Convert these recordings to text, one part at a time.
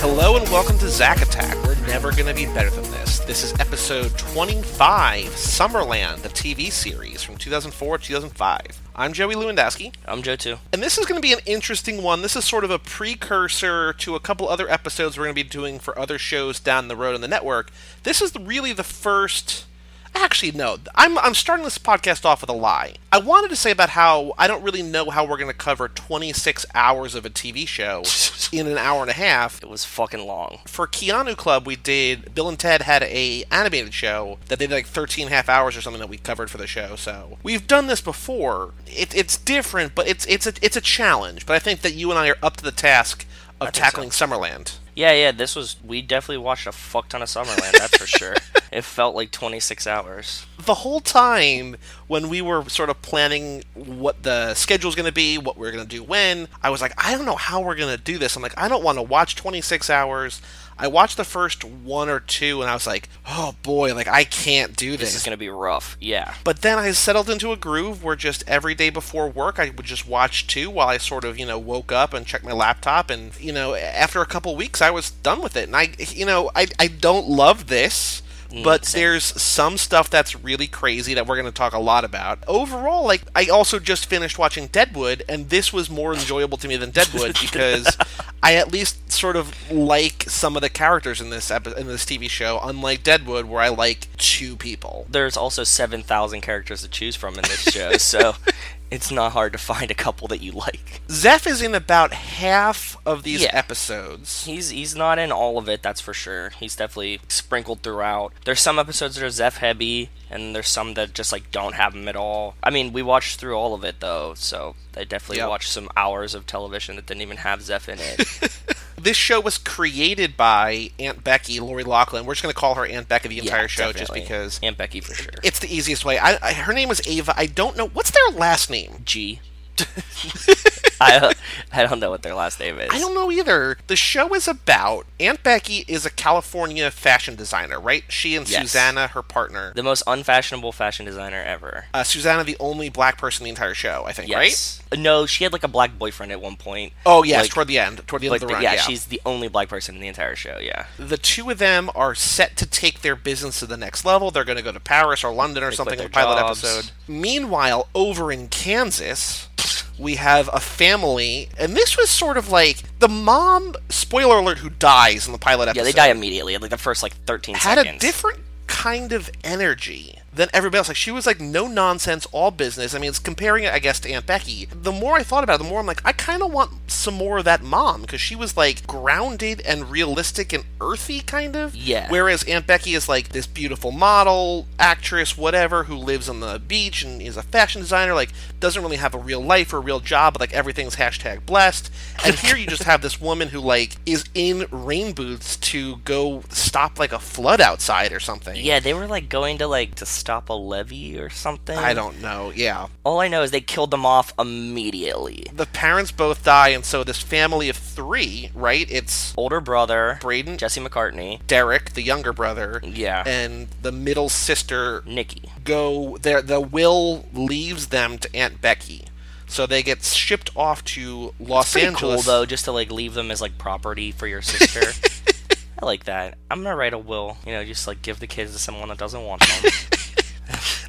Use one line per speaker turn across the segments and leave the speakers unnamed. Hello and welcome to Zack Attack. We're never going to be better than this. This is episode 25, Summerland, the TV series from 2004 to 2005. I'm Joey Lewandowski.
I'm Joe too.
And this is going to be an interesting one. This is sort of a precursor to a couple other episodes we're going to be doing for other shows down the road on the network. This is really the first. Actually, no. I'm, I'm starting this podcast off with a lie. I wanted to say about how I don't really know how we're going to cover 26 hours of a TV show in an hour and a half
It was fucking long.
for Keanu Club, we did Bill and Ted had a animated show that they did like 13 half hours or something that we covered for the show. So we've done this before. It, it's different, but it's it's a it's a challenge. But I think that you and I are up to the task of tackling Summerland.
Yeah, yeah, this was. We definitely watched a fuck ton of Summerland, that's for sure. It felt like 26 hours.
The whole time when we were sort of planning what the schedule's going to be, what we're going to do when, I was like, I don't know how we're going to do this. I'm like, I don't want to watch 26 hours. I watched the first one or two and I was like, oh boy, like I can't do
This is gonna be rough. Yeah.
But then I settled into a groove where just every day before work I would just watch two while I sort of, you know, woke up and checked my laptop and, you know, after a couple weeks I was done with it. And I you know, I I don't love this, but there's some stuff that's really crazy that we're going to talk a lot about. Overall, like I also just finished watching Deadwood and this was more enjoyable to me than Deadwood because I at least sort of like some of the characters in this epi- in this TV show, unlike Deadwood where I like two people.
There's also 7,000 characters to choose from in this show, so it's not hard to find a couple that you like.
Zeph is in about half of these
Yeah.
episodes.
He's he's not in all of it, that's for sure. He's definitely sprinkled throughout. There's some episodes that are Zeph heavy, and there's some that just like don't have him at all. I mean, we watched through all of it though, so I definitely
Yep.
watched some hours of television that didn't even have Zeph in it.
This show was created by Aunt Becky, Lori Lachlan. We're just going to call her Aunt Becky the entire show just
definitely.
because
Aunt Becky for sure.
it's the easiest way. I, I, her name was Ava. I don't know. What's their last name?
G. I I don't know what their last name is.
I don't know either. The show is about Aunt Becky is a California fashion designer, right? She and
Yes.
Susanna, her partner.
the most unfashionable fashion designer ever.
Uh, Susanna, the only black person in the entire show, I think, right?
Yes. No, she had like a black boyfriend at one point.
Oh, yes,
Like-
toward the end. Toward the end
like
of the
the-
run.
yeah, she's the only black person in the entire show. Yeah.
the two of them are set to take their business to the next level. They're going to go to Paris or London or something in
their
a pilot
jobs.
episode. Meanwhile, over in Kansas, we have a family, and this was sort of like the mom, spoiler alert, who dies in the pilot episode.
Yeah, they die immediately, like the first like thirteen
Had
seconds.
a different kind of energy than everybody else. Like, she was like no nonsense, all business. I mean, it's comparing it, I guess, to Aunt Becky. The more I thought about it, the more I'm like, I kind of want some more of that mom because she was like grounded and realistic and earthy, kind of.
Yeah.
Whereas Aunt Becky is like this beautiful model, actress, whatever, who lives on the beach and is a fashion designer, like doesn't really have a real life or a real job, but like everything's hashtag blessed. And here you just have this woman who like is in rain boots to go stop like a flood outside or something.
Yeah, they were like going to like to stop a levy or something.
I don't know. Yeah.
All I know is they killed them off immediately.
The parents both die, and so this family of three, right? It's
Older brother,
Braden,
Jesse McCartney.
Derek, the younger brother,
Yeah.
and the middle sister,
Nikki.
go their the will leaves them to Aunt Becky. So they get shipped off to Los
Pretty
Angeles.
cool though, just to like leave them as like property for your sister. I like that. I'm gonna write a will, you know, just like give the kids to someone that doesn't want them.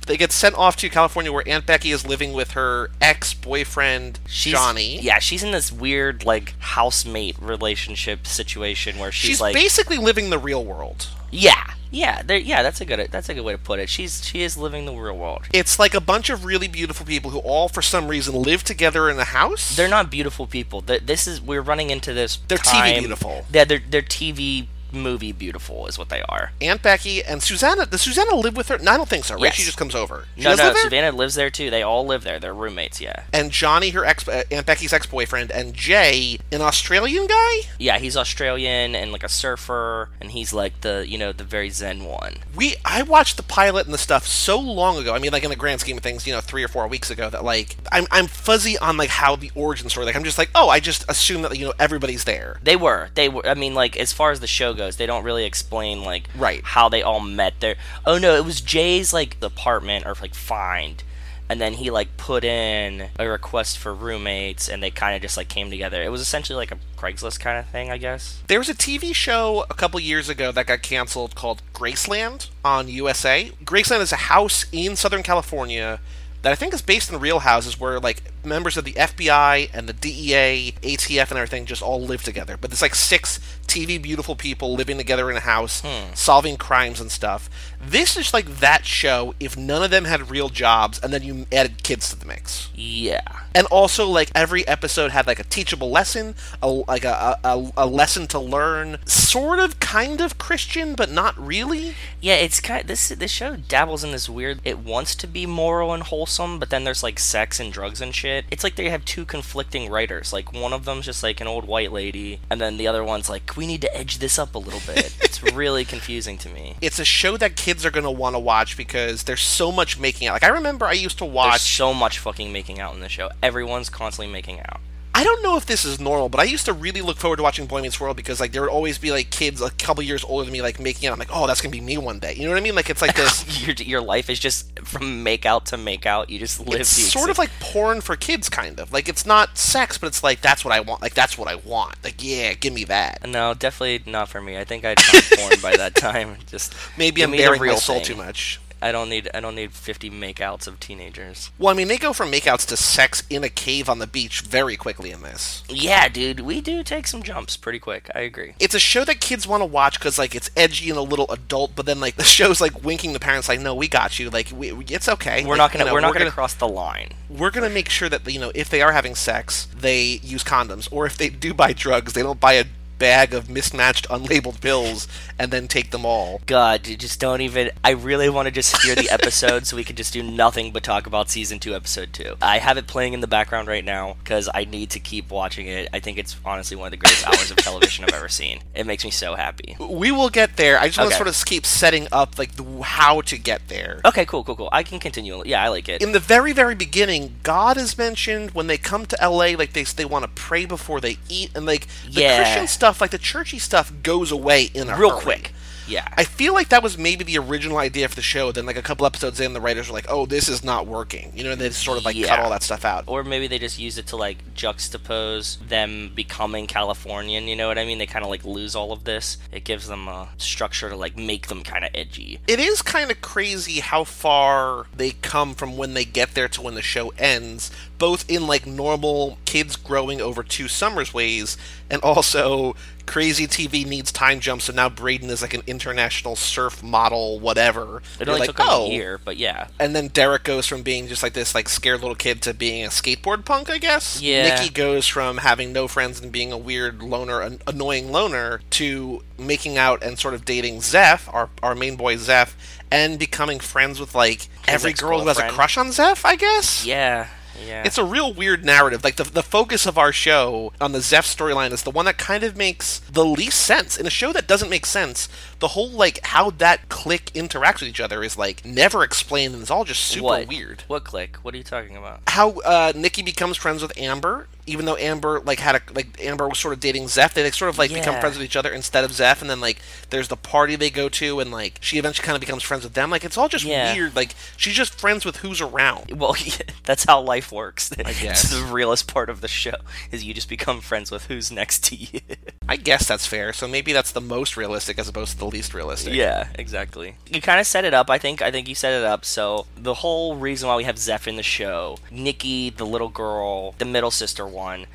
They get sent off to California where Aunt Becky is living with her ex-boyfriend
She's-
Johnny.
Yeah, she's in this weird like housemate relationship situation where she's,
She's
like,
basically living the real world.
yeah, yeah, there, yeah. That's a good, that's a good way to put it. She's she is living the real world.
It's like a bunch of really beautiful people who all for some reason live together in a house.
They're not beautiful people. Th- This is we're running into this.
They're TV
time-
beautiful.
Yeah, they're they're TV movie beautiful is what they are.
Aunt Becky and Susanna. Does Susanna live with her? No, I don't think so. Right?
Yes.
She just comes over. She
no,
does
no,
live there?
Savannah lives there too. They all live there. They're roommates. Yeah,
And Johnny, her ex, uh, Aunt Becky's ex-boyfriend, and Jay, an Australian guy.
yeah. He's Australian and like a surfer, and he's like the you know the very zen one.
we I watched the pilot and the stuff so long ago. I mean, like in the grand scheme of things, you know, three or four weeks ago. That like I'm I'm fuzzy on like how the origin story. Like I'm just like, oh, I just assume that you know everybody's there.
They were. They were. I mean, like as far as the show goes, they don't really explain like
Right.
how they all met. There. Oh no, it was Jay's like apartment or like find, and then he like put in a request for roommates and they kind of just like came together. It was essentially like a Craigslist kind of thing, I guess.
There was a TV show a couple years ago that got canceled called Graceland on USA. Graceland is a house in Southern California that I think is based in real houses where like members of the FBI and the E DEA, ATF, and everything just all live together. But there's like six TV beautiful people living together in a house, solving crimes and stuff. This is like that show if none of them had real jobs and then you added kids to the mix.
Yeah.
And also, like every episode had like a teachable lesson, a, like a, a a lesson to learn. Sort of, kind of Christian, but not really.
Yeah, it's kind of, this this show dabbles in this weird it wants to be moral and wholesome, but then there's like sex and drugs and shit. It's like they have two conflicting writers. Like one of them's just like an old white lady, and then the other one's like, we need to edge this up a little bit. it's really confusing to me.
It's a show that kids are gonna want to watch because there's so much making out. Like I remember I used to watch.
There's so much fucking making out in the show. Everyone's constantly making out.
I don't know if this is normal, but I used to really look forward to watching Boy Meets World because like there would always be like kids a couple years older than me like making out. I'm like, oh, that's gonna be me one day. You know what I mean? Like it's like this.
Your your life is just from make out to make out. You just live.
it's
the
sort of like porn for kids, kind of. Like it's not sex, but it's like that's what I want. Like that's what I want. Like yeah, give me that.
No, definitely not for me. I think I'd been born by that time. Just
Maybe
give
I'm
me the
bearing my
real
soul
thing.
too much.
I don't need I don't need 50 makeouts of teenagers.
Well, I mean, they go from makeouts to sex in a cave on the beach very quickly in this.
Yeah, dude, we do take some jumps pretty quick. I agree.
It's a show that kids want to watch because like it's edgy and a little adult, but then like the show's like winking the parents like, "No, we got you. Like, we, we- it's okay.
We're
Like,
not gonna
you know,
we're not gonna,
gonna
cross the line.
we're gonna make sure that you know if they are having sex, they use condoms, or if they do buy drugs, they don't buy a bag of mismatched unlabeled pills and then take them all.
God, dude, just don't even. I really want to just hear the episode so we can just do nothing but talk about season two, episode two. I have it playing in the background right now because I need to keep watching it. I think it's honestly one of the greatest hours of television I've ever seen. It makes me so happy.
We will get there. I just want to
Okay.
sort of keep setting up like the, how to get there.
Okay, cool, cool, cool. I can continue. Yeah, I like it.
in the very very beginning god is mentioned when they come to la like they they want to pray before they eat and like the
Yeah.
christian stuff like the churchy stuff goes away in a
Real
hurry.
quick. Yeah.
i feel like that was maybe the original idea for the show then like a couple episodes in the writers were like oh this is not working you know and they sort of like cut
Yeah.
all that stuff out
or maybe they just use it to like juxtapose them becoming Californian. You know what I mean? They kind of like lose all of this. It gives them a structure to like make them kind of edgy.
it is kind of crazy how far they come from when they get there to when the show ends, both in like normal kids growing over two summers ways, and also crazy TV needs time jumps. So now Braden is like an international surf model, whatever.
It
You're
only
like,
took them
oh.
a year, but yeah,
And then Derek goes from being just like this like scared little kid to being a skateboard punk, I guess.
Yeah.
Nikki goes from having no friends and being a weird loner, an annoying loner, to making out and sort of dating Zeph, our our main boy Zeph, and becoming friends with like every girl who has a
ex-girlfriend.
crush on Zeph, I guess.
yeah, yeah.
It's a real weird narrative. Like the the focus of our show on the Zeph storyline is the one that kind of makes the least sense in a show that doesn't make sense. The whole like how that clique interacts with each other is like never explained, and it's all just super
what?
weird.
What click? What are you talking about?
How uh, Nikki becomes friends with Amber, even though Amber like had a like Amber was sort of dating Zeph. They like sort of like become
Yeah.
friends with each other instead of Zeph, and then like there's the party they go to, and like she eventually kind of becomes friends with them. Like it's all just
Yeah.
weird. Like she's just friends with who's around.
Well, that's how life works.
guess.
it's the realest part of the show is you just become friends with who's next to you.
I guess that's fair. So maybe that's the most realistic as opposed to the least realistic.
Yeah, exactly. You kind of set it up. I think. I think you set it up. So the whole reason why we have Zeph in the show, Nikki, the little girl, the middle sister one,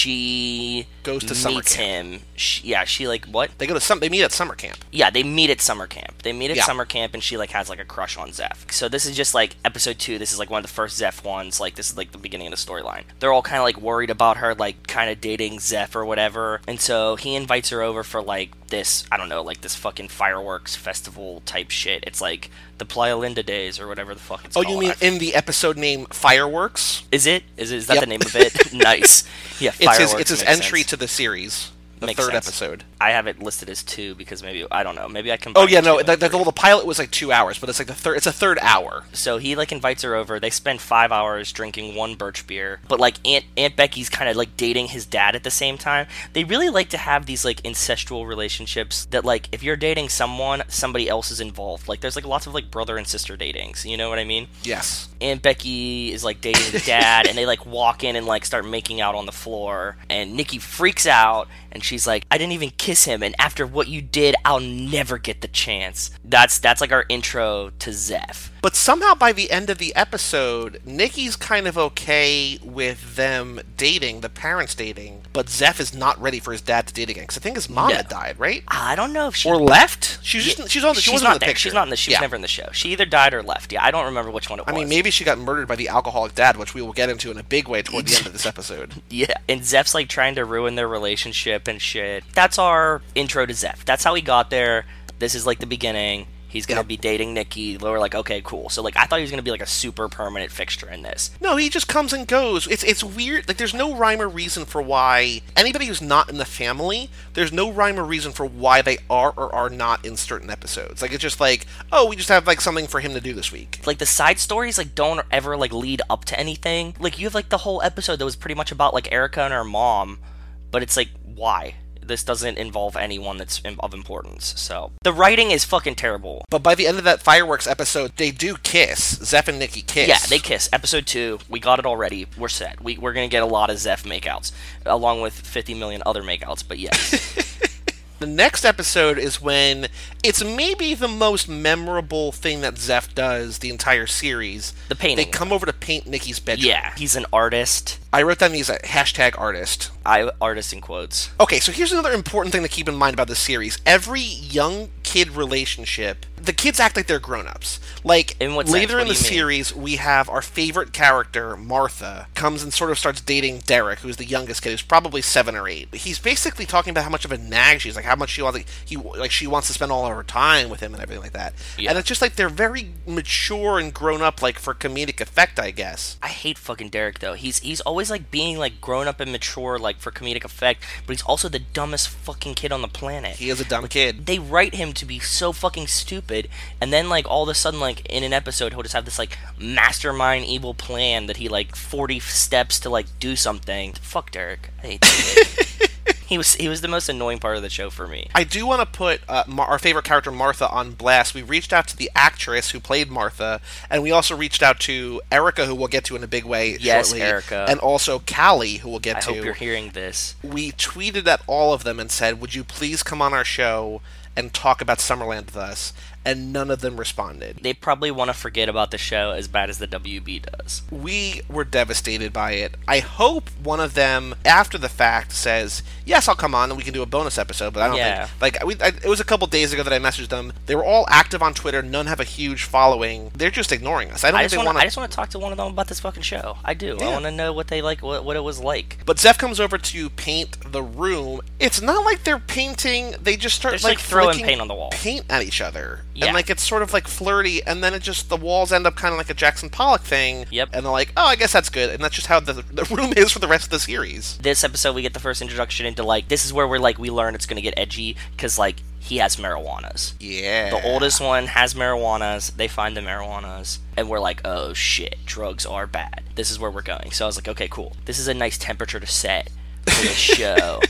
she
Goes to
meets
summer camp.
him. She, yeah, she like what?
They go to some. They meet at summer camp.
Yeah, they meet at summer camp. They meet at
Yeah.
summer camp, and she like has like a crush on Zeph. So this is just like episode two. This is like one of the first Zeph ones. Like this is like the beginning of the storyline. They're all kind of like worried about her, like kind of dating Zeph or whatever. And so he invites her over for like this. I don't know, like this fucking fireworks festival type shit. It's like the Playa Linda days or whatever the fuck it's
Oh,
called.
you mean
I-
in the episode name Fireworks?
is it? Is it? Is that
Yep.
the name of it? nice. Yeah,
It's
fireworks.
his. It's his
makes
entry
sense.
to the series. The
Makes
third
sense.
episode.
I have it listed as two because maybe I don't know. Maybe I can.
Oh yeah, no, the, the, the pilot was like two hours, but it's like the third. It's a third hour.
So he like invites her over. They spend five hours drinking one birch beer, but like Aunt Aunt Becky's kind of like dating his dad at the same time. They really like to have these like incestual relationships that like if you're dating someone, somebody else is involved. Like there's like lots of like brother and sister datings. You know what I mean?
Yes.
Aunt Becky is like dating his dad, and they like walk in and like start making out on the floor, and Nikki freaks out, and she's like, "I didn't even kiss him, and after what you did, I'll never get the chance." That's that's like our intro to Zeph.
But somehow by the end of the episode, Nikki's kind of okay with them dating, the parents dating, but Zeph is not ready for his dad to date again because I think his mom
No.
had died, right?
Oh, I don't know if she
Or left? She was
Yeah,
just, she's on the, she
she's
wasn't
not
in the
there.
picture.
She's not in the. She was
Yeah.
never in the show. She either died or left. Yeah, I don't remember which one it
I
was.
mean, maybe she got murdered by the alcohol dad, which we will get into in a big way toward the end of this episode.
Yeah, and Zeph's like trying to ruin their relationship and shit. That's our intro to Zeph. That's how he got there. This is like the beginning. He's gonna
Yep.
be dating Nikki. We're like, okay, cool. So like, I thought he was gonna be like a super permanent fixture in this.
No, he just comes and goes. It's it's weird. Like there's no rhyme or reason for why anybody who's not in the family. There's no rhyme or reason for why they are or are not in certain episodes. Like it's just like oh, we just have like something for him to do this week.
Like the side stories like don't ever like lead up to anything. Like you have like the whole episode that was pretty much about like Erica and her mom, but it's like why this doesn't involve anyone that's im- of importance. So the writing is fucking terrible.
But by the end of that fireworks episode, they do kiss. Zeph and Nikki kiss.
Yeah, they kiss. Episode two, we got it already. We're set. We, we're gonna get a lot of Zeph makeouts, along with 50 million other makeouts. But yes,
The next episode is when it's maybe the most memorable thing that Zeph does the entire series.
the
They
painting.
come over to paint Nikki's bedroom.
yeah, he's an artist.
I wrote down these uh, hashtag artist.
I artist in quotes.
Okay, so here's another important thing to keep in mind about this series. Every young kid relationship, the kids act like they're grown-ups. Like
In what sense?
later
What
in
do
the
you mean?
series, we have our favorite character, Martha, comes and sort of starts dating Derek, who's the youngest kid, who's probably 7 or 8. He's basically talking about how much of a nag she's like how much she wants like, he like she wants to spend all of her time with him and everything like that.
Yeah.
And it's just like they're very mature and grown up like for comedic effect, I guess.
I hate fucking Derek though. He's he's always like being like grown up and mature, like for comedic effect. But he's also the dumbest fucking kid on the planet.
He is a dumb kid.
they write him to be so fucking stupid and then like all of a sudden like in an episode he'll just have this like mastermind evil plan that he like 40 steps to like do something fuck derek I hate that kid. he was he was the most annoying part of the show for me
I do want to put uh, Mar- our favorite character Martha on blast. We reached out to the actress who played Martha, and we also reached out to Erica, who we'll get to in a big way
Yes,
shortly,
Erica.
and also Callie, who we'll get
i
to.
hope you're hearing this
We tweeted at all of them and said, "Would you please come on our show and talk about Summerland with us?" And none of them responded.
they probably want to forget about the show as bad as the wb does
We were devastated by it. I hope one of them, after the fact, says, "Yes, I'll come on, and we can do a bonus episode." But I don't
Yeah.
think like we, I, it was a couple days ago that I messaged them. They were all active on Twitter. None have a huge following. They're just ignoring us. I don't
I
think
just,
they
wanna,
want
I
to.
just want to talk to one of them about this fucking show. I do. I
Yeah.
want to know what they like, what, what it was like.
But Zeph comes over to paint the room. It's not like they're painting. They just start
They're just,
like,
like, throwing
flicking
paint on the wall.
paint at each other,
Yeah.
and like it's sort of like flirty. And then it just the walls end up kind of like a Jackson Pollock thing.
Yep.
And they're like, oh, I guess that's good. And that's just how the, the room is for the rest of the series.
this episode we get the first introduction into like this is where we're like we learn it's going to get edgy because like he has marijuanas
Yeah.
the oldest one has marijuanas they find the marijuanas and we're like oh shit drugs are bad this is where we're going so i was like okay cool this is a nice temperature to set for the show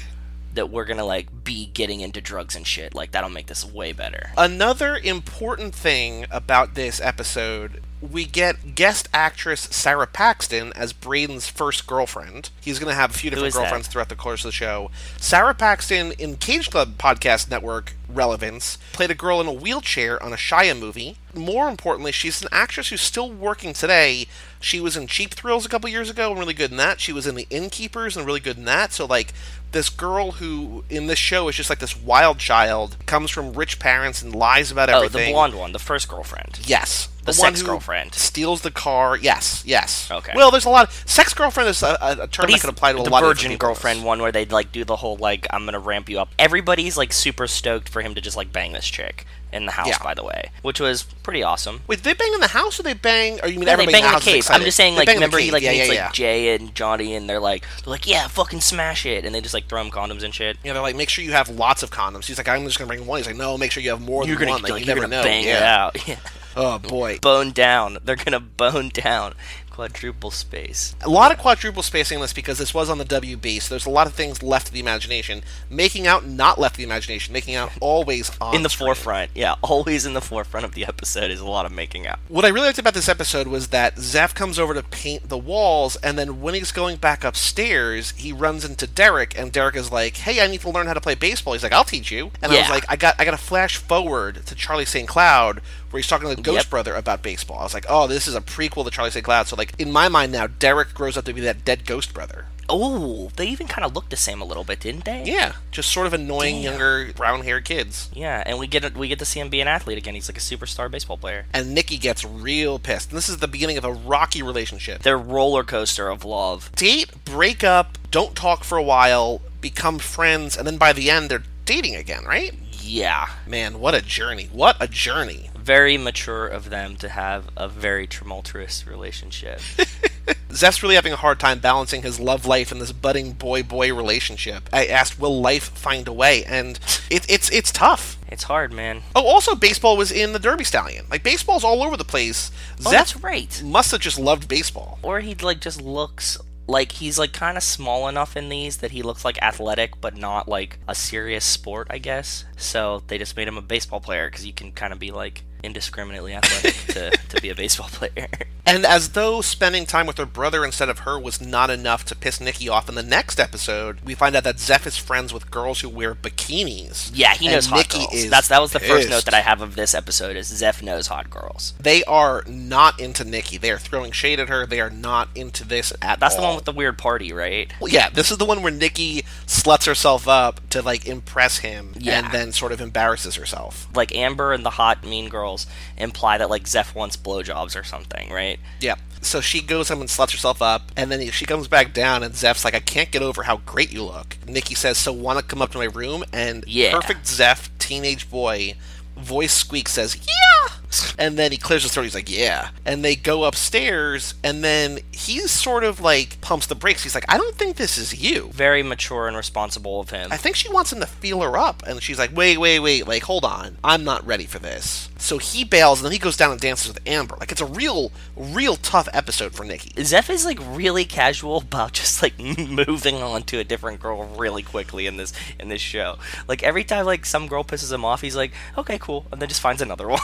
that we're gonna like be getting into drugs and shit like that'll make this way better
Another important thing about this episode, we get guest actress Sarah Paxton as Braden's first girlfriend. He's going to have a few different
is that?
girlfriends throughout the course of the show. Sarah Paxton in Cage Club Podcast Network relevance played a girl in a wheelchair on a Shia movie. More importantly, she's an actress who's still working today. She was in Cheap Thrills a couple years ago and really good in that. She was in The Innkeepers and really good in that. So like this girl who in this show is just like this wild child comes from rich parents and lies about
oh the
everything.
blonde one the first girlfriend
Yes.
The
one
sex
who
girlfriend.
steals the car. Yes, yes.
Okay.
Well, there's a lot. Of, sex girlfriend is a, a, a term that
he's
can apply to a
the
lot of
virgin
different people.
girlfriend one where they like do the whole like I'm gonna ramp you up. Everybody's like super stoked for him to just like bang this chick in the house,
Yeah.
by the way, which was pretty awesome.
Wait, did they bang in the house or they bang? Or you mean
No, they
everybody
bang in the
house is
cave. I'm
excited?
just saying,
They
like,
bang in the
remember he
cave.
like
yeah,
meets
yeah,
like
yeah.
Jay and Johnny, and they're like, they're like, yeah, fucking smash it, and they just like throw him condoms and shit.
Yeah, they're like, make sure you have lots of condoms. He's like, I'm just gonna bring one. He's like, no, make sure you have more
You're
than
gonna
one. Like,
like,
you
you're
never
gonna
know.
bang it
yeah.
out. Yeah.
Oh boy.
bone down. They're gonna bone down. Quadruple space.
a lot of quadruple spacing in this because this was on the WB, so there's a lot of things left to the imagination. Making out not left to the imagination. Making out always on
in the
screen.
forefront. Yeah, always in the forefront of the episode is a lot of making out.
What I really liked about this episode was that Zeph comes over to paint the walls, and then when he's going back upstairs, he runs into Derek, and Derek is like, "Hey, I need to learn how to play baseball." He's like, "I'll teach you." And I was
Yeah.
like, "I got, I got to flash forward to Charlie St. Cloud." Where he's talking to the Ghost
Yep.
Brother about baseball. I was like, oh, this is a prequel to Charlie St. Cloud. So, like, in my mind now, Derek grows up to be that dead Ghost Brother.
Oh, they even kind of looked the same a little bit, didn't they?
Yeah, just sort of annoying younger brown-haired kids.
Yeah, and we get we get to see him be an athlete again. He's like a superstar baseball player.
And Nikki gets real pissed. And this is the beginning of a rocky relationship.
Their roller coaster of love.
Date, break up, don't talk for a while, become friends, and then by the end they're dating again, right?
Yeah,
Man, what a journey. What a journey.
very mature of them to have a very tumultuous relationship.
Zeph's really having a hard time balancing his love life and this budding boy boy relationship. I asked, will life find a way? And it, it's it's tough.
it's hard, man.
Oh, also, baseball was in the Derby Stallion. Like, baseball's all over the place.
Oh,
Zeph
that's right.
must have just loved baseball.
Or he like just looks like he's like kind of small enough in these that he looks like athletic but not like a serious sport, I guess. So they just made him a baseball player because you can kind of be like indiscriminately athletic to, to be a baseball player.
And as though spending time with her brother instead of her was not enough to piss Nikki off in the next episode, we find out that Zeph is friends with girls who wear bikinis.
Yeah, he
And
knows hot
Nikki
girls.
is
That's that was the first note
pissed.
that I have of this episode is Zeph knows hot girls.
They are not into Nikki. They are throwing shade at her. They are not into this at
That's the
all.
one with the weird party, right?
Well, yeah, this is the one where Nikki sluts herself up to like impress him
Yeah.
and then sort of embarrasses herself.
Like Amber and the hot mean girls imply that like Zeph wants blowjobs or something, right?
Yeah. So she goes home and sluts herself up, and then she comes back down, and Zeph's like, I can't get over how great you look. Nikki says, So wanna come up to my room? And
Yeah.
perfect Zeph, teenage boy, voice squeak says, Yeah! And then he clears his throat, he's like, Yeah. And they go upstairs, and then he's sort of like pumps the brakes. He's like, I don't think this is you.
Very mature and responsible of him.
I think she wants him to feel her up, and she's like, wait, wait, wait, like, hold on. I'm not ready for this. So he bails, and then he goes down and dances with Amber. Like, it's a real, real tough episode for Nikki.
Zeph is like really casual about just like moving on to a different girl really quickly in this in this show. Like every time like some girl pisses him off, he's like, "Okay, cool," and then just finds another one.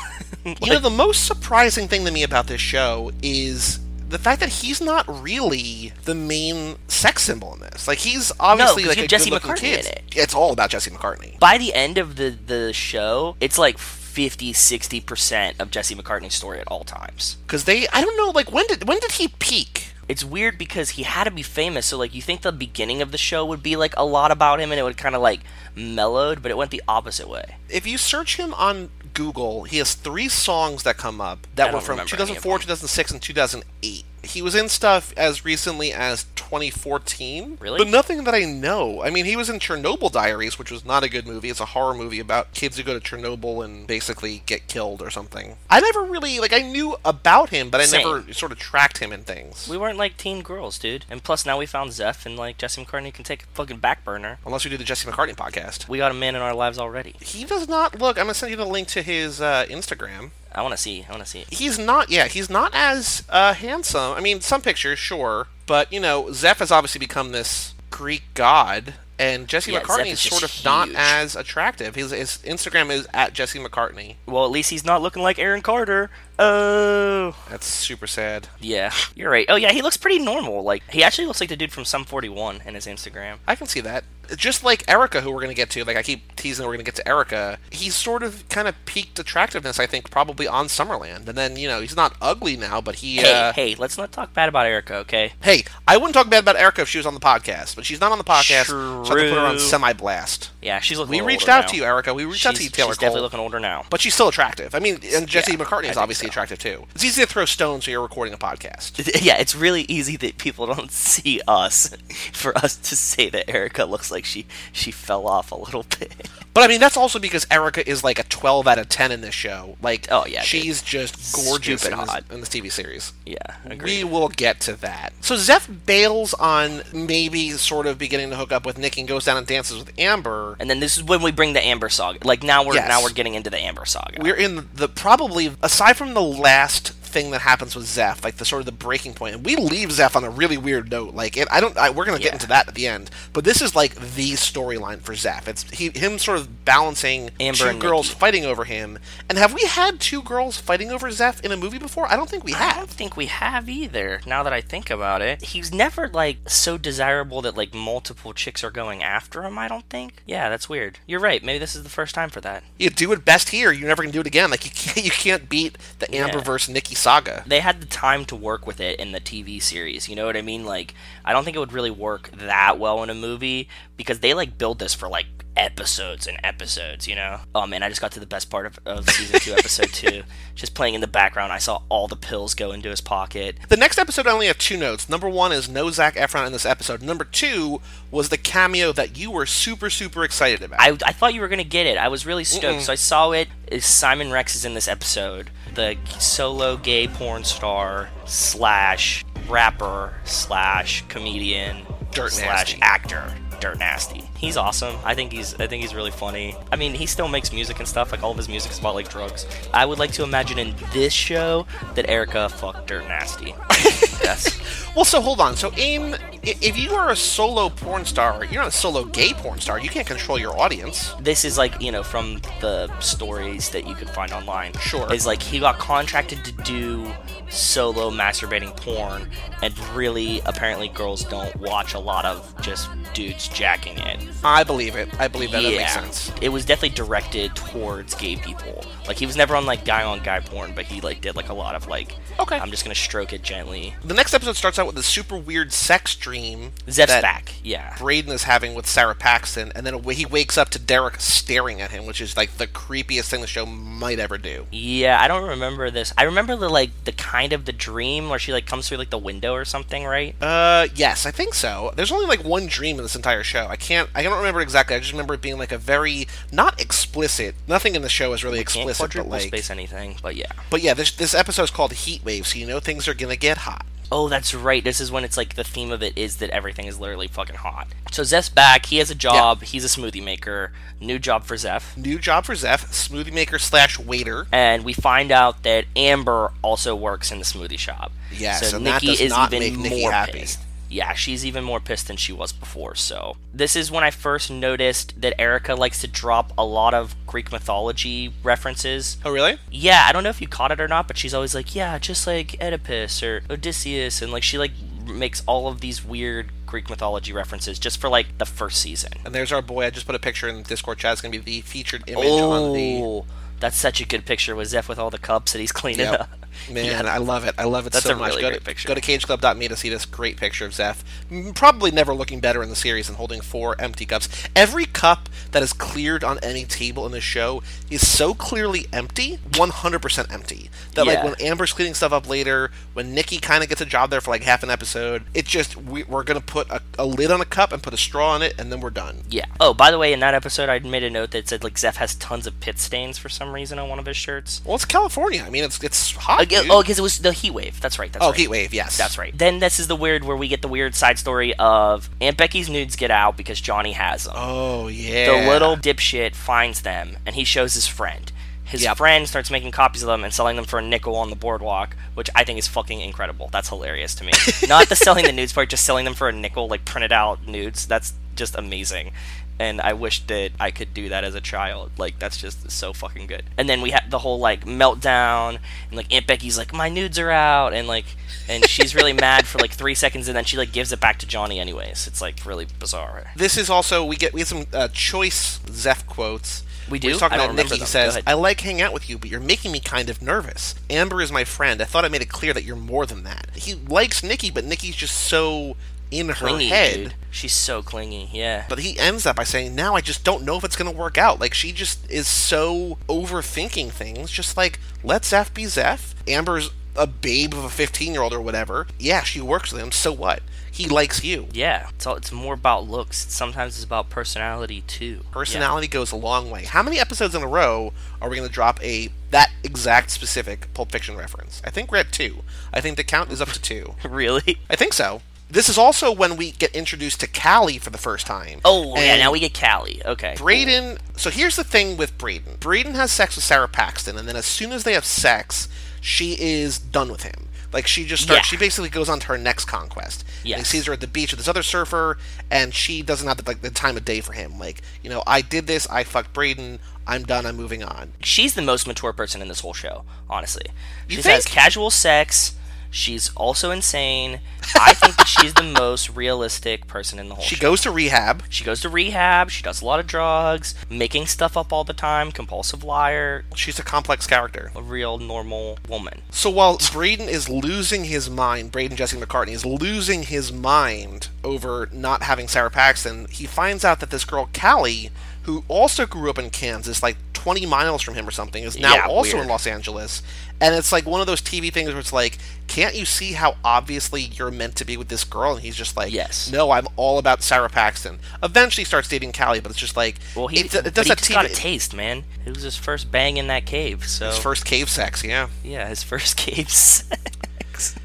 you know, the most surprising thing to me about this show is the fact that he's not really the main sex symbol in this. Like, he's obviously
'cause
like
you
a
have Jesse
good-looking
McCartney
kid.
in it.
It's all about Jesse McCartney.
By the end of the the show, it's like 50 60% of Jesse McCartney's story at all times.
Because they, I don't know, like when did when did he peak?
It's weird because he had to be famous, so like you think the beginning of the show would be like a lot about him and it would kind of like mellowed, but it went the opposite way.
If you search him on Google, he has three songs that come up that
I
were
don't
from
remember any of
2004,
them.
2006, and 2008. He was in stuff as recently as 2014.
Really?
But nothing that I know. I mean, he was in Chernobyl Diaries, which was not a good movie. It's a horror movie about kids who go to Chernobyl and basically get killed or something. I never really, like, I knew about him, but I
Same.
never sort of tracked him in things.
We weren't like teen girls, dude. And plus, now we found Zeph, and like Jesse McCartney can take a fucking back burner.
Unless we do the Jesse McCartney podcast.
We got a man in our lives already.
He does not look. I'm going to send you the link to his uh, Instagram.
I want to see. I want to see.
he's not yeah he's not as uh, handsome i mean some pictures sure but you know zeph has obviously become this greek god and jesse
Yeah, Zeph
mccartney
is
is sort of
just
not
huge.
as attractive his, his instagram is at jesse mccartney
Well, at least he's not looking like Aaron Carter. Oh.
that's super sad
Yeah, you're right. Oh yeah, he looks pretty normal. Like he actually looks like the dude from Sum 41 in his Instagram.
i can see that just like erica who we're going to get to like i keep teasing we're going to get to erica he's sort of kind of peaked attractiveness i think probably on summerland and then you know he's not ugly now but he uh,
Hey, hey, let's not talk bad about Erica, okay?
hey i wouldn't talk bad about erica if she was on the podcast but she's not on the podcast so i have to put her on
True.
semi blast
Yeah, she's looking.
We
a little
reached
older
out
now.
to you, Erica. We reached out
She's,
to you,
she's
Taylor
definitely
Cole.
looking older now.
but she's still attractive. I mean, and Jesse
Yeah,
McCartney
I
is
think
obviously
so.
attractive too. It's easy to throw stones when you're recording a podcast.
Yeah, it's really easy that people don't see us for us to say that Erica looks like she she fell off a little bit.
But I mean, that's also because Erica is like a 12 out of 10 in this show. Like,
Oh, yeah,
she's just gorgeous in
Stupid
this,
hot.
in this TV series.
Yeah,
We
agreed.
will get to that. So Zeph bails on maybe sort of beginning to hook up with Nick and goes down and dances with Amber.
and then this is when we bring the Amber saga. Like now we're
Yes.
now we're getting into the Amber saga.
We're in the probably aside from the last thing that happens with Zeph, like the sort of the breaking point, and we leave Zeph on a really weird note. Like, it, I don't, I, we're gonna get
Yeah.
into that at the end, but this is like the storyline for Zeph. It's he, him sort of balancing
Amber
two
and
girls
Nikki.
fighting over him. And have we had two girls fighting over Zeph in a movie before? I don't think we
I don't
have.
think we have either. Now that I think about it, he's never like so desirable that like multiple chicks are going after him. I don't think. Yeah, that's weird. You're right. Maybe this is the first time for that.
You do it best here. You're never gonna do it again. Like you can't, you can't beat the Amber
Yeah.
versus Nikki saga.
They had the time to work with it in the TV series. You know what I mean? Like, I don't think it would really work that well in a movie because they like build this for like episodes and episodes. You know? Oh man, I just got to the best part of, of season two, episode two. Just playing in the background, I saw all the pills go into his pocket.
The next episode, I only have two notes. Number one is no Zach Efron in this episode. Number two was the cameo that you were super, super excited about.
I, I thought you were gonna get it. I was really stoked. So I saw it. Is Simon Rex is in this episode, the solo gay porn star slash rapper slash comedian
Dirt nasty.
slash actor. Dirt nasty. He's awesome. I think he's I think he's really funny. I mean, he still makes music and stuff. Like all of his music is about like drugs. I would like to imagine in this show that Erica fucked Dirt Nasty. That's
well, so hold on. So, AIM, i- if you are a solo porn star, you're not a solo gay porn star. You can't control your audience.
this is like you know from the stories that you can find online
Sure.
is like he got contracted to do solo masturbating porn and really apparently girls don't watch a lot of just dudes jacking it
I believe it. I believe that. That makes sense.
it was definitely directed towards gay people like he was never on like guy on guy porn but he like did like a lot of like
Okay.
i'm just gonna stroke it gently
The next episode starts out with a super weird sex dream.
zeph's
that
back yeah
Braden is having with Sarah Paxton, and then he wakes up to Derek staring at him, which is like the creepiest thing the show might ever do.
Yeah, I don't remember this. I remember the like the kind of the dream where she like comes through like the window or something, right?
Uh, yes, I think so. There's only like one dream in this entire show. I can't, I don't remember exactly. I just remember it being like a very not explicit. Nothing in the show is really
Can't
explicit, but
quadruple
like,
space anything, but yeah.
but yeah, this this episode is called Heat Wave, so you know things are gonna get hot.
Oh, that's right. This is when it's like the theme of it is that everything is literally fucking hot. So Zeph's back. He has a job. He's a smoothie maker. New job for Zeph.
New job for Zeph, smoothie maker slash waiter.
And we find out that Amber also works in the smoothie shop.
Yes,
so
and that
Nikki
does
is
not
even
make Nikki
more
happy.
pissed. Yeah, she's even more pissed than she was before. So this is when I first noticed that Erica likes to drop a lot of Greek mythology references.
Oh, really?
yeah i don't know if you caught it or not but she's always like yeah just like oedipus or odysseus and like she like makes all of these weird greek mythology references just for like the first season
And there's our boy. I just put a picture in the Discord chat. It's gonna be the featured image on the.
oh that's such a good picture with zeph with all the cups that he's cleaning
Yep.
up
Man, I love it. I love it
That's
so
a
much.
really
go,
great
to,
picture.
go to cageclub.me to see this great picture of Zeph. M- Probably never looking better in the series and holding four empty cups. Every cup that is cleared on any table in the show is so clearly empty, 100% empty. That, like,
Yeah.
when Amber's cleaning stuff up later, when Nikki kind of gets a job there for, like, half an episode, it's just, we, we're going to put a, a lid on a cup and put a straw on it, and then we're done.
yeah oh by the way in that episode i made a note that said like zeph has tons of pit stains for some reason on one of his shirts
Well, it's California. I mean, it's it's hot.
Like,
dude.
oh because it was the heat wave that's right that's
oh,
right
heat wave, yes.
That's right. Then this is the weird where we get the weird side story of Aunt Becky's nudes get out because Johnny has them.
Oh, yeah.
the little dipshit finds them and he shows his friend. His
Yep.
friend starts making copies of them and selling them for a nickel on the boardwalk, which I think is fucking incredible. That's hilarious to me. Not the selling the nudes part, just selling them for a nickel, like printed out nudes. That's just amazing. And I wish that I could do that as a child. Like that's just so fucking good. And then we had the whole like meltdown, and like Aunt Becky's like, "My nudes are out," and like, and she's really mad for like three seconds, and then she like gives it back to Johnny anyways. It's like really bizarre.
This is also we get we have some uh, choice Zeph quotes.
We do?
He's talking
I don't
about
remember
Nikki
them. Go
says,
ahead.
"I like hanging out with you, but you're making me kind of nervous. Amber is my friend. I thought I made it clear that you're more than that." He likes Nikki, but Nikki's just so in her
clingy,
head.
dude. She's so clingy. Yeah.
But he ends that by saying, "Now I just don't know if it's going to work out." Like she just is so overthinking things. Just like let Zeph be Zeph. Amber's a babe of a fifteen-year-old or whatever. Yeah, she works with him. So what? He likes you.
yeah. It's all, it's more about looks. It's, sometimes it's about personality too. Yeah.
Personality goes a long way. How many episodes in a row are we going to drop a that exact specific Pulp Fiction reference? I think we're at two. I think the count is up to two.
Really?
I think so. This is also when we get introduced to Callie for the first time.
Oh yeah.
And
Now we get Callie. Okay.
Braden. So here's the thing with Braden. Braden has sex with Sarah Paxton, and then as soon as they have sex, she is done with him. Like she just starts.
Yeah.
She basically goes on to her next conquest. Yeah, He
Yes.
sees her at the beach with this other surfer, and she doesn't have the, like the time of day for him. Like you know, I did this. I fucked Braden. I'm done. I'm moving on.
she's the most mature person in this whole show, honestly. She
You
has
think?
casual sex. She's also insane. I think that she's the most realistic person in the whole
She
show.
goes to rehab.
she goes to rehab. She does a lot of drugs, making stuff up all the time, compulsive liar,
She's a complex character.
a real normal woman.
So while Braden is losing his mind, Braden Jesse McCartney is losing his mind over not having Sarah Paxton, he finds out that this girl Callie, who also grew up in Kansas, like 20 miles from him or something, is now
Yeah,
also
weird.
in Los Angeles. And it's like one of those TV things where it's like, can't you see how obviously you're meant to be with this girl? And he's just like,
Yes.
no, I'm all about Sarah Paxton. Eventually he starts dating Callie, but it's just like,
Well, he,
it's, it
but
does
he
that
just got a
TV
taste, man. It was his first bang in that cave. So
his first cave sex, yeah.
yeah, his first cave sex.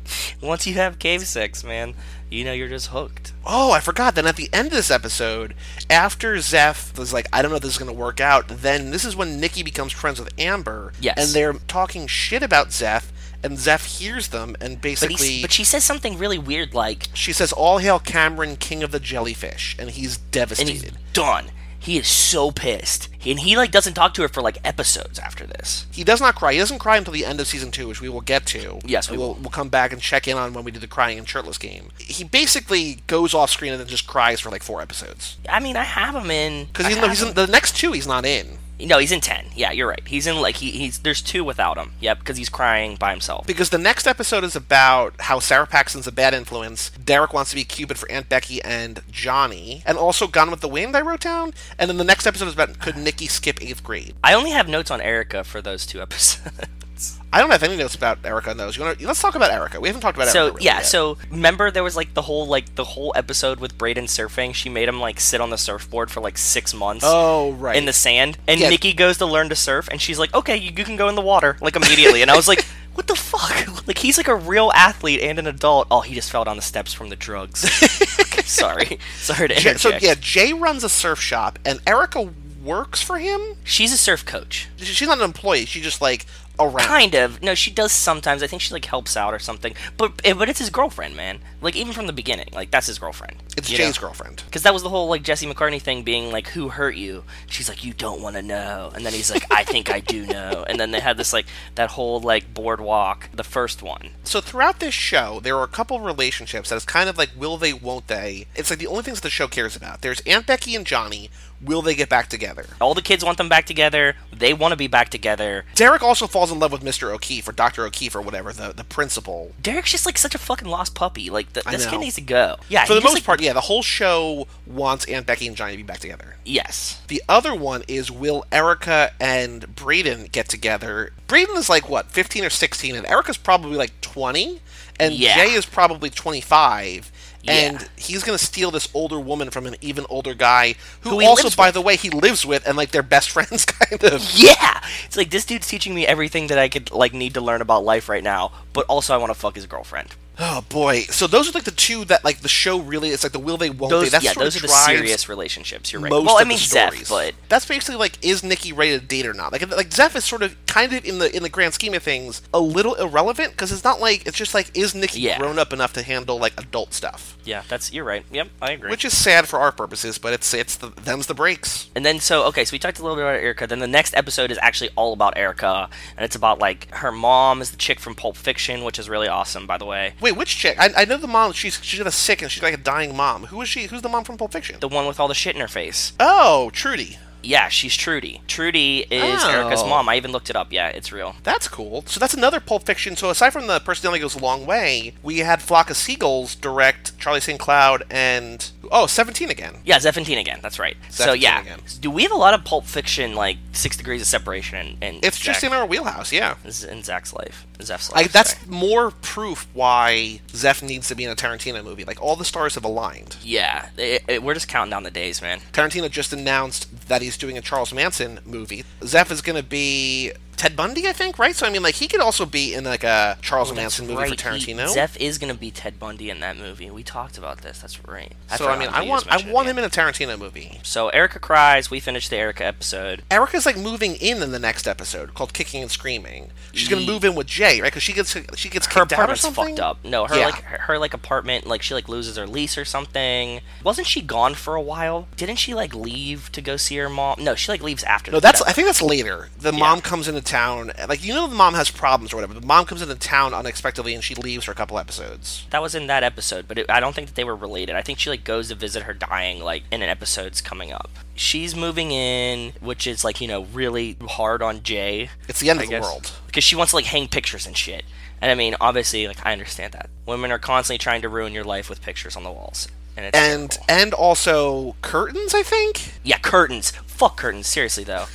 Once you have cave sex, man, you know you're just hooked.
Oh, I forgot. Then at the end of this episode, after Zeph was like, I don't know if this is going to work out, then this is when Nikki becomes friends with Amber.
Yes.
And they're talking shit about Zeph, and Zeph hears them, and
But,
basically
he's, but she says something really weird, like,
she says, All hail Cameron, king of the jellyfish. And he's
and he's
devastated.
done. He is so pissed, and he like doesn't talk to her for like episodes after this.
he does not cry. He doesn't cry until the end of season two, which we will get to.
Yes, we
we'll, we'll come back and check in on when we do the crying and shirtless game. He basically goes off screen and then just cries for like four episodes.
I mean, I have him in
Because
I
he's, no,
have
he's
him-
in, the next two, he's not in.
no, he's in ten. Yeah, you're right. He's in like he, he's there's two without him. Yep, because he's crying by himself.
because the next episode is about how Sarah Paxton's a bad influence. Derek wants to be Cupid for Aunt Becky and Johnny, and also Gone with the Wind. I wrote down, and then the next episode is about could Nikki skip eighth grade?
I only have notes on Erica for those two episodes.
I don't have any notes about Erica on those. You want to let's talk about Erica. We haven't talked about
so
Erica. really
yeah,
yet.
so remember there was like the whole like the whole episode with Braden surfing. She made him like sit on the surfboard for like six months.
oh right,
in the sand and
Yeah.
Nikki goes to learn to surf and she's like, "Okay, you, you can go in the water." Like immediately. And I was like, "What the fuck?" Like he's like a real athlete and an adult. Oh, he just fell down the steps from the drugs. Okay, sorry. Sorry to
Ja-
interject.
so yeah, Jay runs a surf shop, and Erica works for him.
She's a surf coach.
She- She's not an employee. She just like around.
Kind of. No, she does sometimes. I think she like helps out or something. But eh, but it's his girlfriend, man. Like even from the beginning, like that's his girlfriend.
It's
you know?
Jay's girlfriend.
Because that was the whole like Jesse McCartney thing being like, "Who hurt you?" She's like, "You don't want to know," and then he's like, "I think I do know." And then they had this like that whole like boardwalk, the first one.
So throughout this show, there are a couple relationships that is kind of like will they, won't they? It's like the only things the show cares about. There's Aunt Becky and Johnny. Will they get back together?
All the kids want them back together. They want to be back together.
Derek also falls in love with Mr. O'Keefe or Dr. O'Keefe or whatever the the principal.
Derek's just like such a fucking lost puppy. Like th-
I
this kid
know.
needs to go. Yeah,
For
he
the
just,
most
like-
part, yeah, the whole show wants Aunt Becky and Johnny to be back together.
Yes.
The other one is will Erica and Braden get together? Braden is like what, 15 or 16 and Erica's probably like 20 and
Yeah.
Jay is probably 25 and
Yeah.
he's going to steal this older woman from an even older guy who,
Who he
also
lives
by
with.
the way he lives with and like they're best friends kind of.
Yeah. It's like this dude's teaching me everything that I could like need to learn about life right now, but also I want to fuck his girlfriend.
Oh boy. So those are like the two that like the show really it's like the will they won't they
Those
that's
yeah,
sort of
those are the
drives
serious relationships. You're right.
most
well,
of
I mean
the
Zeph,
stories.
but
that's basically like is Nikki ready to date or not? Like like Zeph is sort of kind of in the in the grand scheme of things a little irrelevant because it's not like it's just like is Nikki
Yeah.
grown up enough to handle like adult stuff,
yeah, that's you're right. Yep, I agree.
which is sad for our purposes, but it's it's the them's the breaks.
And then so okay, so we talked a little bit about Erica. Then the next episode is actually all about Erica, and it's about like her mom is the chick from Pulp Fiction, which is really awesome, by the way.
Wait, which chick? I, I know the mom. She's she's got a sick and she's like a dying mom. Who is she? Who's the mom from Pulp Fiction?
The one with all the shit in her face.
oh, Trudy.
Yeah, she's Trudy. Trudy is
Oh.
Erica's mom. I even looked it up. Yeah, it's real.
That's cool. So that's another Pulp Fiction. So aside from the personality goes a long way, we had Flock of Seagulls direct Charlie St. Cloud and oh, 17 again.
Yeah, Zephantine again. That's right. so
17
yeah,
again.
do we have a lot of Pulp Fiction like Six Degrees of Separation? And
It's just in our wheelhouse, yeah.
in Zach's life, Zeph's life.
Like that's
sorry.
more proof why Zeph needs to be in a Tarantino movie. Like all the stars have aligned.
yeah. it- it- we're just counting down the days, man.
Tarantino just announced that he's doing a Charles Manson movie. Zeph is going to be Ted Bundy, I think, right? So I mean, like he could also be in like a Charles Manson movie for
Right, he-
Tarantino.
Zeph is gonna be Ted Bundy in that movie. We talked about this. That's right.
so I
forgot
mean,
that
I
you
want
just
I
mentioned it,
want
yeah.
him in a Tarantino movie.
So Erica cries. We finished the Erica episode.
Erica's like moving in in the next episode called "Kicking and Screaming." She's gonna
Ye-
move in with Jay, right? Because she gets she gets
Her
kicked out or
apartment's
something.
fucked up. No, her
Yeah.
like her, her like apartment like she like loses her lease or something. Wasn't she gone for a while? Didn't she like leave to go see her mom? No, she like leaves after.
No,
the
that's
death.
I think that's later. The mom comes into town, like you know, the mom has problems or whatever. The mom comes into town unexpectedly and she leaves for a couple episodes.
that was in that episode, but it, I don't think that they were related. I think she like goes to visit her dying like in an episode's coming up. She's moving in, which is like you know really hard on Jay.
It's the end
I
of the
guess.
world.
because she wants to like hang pictures and shit. And I mean, obviously, like I understand that women are constantly trying to ruin your life with pictures on the walls. And, it's
And
terrible.
and also curtains, I think.
yeah, curtains. Fuck curtains. Seriously though,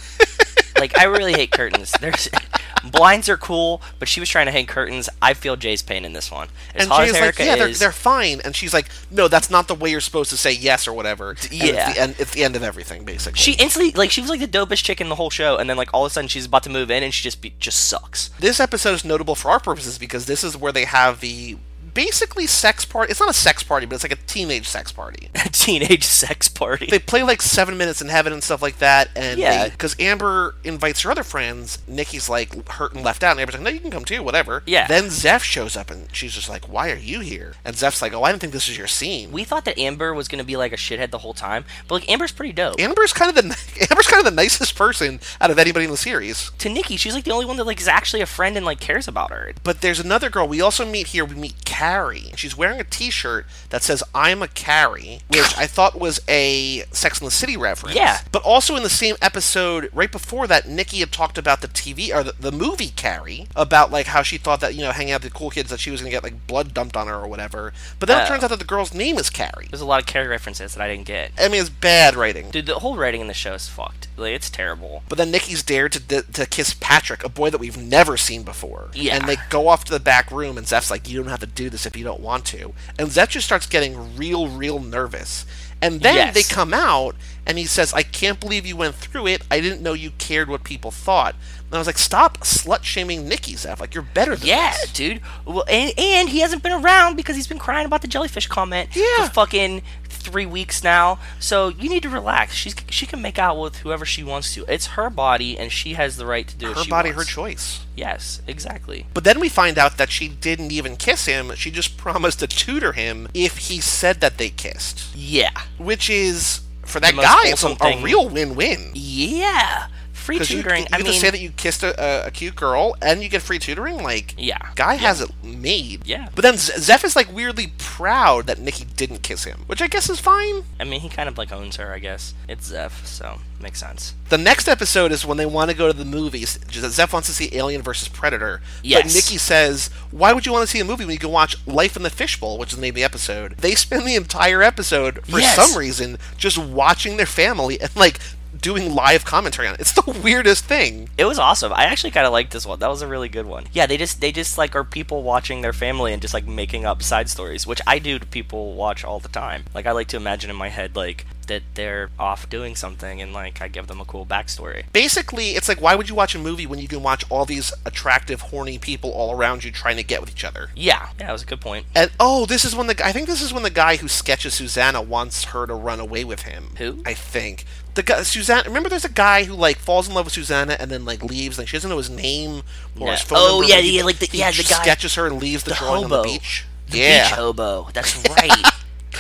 like I really hate curtains. There's blinds are cool, but she was trying to hang curtains. I feel Jay's pain in this one. As
And
hot
Jay's
as
like,
Erica
yeah, they're,
is,
they're fine. And she's like, no, that's not the way you're supposed to say yes or whatever. And
Yeah.
it's the end, it's the end of everything, basically.
she instantly like she was like the dopest chick in the whole show, and then like all of a sudden she's about to move in and she just be, just sucks.
this episode is notable for our purposes because this is where they have the basically sex party. It's not a sex party, but it's like a teenage sex party.
Teenage sex party.
They play like Seven Minutes in Heaven and stuff like that, and
Yeah.
because Amber invites her other friends, Nikki's like hurt and left out, and Amber's like, "No, you can come too, whatever."
Yeah.
Then Zeph shows up, and she's just like, "Why are you here?" And Zeph's like, "Oh, I didn't think this was your scene."
we thought that Amber was gonna be like a shithead the whole time, but like Amber's pretty dope.
Amber's kind of the Amber's kind of the nicest person out of anybody in the series.
to Nikki, she's like the only one that like is actually a friend and like cares about her.
But there's another girl we also meet here. We meet Carrie. She's wearing a T-shirt that says "I'm a Carrie," which I thought was a Sex and the City reference.
Yeah.
But also in the same episode, right before that, Nikki had talked about the TV or the, the movie Carrie about like how she thought that you know hanging out with the cool kids that she was gonna get like blood dumped on her or whatever. But then it
Oh.
turns out that the girl's name is Carrie.
There's a lot of Carrie references that I didn't get.
I mean, it's bad writing.
Dude, the whole writing in the show is fucked. Like, it's terrible.
But then Nikki's dared to d- to kiss Patrick, a boy that we've never seen before.
Yeah.
And they go off to the back room, and Zeph's like, "You don't have to do this if you don't want to." And Zeph just starts getting real, real nervous. And then
Yes.
they come out, and he says, "I can't believe you went through it. I didn't know you cared what people thought." And I was like, "Stop slut shaming Nikki, Zeph. Like you're better than
Yeah,
this."
dude. Well, and, and he hasn't been around because he's been crying about the jellyfish comment
Yeah.
for fucking three weeks now. So you need to relax. She's she can make out with whoever she wants to. It's her body, and she has the right to do
Her
what she
body, her
wants.
choice.
Yes, exactly.
But then we find out that she didn't even kiss him. She just promised to tutor him if he said that they kissed.
Yeah,
which is for that
most
guy it's a,
wholesome
a
thing.
real win-win
yeah. Free
because you, you
tutoring.
get
I
to
mean,
say that you kissed a, a, a cute girl and you get free tutoring like
yeah.
guy has it made
Yeah.
but then Z- zeph is like weirdly proud that nikki didn't kiss him which i guess is fine
I mean, he kind of like owns her, I guess. It's Zeph, so makes sense.
the next episode is when they want to go to the movies zeph wants to see alien versus predator but
Yes.
nikki says why would you want to see a movie when you can watch life in the fishbowl which is the name of the episode they spend the entire episode for
Yes.
some reason just watching their family and like doing live commentary on it it's the weirdest thing
It was awesome. I actually kind of liked this one. That was a really good one. Yeah, they just they just like are people watching their family and just like making up side stories, which I do to people watch all the time. Like I like to imagine in my head like that they're off doing something and like I give them a cool backstory.
basically it's like why would you watch a movie when you can watch all these attractive horny people all around you trying to get with each other
Yeah, yeah, that was a good point.
and oh this is when the i think this is when the guy who sketches susanna wants her to run away with him
Who?
i think the guy susanna remember there's a guy who like falls in love with susanna and then like leaves like she doesn't know his name or
No.
his phone
Oh,
number
yeah,
but he-
yeah, like the-
he
yeah, the
just
guy-
sketches her and leaves the,
the
drawing on
hobo.
the beach
The
yeah
beach hobo. That's right.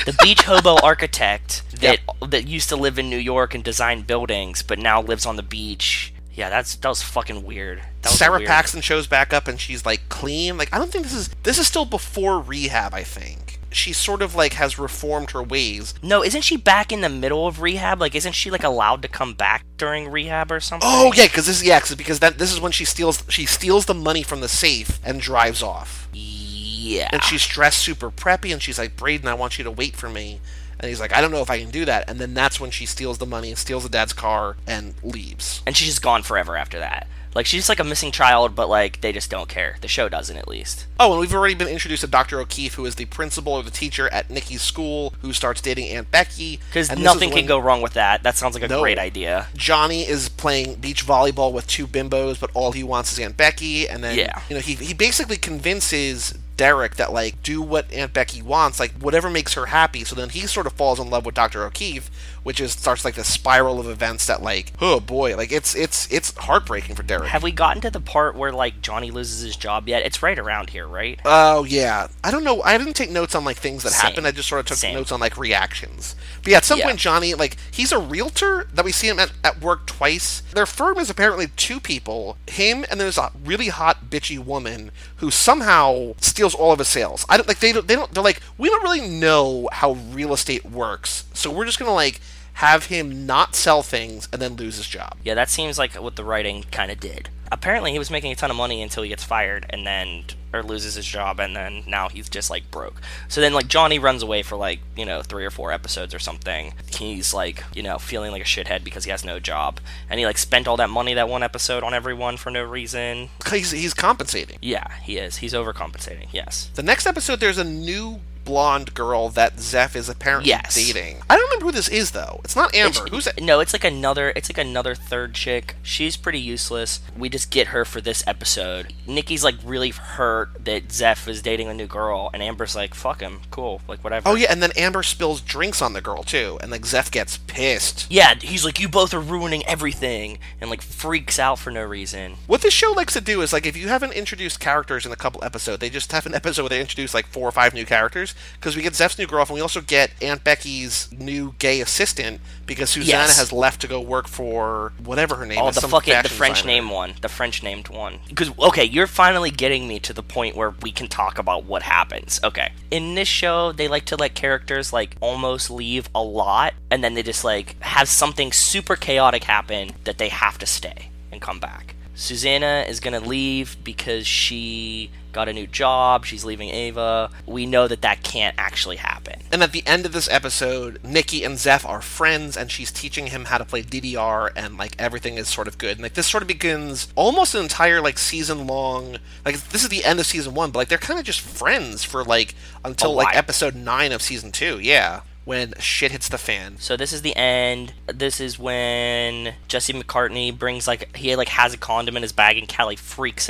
the beach hobo architect that that used to live in New York and design buildings, but now lives on the beach. Yeah, that's that was fucking weird. That was a
Sarah
weird-
Paxton shows back up and she's like clean. Like I don't think this is this is still before rehab. I think she sort of like has reformed her ways.
No, isn't she back in the middle of rehab? Like, isn't she like allowed to come back during rehab or something?
Oh yeah, because this yeah, 'cause- because that this is when she steals she steals the money from the safe and drives off.
yeah.
And she's dressed super preppy, and she's like, "Braden, I want you to wait for me." And he's like, "I don't know if I can do that." And then that's when she steals the money and steals the dad's car and leaves.
and she's just gone forever after that. Like she's just like a missing child, but like they just don't care. The show doesn't, at least.
Oh, and we've already been introduced to Dr. O'Keefe, who is the principal or the teacher at Nikki's school, who starts dating Aunt Becky.
Because
And this is
nothing can
when-
go wrong with that. That sounds like a
No.
great idea.
Johnny is playing beach volleyball with two bimbos, but all he wants is Aunt Becky. And then,
Yeah.
you know, he, he basically convinces Derek that, like, do what Aunt Becky wants, like, whatever makes her happy. So then he sort of falls in love with Dr. O'Keefe, which is starts, like, the spiral of events that, like, oh boy, like, it's it's it's heartbreaking for Derek.
Have we gotten to the part where like Johnny loses his job yet? It's right around here, right?
Oh yeah, I don't know. I didn't take notes on like things that
Same.
happened. I just sort of took
Same.
notes on like reactions. But yeah, at some
Yeah.
point Johnny like he's a realtor that we see him at, at work twice. Their firm is apparently two people, him and there's a really hot bitchy woman who somehow steals all of his sales. I don't like they don't, they don't they're like we don't really know how real estate works, so we're just gonna like have him not sell things and then lose his job.
Yeah, that seems like what the writing kind of did. Apparently, he was making a ton of money until he gets fired and then, or loses his job, and then now he's just like broke. So then, like, Johnny runs away for like, you know, three or four episodes or something. He's like, you know, feeling like a shithead because he has no job. And he like spent all that money that one episode on everyone for no reason.
He's, he's compensating.
Yeah, he is. He's overcompensating, yes.
The next episode, there's a new blonde girl that Zeph is apparently
Yes.
dating. I don't remember who this is though. It's not Amber. Who's that?
No, it's like another. It's like another third chick. She's pretty useless. We just get her for this episode. Nikki's like really hurt that Zeph is dating a new girl, and Amber's like, "Fuck him, cool, like whatever."
Oh yeah, and then Amber spills drinks on the girl too, and like Zeph gets pissed.
Yeah, he's like, "You both are ruining everything," and like freaks out for no reason.
What this show likes to do is like if you haven't introduced characters in a couple episodes, they just have an episode where they introduce like four or five new characters because we get Zeph's new girlfriend, we also get Aunt Becky's new gay assistant because Susanna
Yes.
has left to go work for whatever her name
Oh,
is.
the
some
fucking the
fashion
French
designer.
name one, the French named one. Because okay, you're finally getting me to the point where we can talk about what happens. Okay, in this show, they like to let characters like almost leave a lot, and then they just like have something super chaotic happen that they have to stay and come back. Susanna is gonna leave because she got a new job. She's leaving Ava. We know that that can't actually happen.
And at the end of this episode, Nikki and Zeph are friends, and she's teaching him how to play DDR, and like everything is sort of good. And like this sort of begins almost an entire like season long. Like this is the end of season one, but like they're kind of just friends for like until like
while.
episode nine of season two. Yeah, when shit hits the fan.
So this is the end. This is when Jesse McCartney brings like he like has a condom in his bag and Callie freaks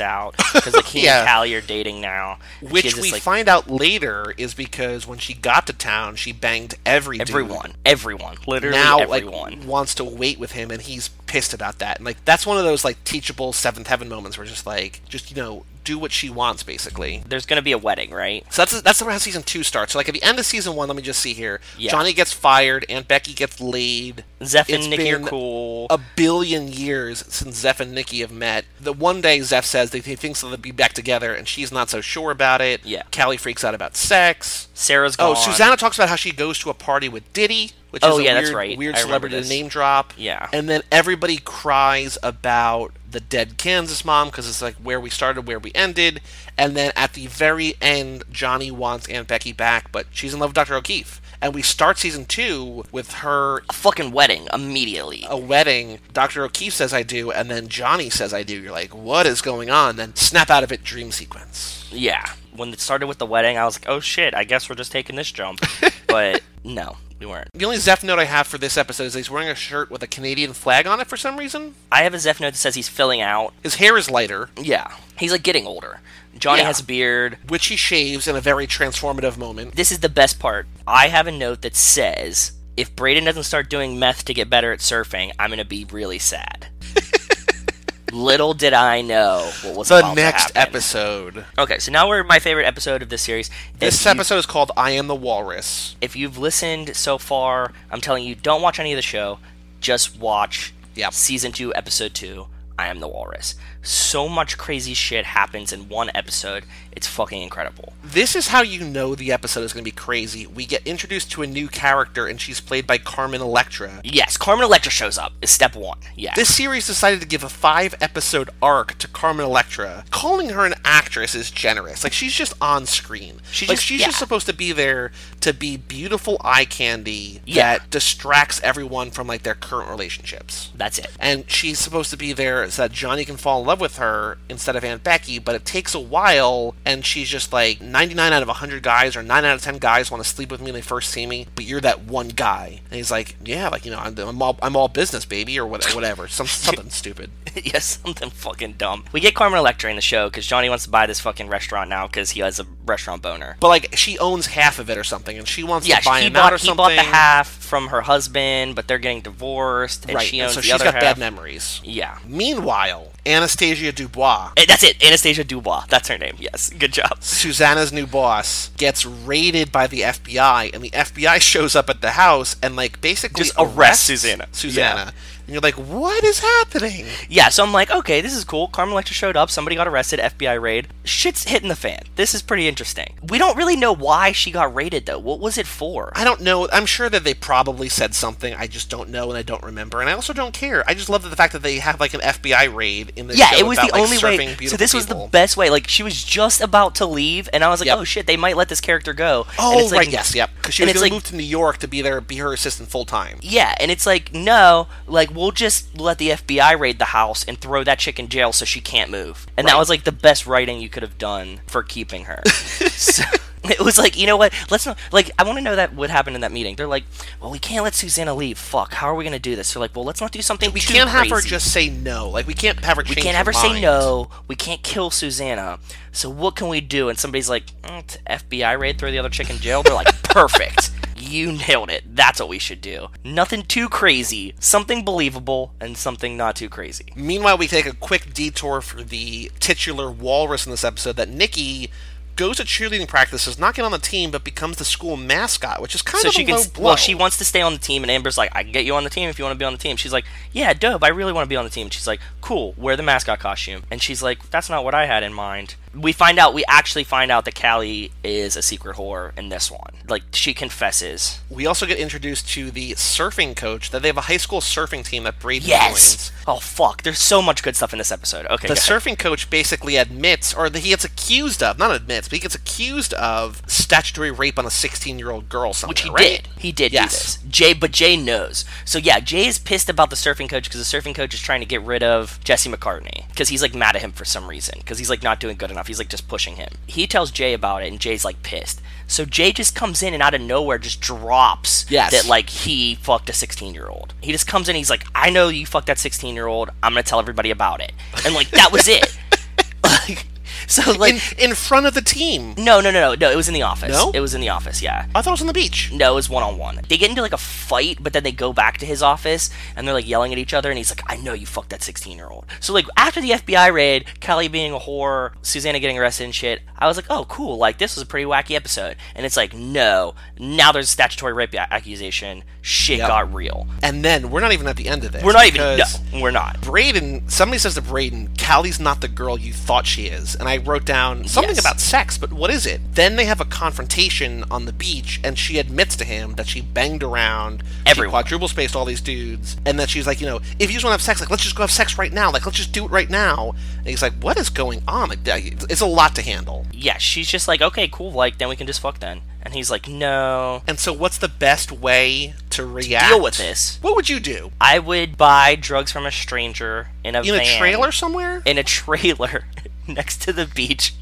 out because like he
Yeah.
and Callie are dating now. And she has
Which
this,
we
like,
find out later is because when she got to town, she banged every dude.
everyone, everyone, literally
now
everyone.
like wants to wait with him and he's pissed about that and like that's one of those like teachable seventh heaven moments where just like just you know do what she wants basically
There's gonna be a wedding, right?
so that's that's how season two starts so like at the end of season one let me just see here
Yeah.
johnny gets fired aunt becky gets laid
Zeph
It's
and Nikki are
been
cool.
a billion years since Zeph and Nikki have met. The one day Zeph says that he thinks they'll be back together, and she's not so sure about it.
Yeah.
Callie freaks out about sex.
Sarah's gone.
Oh, Susanna talks about how she goes to a party with Diddy, which
Oh,
is a
yeah,
weird,
that's right.
weird
I remember
celebrity
this.
name drop.
Yeah.
And then everybody cries about the dead Kansas mom because it's like where we started, where we ended. And then at the very end, Johnny wants Aunt Becky back, but she's in love with Dr. O'Keefe. And we start season two with her
A fucking wedding immediately.
a wedding. Dr. O'Keefe says I do, and then Johnny says I do. You're like, what is going on? Then snap out of it, dream sequence.
Yeah. When it started with the wedding, I was like, oh shit, I guess we're just taking this jump. but no, we weren't.
The only Zeph note I have for this episode is he's wearing a shirt with a Canadian flag on it for some reason.
I have a Zeph note that says he's filling out.
His hair is lighter,
Yeah. He's like getting older. Johnny
Yeah.
has a beard.
which he shaves in a very transformative moment.
This is the best part. I have a note that says if Braden doesn't start doing meth to get better at surfing, I'm going to be really sad. Little did I know what was
The
about to
next
happen.
episode.
Okay, so now we're at my favorite episode of this series.
This
If you-
episode is called I Am the Walrus.
if you've listened so far, I'm telling you, don't watch any of the show. Just watch
Yep.
season two, episode two. I Am the Walrus. So much crazy shit happens in one episode. It's fucking incredible.
This is how you know the episode is going to be crazy. We get introduced to a new character, and she's played by Carmen Electra.
Yes, Carmen Electra shows up. Is step one. Yeah.
This series decided to give a five episode arc to Carmen Electra. Calling her an actress is generous. Like, she's just on screen. She
just-
she's
yeah.
just supposed to be there to be beautiful eye candy
Yeah.
that distracts everyone from, like, their current relationships.
That's it.
and she's supposed to be there so that Johnny can fall in love with her instead of Aunt Becky, but it takes a while, and she's just like 99 out of 100 guys or 9 out of 10 guys want to sleep with me when they first see me, but you're that one guy. And he's like, yeah, like, you know, I'm, I'm, all, I'm all business, baby, or what, whatever. Some, something stupid.
yeah, something fucking dumb. We get Carmen Electra in the show because Johnny wants to buy this fucking restaurant now because he has a restaurant boner.
But like, she owns half of it or something, and she wants
Yeah,
to buy
he
him out
bought,
or
he
something.
bought the half from her husband, but they're getting divorced, and
right,
she
and
owns
so
the
she's
other
got
half.
bad memories.
yeah.
Meanwhile, Anastasia Dubois
Eh, That's it. Anastasia Dubois. That's her name. Yes. Good job.
Susanna's new boss gets raided by the FBI, and the FBI shows up at the house and like basically
Just arrests
arrests
Susanna.
Susanna, and you're like, what is happening?
Yeah, so I'm like, okay, this is cool. Carmen Electra showed up, somebody got arrested, FBI raid. Shit's hitting the fan. This is pretty interesting. We don't really know why she got raided, though. What was it for?
I don't know. I'm sure that they probably said something. I just don't know, and I don't remember, and I also don't care. I just love the fact that they have like an FBI raid in the
yeah,
show
it was
about,
the
like,
only
serving
way. So
beautiful
this was
people.
the best way. Like she was just about to leave, and I was like,
Yep.
"Oh shit, they might let this character go."
Oh
and it's like,
right, yes, yep. Because she
and
was
it's
going
like-
to move to New York to be there, be her assistant full time.
Yeah, and it's like, no, like we'll just let the FBI raid the house and throw that chick in jail so she can't move. And that
Right.
was like the best writing you could have done for keeping her. so, it was like, you know what? Let's not like I want to know that what happened in that meeting. They're like, well, we can't let Susanna leave. Fuck, how are we gonna do this? They're like, well, let's not do something
We
too
can't have her
crazy.
just say no. Like we can't have her.
We can't have her say no. We can't kill Susanna. So what can we do? And somebody's like, mm, t- FBI raid, throw the other chick in jail. They're like, perfect. You nailed it. That's what we should do. Nothing too crazy. Something believable and something not too crazy.
Meanwhile, we take a quick detour for the titular walrus in this episode that Nikki goes to cheerleading practice, does not get on the team, but becomes the school mascot, which is kind
So
of
she
a
can.
low
s-
blow.
Well, she wants to stay on the team, and Amber's like, "I can get you on the team if you want to be on the team." She's like, "Yeah, dope. I really want to be on the team." She's like, "Cool. Wear the mascot costume." And she's like, "That's not what I had in mind." We find out. We actually find out that Callie is a secret whore in this one. Like she confesses.
we also get introduced to the surfing coach that they have a high school surfing team that Brady
Yes.
joins.
Oh fuck! There's so much good stuff in this episode. Okay.
The
go ahead.
surfing coach basically admits, or that he gets accused of, not admits, but he gets accused of statutory rape on a 16 year old girl somewhere.
Which he
right?
did. He did
Yes.
do this. Jay, but Jay knows. So yeah, Jay is pissed about the surfing coach because the surfing coach is trying to get rid of Jesse McCartney because he's like mad at him for some reason because he's like not doing good enough. He's like just pushing him. He tells Jay about it, and Jay's like pissed. So Jay just comes in and out of nowhere just drops
Yes.
that like he fucked a 16 year old. He just comes in. He's like, I know you fucked that 16 year old. I'm gonna tell everybody about it. And like that was it. like, so like
In, in front of the team.
No, no, no, no, no. It was in the office.
No?
It was in the office. Yeah.
I thought it was on the beach.
No, it was one on one. They get into like a fight, but then they go back to his office and they're like yelling at each other. And he's like, "I know you fucked that sixteen year old." So like after the FBI raid, Kelly being a whore, Susanna getting arrested and shit, I was like, "Oh, cool! Like this was a pretty wacky episode." And it's like, no, now there's a statutory rape a- accusation. Shit
Yep.
got real.
And then we're not even at the end of this.
We're not even.
because-
No, we're not.
Braden, somebody says to Braden, Callie's not the girl you thought she is. And I wrote down something
Yes.
about sex, but what is it? Then they have a confrontation on the beach, and she admits to him that she banged around,
Everyone.
she quadruple spaced all these dudes, and that she's like, you know, if you just want to have sex, like, let's just go have sex right now. Like, let's just do it right now. And he's like, what is going on? Like, it's a lot to handle.
Yeah, she's just like, "Okay, cool. Like then we can just fuck then." And he's like, "No."
And so, what's the best way to react?
Deal with this.
What would you do?
I would buy drugs from a stranger in a
In a
van.
trailer somewhere?
in a trailer next to the beach,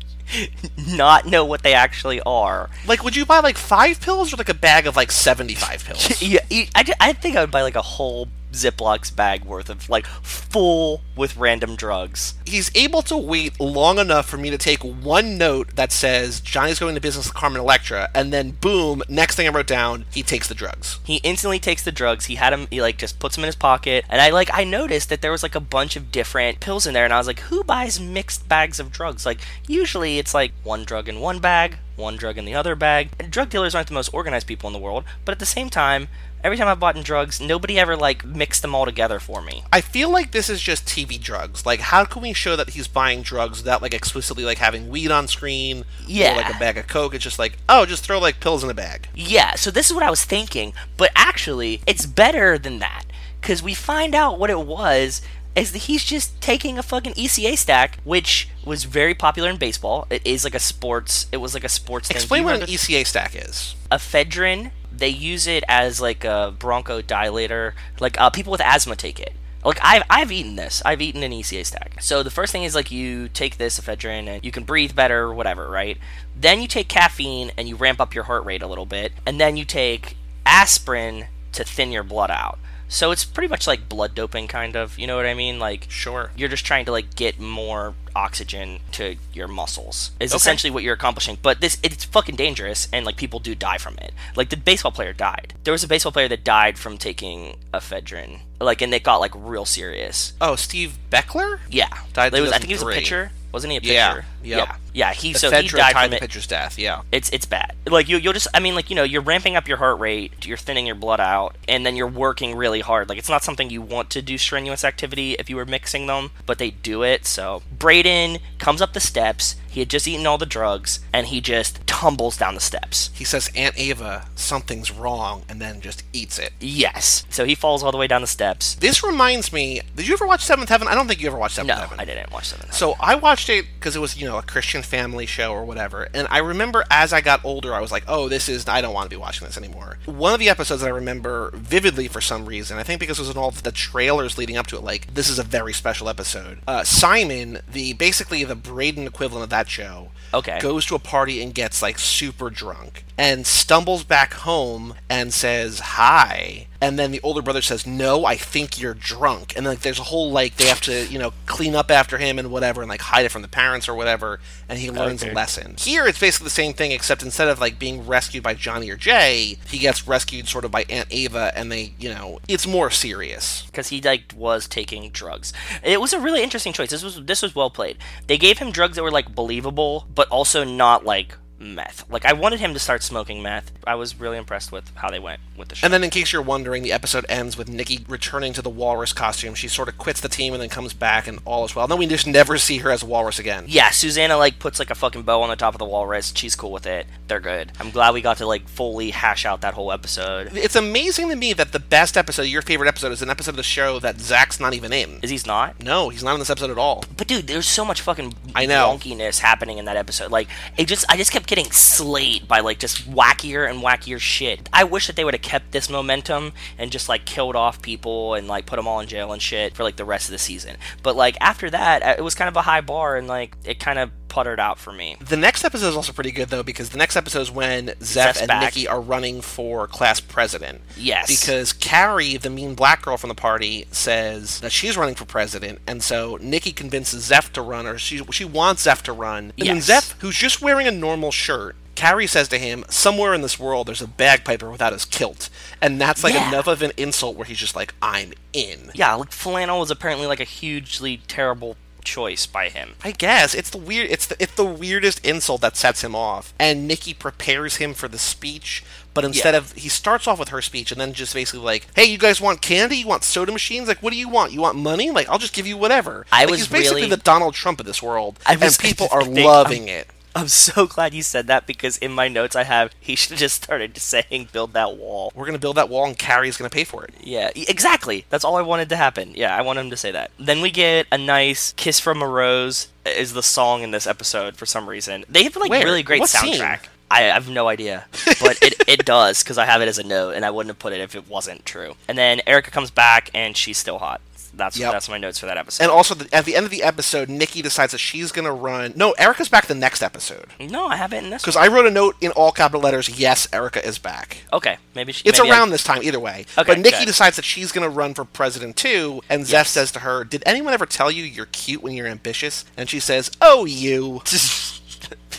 not know what they actually are.
Like, would you buy like five pills or like a bag of like 75 pills?
Yeah, e- I, ju- I think I would buy like a whole Ziploc bag worth of like full with random drugs.
he's able to wait long enough for me to take one note that says Johnny's going to business with Carmen Electra, and then boom, next thing I wrote down, he takes the drugs.
He instantly takes the drugs. He had him. He like just puts them in his pocket. And I like I noticed that there was like a bunch of different pills in there, and I was like, who buys mixed bags of drugs? Like usually it's like one drug in one bag, one drug in the other bag. And drug dealers aren't the most organized people in the world, but at the same time, every time I've bought in drugs, nobody ever like mixed them all together for me.
I feel like this is just TV drugs. Like, how can we show that he's buying drugs without like explicitly like having weed on screen
Yeah.
or like a bag of coke? It's just like, oh, just throw like pills in a bag.
Yeah, so this is what I was thinking, but actually, it's better than that because we find out what it was is that he's just taking a fucking ECA stack, which was very popular in baseball. It is like a sports. It was like a sports. thing. Do
Explain
you
what an
remember-
ECA stack is.
ephedrine. They use it as like a bronchodilator. Like uh, people with asthma take it. Like I've I've eaten this. I've eaten an ECA stack. So the first thing is like you take this ephedrine and you can breathe better, or whatever, right? Then you take caffeine and you ramp up your heart rate a little bit, and then you take aspirin to thin your blood out. So it's pretty much like blood doping, kind of. You know what I mean? Like
Sure.
you're just trying to like get more oxygen to your muscles is
Okay.
essentially what you're accomplishing but this it's fucking dangerous and like people do die from it like the baseball player died there was a baseball player that died from taking ephedrine like and they got like real serious
Oh, Steve Beckler.
yeah
Died
It was,
2003.
i think he was a pitcher wasn't he a pitcher
Yeah. Yep.
yeah yeah he so he
Ephedra
died
tied
from
the
it
pitcher's death. Yeah.
it's it's bad. Like you you'll just I mean like you know you're ramping up your heart rate, you're thinning your blood out, and then you're working really hard. Like it's not something you want to do strenuous activity if you were mixing them, but they do it. So Braden comes up the steps. He had just eaten all the drugs, and he just tumbles down the steps.
He says, "Aunt Ava, something's wrong," and then just eats it.
Yes. So he falls all the way down the steps.
This reminds me. Did you ever watch Seventh Heaven? I don't think you ever watched Seventh
No,
Heaven.
I didn't watch that.
So I watched it because it was, you know, a Christian family show or whatever. And I remember as I got older, I was like, oh, this is, I don't want to be watching this anymore. One of the episodes that I remember vividly for some reason, I think because it was in all of the trailers leading up to it, like, this is a very special episode. Uh, Simon, the basically the Braden equivalent of that show,
Okay.
goes to a party and gets, like, super drunk and stumbles back home and says, hi. And then the older brother says, "No, I think you're drunk." And like, there's a whole like they have to, you know, clean up after him and whatever, and like hide it from the parents or whatever. And he learns a lesson. Here, it's basically the same thing, except instead of like being rescued by Johnny or Jay, he gets rescued sort of by Aunt Ava, and they, you know, it's more serious.
because he like was taking drugs. It was a really interesting choice. This was this was well played. They gave him drugs that were like believable, but also not like meth. Like I wanted him to start smoking meth. I was really impressed with how they went with the show.
And then, in case you're wondering, the episode ends with Nikki returning to the walrus costume. She sort of quits the team and then comes back, and all is well. And then we just never see her as a walrus again.
yeah, Susanna like puts like a fucking bow on the top of the walrus. She's cool with it. They're good. I'm glad we got to like fully hash out that whole episode.
It's amazing to me that the best episode, your favorite episode, is an episode of the show that Zach's not even in.
Is he's not?
No, he's not in this episode at all.
But dude, there's so much fucking
I know.
wonkiness happening in that episode. Like it just I just kept getting slayed by like just wackier and wackier shit. I wish that they would have kept this momentum and just like killed off people and like put them all in jail and shit for like the rest of the season. But like after that, uh, it was kind of a high bar and like it kind of puttered out for me.
The next episode is also pretty good though because the next episode is when Zeph
Zeph's
and
back.
Nikki are running for class president.
Yes.
Because Carrie, the mean black girl from the party, says that she's running for president, and so Nikki convinces Zeph to run, or she she wants Zeph to run. And then
Yes.
Zeph, who's just wearing a normal shirt, Carrie says to him, "Somewhere in this world, there's a bagpiper without his kilt," and that's like
Yeah.
enough of an insult where he's just like, "I'm in."
Yeah, like flannel was apparently like a hugely terrible choice by him.
I guess it's the weird. It's the it's the weirdest insult that sets him off. And Nikki prepares him for the speech, but instead of he starts off with her speech and then just basically like, "Hey, you guys want candy? You want soda machines? Like, what do you want? You want money? Like, I'll just give you whatever."
I
Like,
was
he's basically
really-
the Donald Trump of this world,
I was-
and people are
I think um,
loving
I'm-
it.
I'm so glad you said that because in my notes I have he should have just started saying build that wall.
We're gonna build that wall, and Carrie's gonna pay for it.
Yeah, e- exactly. That's all I wanted to happen. Yeah, I want him to say that. Then we get a nice "Kiss from a Rose" is the song in this episode for some reason. They have like
Where?
really great
What scene?
soundtrack. I I have no idea, but it, it does because I have it as a note, and I wouldn't have put it if it wasn't true. And then Erica comes back, and she's still hot. That's
Yep.
that's my notes for that episode.
And also, the, at the end of the episode, Nikki decides that she's gonna run. No, Erica's back the next episode
no, I have it in this.
because I wrote a note in all capital letters. Yes, Erica is back.
one. Okay, maybe she.
It's
maybe I-
around this time, either way.
Okay,
but Nikki
good.
decides that she's going to run for president too, and Zeph says to her, "Did anyone ever tell you you're cute when you're ambitious?" And she says, "Oh, you."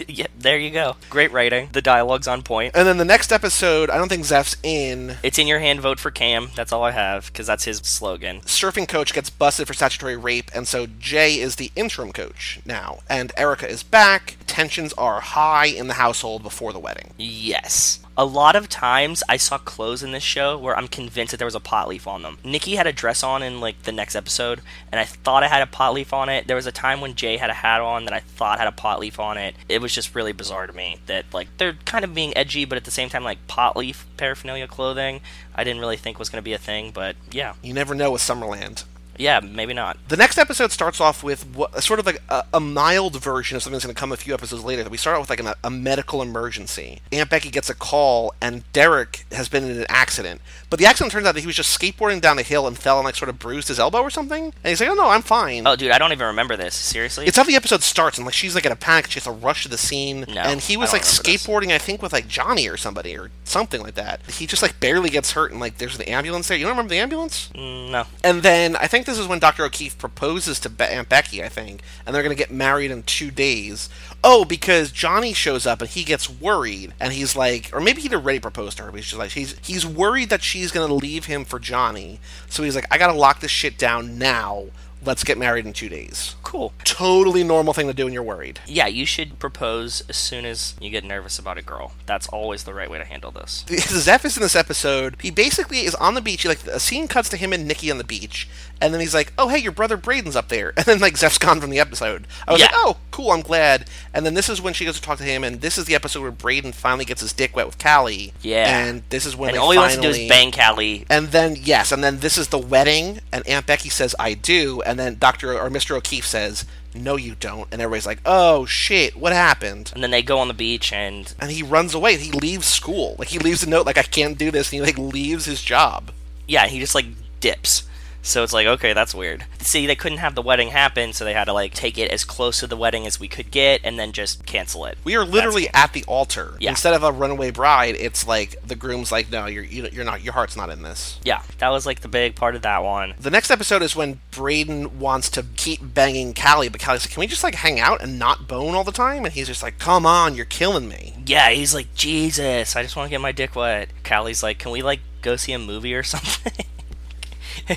yeah, there you go. Great writing. The dialogue's on point.
And then the next episode, I don't think Zeph's in.
It's in your hand. Vote for Cam. That's all I have because that's his slogan.
Surfing coach gets busted for statutory rape, and so Jay is the interim coach now. And Erica is back. Tensions are high in the household before the wedding.
Yes. A lot of times I saw clothes in this show where I'm convinced that there was a pot leaf on them. Nikki had a dress on in like the next episode, and I thought I had a pot leaf on it. There was a time when Jay had a hat on that I thought had a pot leaf on it. It was just really bizarre to me that like they're kind of being edgy, but at the same time like pot leaf paraphernalia clothing. I didn't really think was going to be a thing, but yeah,
You never know with Summerland.
yeah, maybe not.
The next episode starts off with what, sort of like a, a mild version of something that's going to come a few episodes later. We start out with like an, a medical emergency. Aunt Becky gets a call, and Derek has been in an accident. But the accident turns out that he was just skateboarding down a hill and fell and like sort of bruised his elbow or something. And he's like, "Oh no, I'm fine."
Oh, dude, I don't even remember this. Seriously,
It's how the episode starts, and like she's like in a panic. She has to rush to the scene,
No,
and he
I
was
don't
like
remember this.
skateboarding, I think, with like Johnny or somebody or something like that. He just like barely gets hurt, and like there's an ambulance there. You don't remember the ambulance?
Mm, no.
And then I think this is when Dr. O'Keefe proposes to Be- Aunt Becky, I think, and they're going to get married in two days. Oh, because Johnny shows up and he gets worried, and he's like, or maybe he'd already proposed to her, but he's just like, he's he's worried that she's going to leave him for Johnny, so he's like, I got to lock this shit down now. Let's get married in two days.
Cool.
Totally normal thing to do when you're worried.
Yeah, you should propose as soon as you get nervous about a girl. That's always the right way to handle this.
Zeph is in this episode. He basically is on the beach. He, like a scene cuts to him and Nikki on the beach, and then he's like, "Oh hey, your brother Braden's up there," and then like Zeph's gone from the episode. I was like,
Yeah.
"Oh cool, I'm glad." And then this is when she goes to talk to him, and this is the episode where Braden finally gets his dick wet with Callie.
Yeah.
and this is when
And
they
all he wants to do
finally-
is bang Callie.
And then yes, and then this is the wedding, and Aunt Becky says, "I do," and then Doctor or Mister O'Keefe says, "No, you don't," and everybody's like, "Oh shit, what happened?"
And then they go on the beach and
and he runs away. He leaves school. Like he leaves a note, like I can't do this, and he like leaves his job.
yeah, he just like dips. So it's like, okay, that's weird. See, they couldn't have the wedding happen, so they had to like take it as close to the wedding as we could get and then just cancel it.
We are literally at the altar.
Yeah.
Instead of a runaway bride, it's like the groom's like, no, you're you- you're not. Your heart's not in this.
Yeah, that was like the big part of that one.
The next episode is when Braden wants to keep banging Callie, but Callie's like, can we just like hang out and not bone all the time? And he's just like, come on, you're killing me.
Yeah, he's like, Jesus, I just want to get my dick wet. Callie's like, can we like go see a movie or something?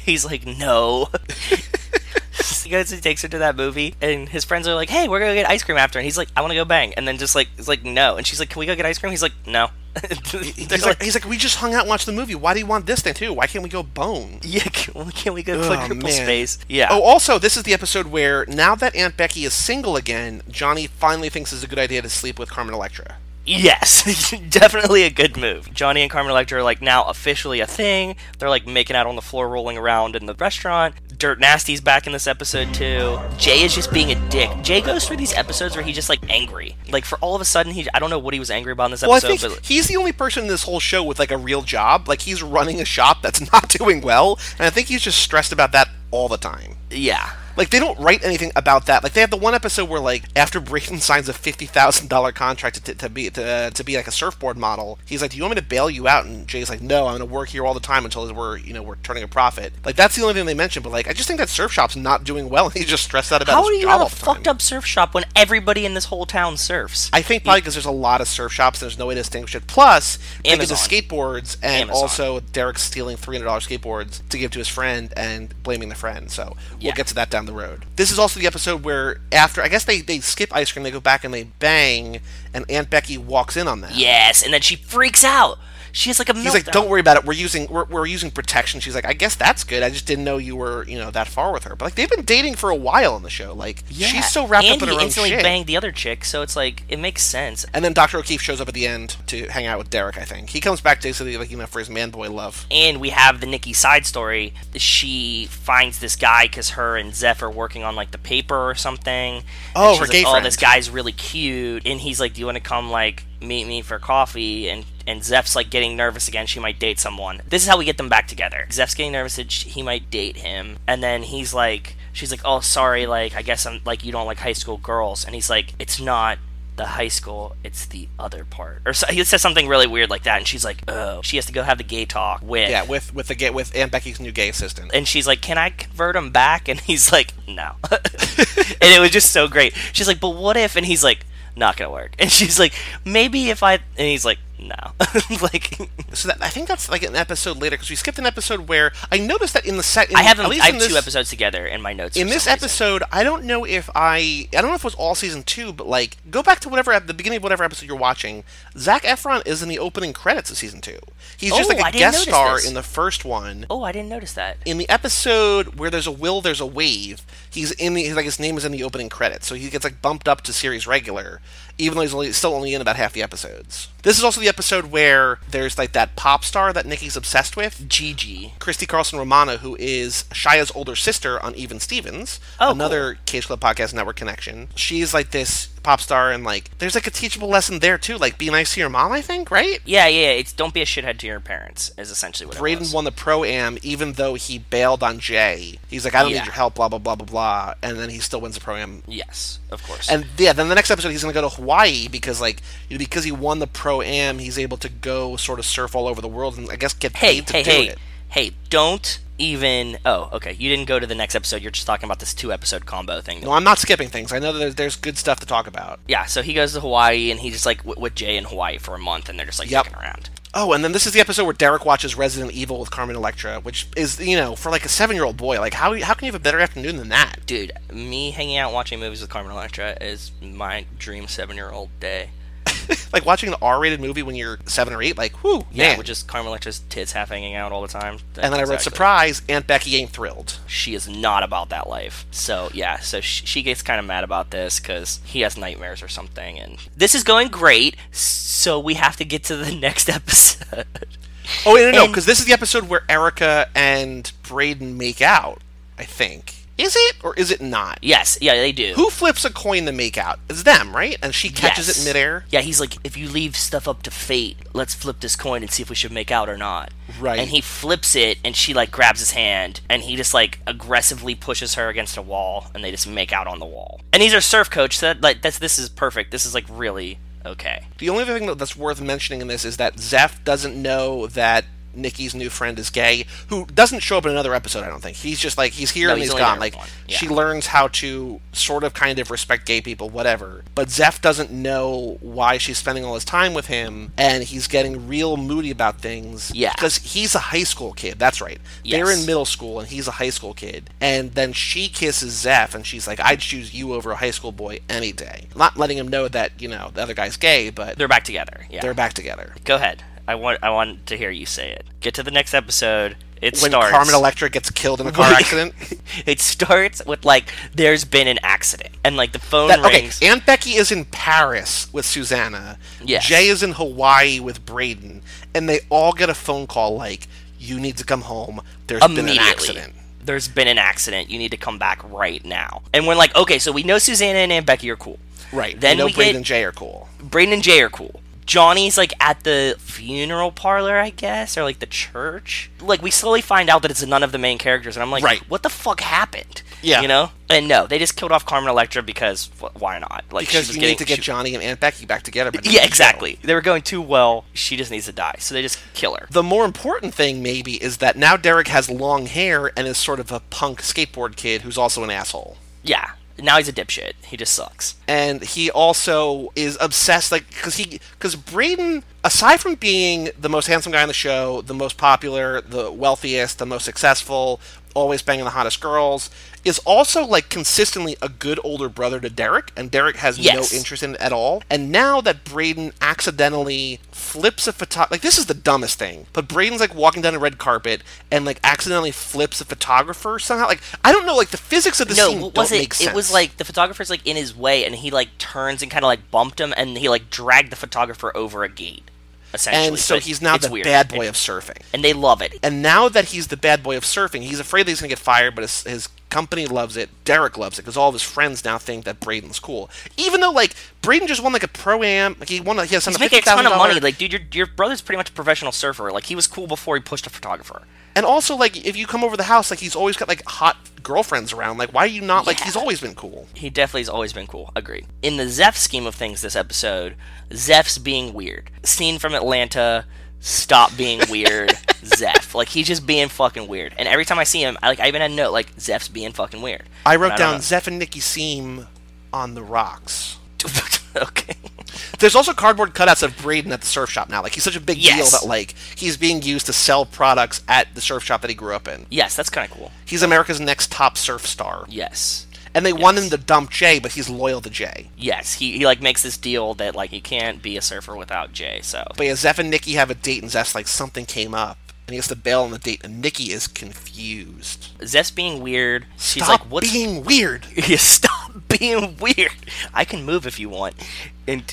he's like, no. he goes and takes her to that movie, and his friends are like, hey, we're gonna get ice cream after, and he's like, I want to go bang, and then just like, it's like, no, and she's like, can we go get ice cream? He's like, no. They're
He's like, he's like, we just hung out and watched the movie. Why do you want this thing too? Why can't we go bone?
Yeah, can, can we go
Oh,
quadruple
man.
space? Yeah.
Oh, also, this is the episode where now that Aunt Becky is single again, Johnny finally thinks it's a good idea to sleep with Carmen Electra.
Yes, definitely a good move. Johnny and Carmen Electra are like now officially a thing. They're like making out on the floor, rolling around in the restaurant. Dirt Nasty's back in this episode too. Jay is just being a dick. Jay goes through these episodes where he's just like angry. Like for all of a sudden, he I don't know what he was angry about in this
Well, I
episode,
think
but
he's the only person in this whole show with like a real job. Like he's running a shop that's not doing well, and I think he's just stressed about that all the time.
yeah,
Like they don't write anything about that. Like they have the one episode where like after Brayton signs a fifty thousand dollar contract to, to be to, to be like a surfboard model, he's like, "Do you want me to bail you out?" And Jay's like, "No, I'm gonna work here all the time until we're you know we're turning a profit." Like that's the only thing they mention. But like I just think that surf shop's not doing well, and he's just stressed out about
how
his
do you
job
have
all
a
the time.
fucked up surf shop when everybody in this whole town surfs?
I think probably because there's a lot of surf shops and there's no way to distinguish it. Plus, they get the
Amazon.
skateboards and
Amazon.
also Derek's stealing $300 skateboards to give to his friend and blaming the friend. So
Yeah.
we'll get to that down the road. This is also the episode where after, I guess they, they skip ice cream, they go back and they bang, and Aunt Becky walks in on them.
yes, and then she freaks out. She has like a meltdown.
He's like, "Don't worry about it. We're using we're, we're using protection." She's like, "I guess that's good. I just didn't know you were you know that far with her." But like they've been dating for a while on the show. Like
Yeah,
she's so wrapped
and
up in
he
her own
instantly
shit.
banged the other chick, so it's like it makes sense.
And then Dr. O'Keefe shows up at the end to hang out with Derek, I think. He comes back basically, like, you know, for his man boy love.
And we have the Nikki side story. She finds this guy because her and Zeph are working on like the paper or something. And
Oh,
she's
her
like,
gay
Oh,
friend.
this guy's really cute, and he's like, "Do you want to come like meet me for coffee?" And and Zeph's like getting nervous again. She might date someone. This is how we get them back together. Zeph's getting nervous that sh- he might date him, and then he's like, "She's like, oh, sorry, like I guess I'm like you don't like high school girls," and he's like, "It's not." the high school, it's the other part. Or so, he says something really weird like that, and she's like, oh. She has to go have the gay talk with.
Yeah, with with the gay, with Aunt Becky's new gay assistant.
And she's like, can I convert him back? And he's like, no. and it was just so great. She's like, but what if? And he's like, not gonna work. And she's like, maybe if I, and he's like, no, like
So that, I think that's like an episode later because we skipped an episode where I noticed that in the set. in-
I have
at
them. I
least in
have
this,
two episodes together in my notes.
In
for
this
some reason.
episode, I don't know if I I don't know if it was all season two, but like go back to whatever at the beginning of whatever episode you're watching. Zach Efron is in the opening credits of season two. He's just
Oh,
like a
I didn't
guest
notice
star
this.
in the first one.
oh, I didn't notice that.
In the episode where there's a will, there's a wave. He's in the like his name is in the opening credits, so he gets like bumped up to series regular, even though he's only, still only in about half the episodes. This is also the episode where there's like that pop star that Nikki's obsessed with,
GG.
Christy Carlson Romano, who is Shia's older sister on Even Stevens,
Oh,
another Cage Club Podcast Network connection. She's like this pop star, and like there's like a teachable lesson there too, like be nice to your mom, I think, right?
Yeah, yeah. It's don't be a shithead to your parents is essentially what it
Braden
was.
won the pro am, even though he bailed on Jay. He's like, I don't
Yeah.
need your help, blah blah blah blah blah, and then he still wins the pro am.
yes, of course.
And yeah, then the next episode he's gonna go to Hawaii because like you know, because he won the pro am, he's able to go sort of surf all over the world and I guess get
hey,
paid to
hey,
do
hey,
it.
hey! Don't even. Oh, okay. You didn't go to the next episode. You're just talking about this two episode combo thing.
No, I'm not skipping things. I know that there's, there's good stuff to talk about.
Yeah. So he goes to Hawaii and he's just like w- with Jay in Hawaii for a month, and they're just like
Yep.
fucking around.
Oh, and then this is the episode where Derek watches Resident Evil with Carmen Electra, which is you know for like a seven year old boy, like how how can you have a better afternoon than that?
Dude, me hanging out watching movies with Carmen Electra is my dream seven year old day.
Like watching an R rated movie when you're seven or eight, like whoo,
Yeah,
man.
with just Carmen Electra's tits half hanging out all the time.
and then I wrote
Exactly.
surprise, Aunt Becky ain't thrilled.
She is not about that life. So yeah, so she, she gets kind of mad about this because he has nightmares or something. And this is going great, so we have to get to the next episode.
Oh wait, no, no,
And-
because this is the episode where Erica and Braden make out. I think is it or is it not?
yes, yeah, they do.
Who flips a coin to make out? It's them, right? And she catches
Yes.
it midair.
Yeah, he's like, if you leave stuff up to fate, let's flip this coin and see if we should make out or not.
Right.
And he flips it, and she like grabs his hand, and he just like aggressively pushes her against a wall, and they just make out on the wall. And he's our surf coach, so that like that's this is perfect. This is like really okay.
The only other thing that- that's worth mentioning in this is that Zeph doesn't know that Nikki's new friend is gay, who doesn't show up in another episode. I don't think he's just like he's here
No,
and he's
he's only
gone.
there
Like
for one. Yeah.
she learns how to sort of kind of respect gay people, whatever. But Zeph doesn't know why she's spending all his time with him, and he's getting real moody about things.
Yeah.
because he's a high school kid. That's right. They're
Yes.
in middle school, and he's a high school kid. And then she kisses Zeph, and she's like, "I'd choose you over a high school boy any day." Not letting him know that you know the other guy's gay, but
They're back together. Yeah.
they're back together.
Go ahead. I want I want to hear you say it. Get to the next episode. It
When
starts.
Carmen Electra gets killed in a car
Wait.
accident.
it starts with like there's been an accident, and like the phone
That- okay,
rings.
Aunt Becky is in Paris with Susanna.
Yes.
Jay is in Hawaii with Braden, and they all get a phone call like, "You need to come home. There's been an accident."
There's been an accident. You need to come back right now. And we're like, okay, so we know Susanna and Aunt Becky are cool.
Right. we
Then
know
we
Braden
get-
and Jay are cool.
Braden and Jay are cool. Johnny's like at the funeral parlor, I guess, or like the church. Like we slowly find out that it's none of the main characters, and I'm like,
Right.
what the fuck happened?
Yeah.
you know. And no, they just killed off Carmen Electra because wh- why not? Like she
Because
was
you
getting
need to get
she-
Johnny and Aunt Becky back together. by the end of
yeah,
the show.
exactly. They were going too well. She just needs to die, so they just kill her.
The more important thing, maybe, is that now Derek has long hair and is sort of a punk skateboard kid who's also an asshole.
Yeah. Now he's a dipshit. He just sucks.
and he also is obsessed like because he because braden aside from being the most handsome guy on the show the most popular the wealthiest the most successful always banging the hottest girls is also like consistently a good older brother to derek and derek has
Yes.
no interest in it at all and now that braden accidentally flips a photog like this is the dumbest thing but braden's like walking down a red carpet and like accidentally flips a photographer somehow like i don't know like the physics of the
No,
scene
what
don't
was
make
it?
sense.
It was like the photographer's like in his way, and he like turns and kind of like bumped him, and he like dragged the photographer over a gate, essentially.
and so
But
he's now
it's
the
weird.
bad boy
And,
of surfing.
and they love it.
And now that he's the bad boy of surfing, he's afraid that he's going to get fired, but his, his company loves it. Derek loves it because all of his friends now think that Braden's cool, even though like Braden just won like a pro am, like he won, like, he has some
He's making a ton of money. Like, dude, your your brother's pretty much a professional surfer. Like, he was cool before he pushed a photographer.
and also like if you come over the house, like he's always got like hot girlfriends around. Like why are you not like
Yeah.
he's always been cool?
He definitely has always been cool. Agreed. In the Zeph scheme of things, this episode, Zeph's being weird. Scene from Atlanta. Stop being weird, Zeph. Like he's just being fucking weird. And every time I see him, I, like I even had a note like Zeph's being fucking weird.
I
And
wrote
don't
down
know.
Zeph and Nikki seem on the rocks.
okay.
There's also cardboard cutouts of Braden at the surf shop now. Like he's such a big
Yes.
deal that like he's being used to sell products at the surf shop that he grew up in.
Yes, that's kind of cool.
He's America's next top surf star.
Yes.
And they want
Yes.
him to dump Jay, but he's loyal to Jay.
Yes, he, he like makes this deal that like he can't be a surfer without Jay. So
But yeah, Zeph and Nikki have a date, and Zeph's like something came up, and he has to bail on the date, and Nikki is confused.
Zeph's being weird. She's
Stop
like, "What's
being weird.
Yeah, stop being weird. I can move if you want. And,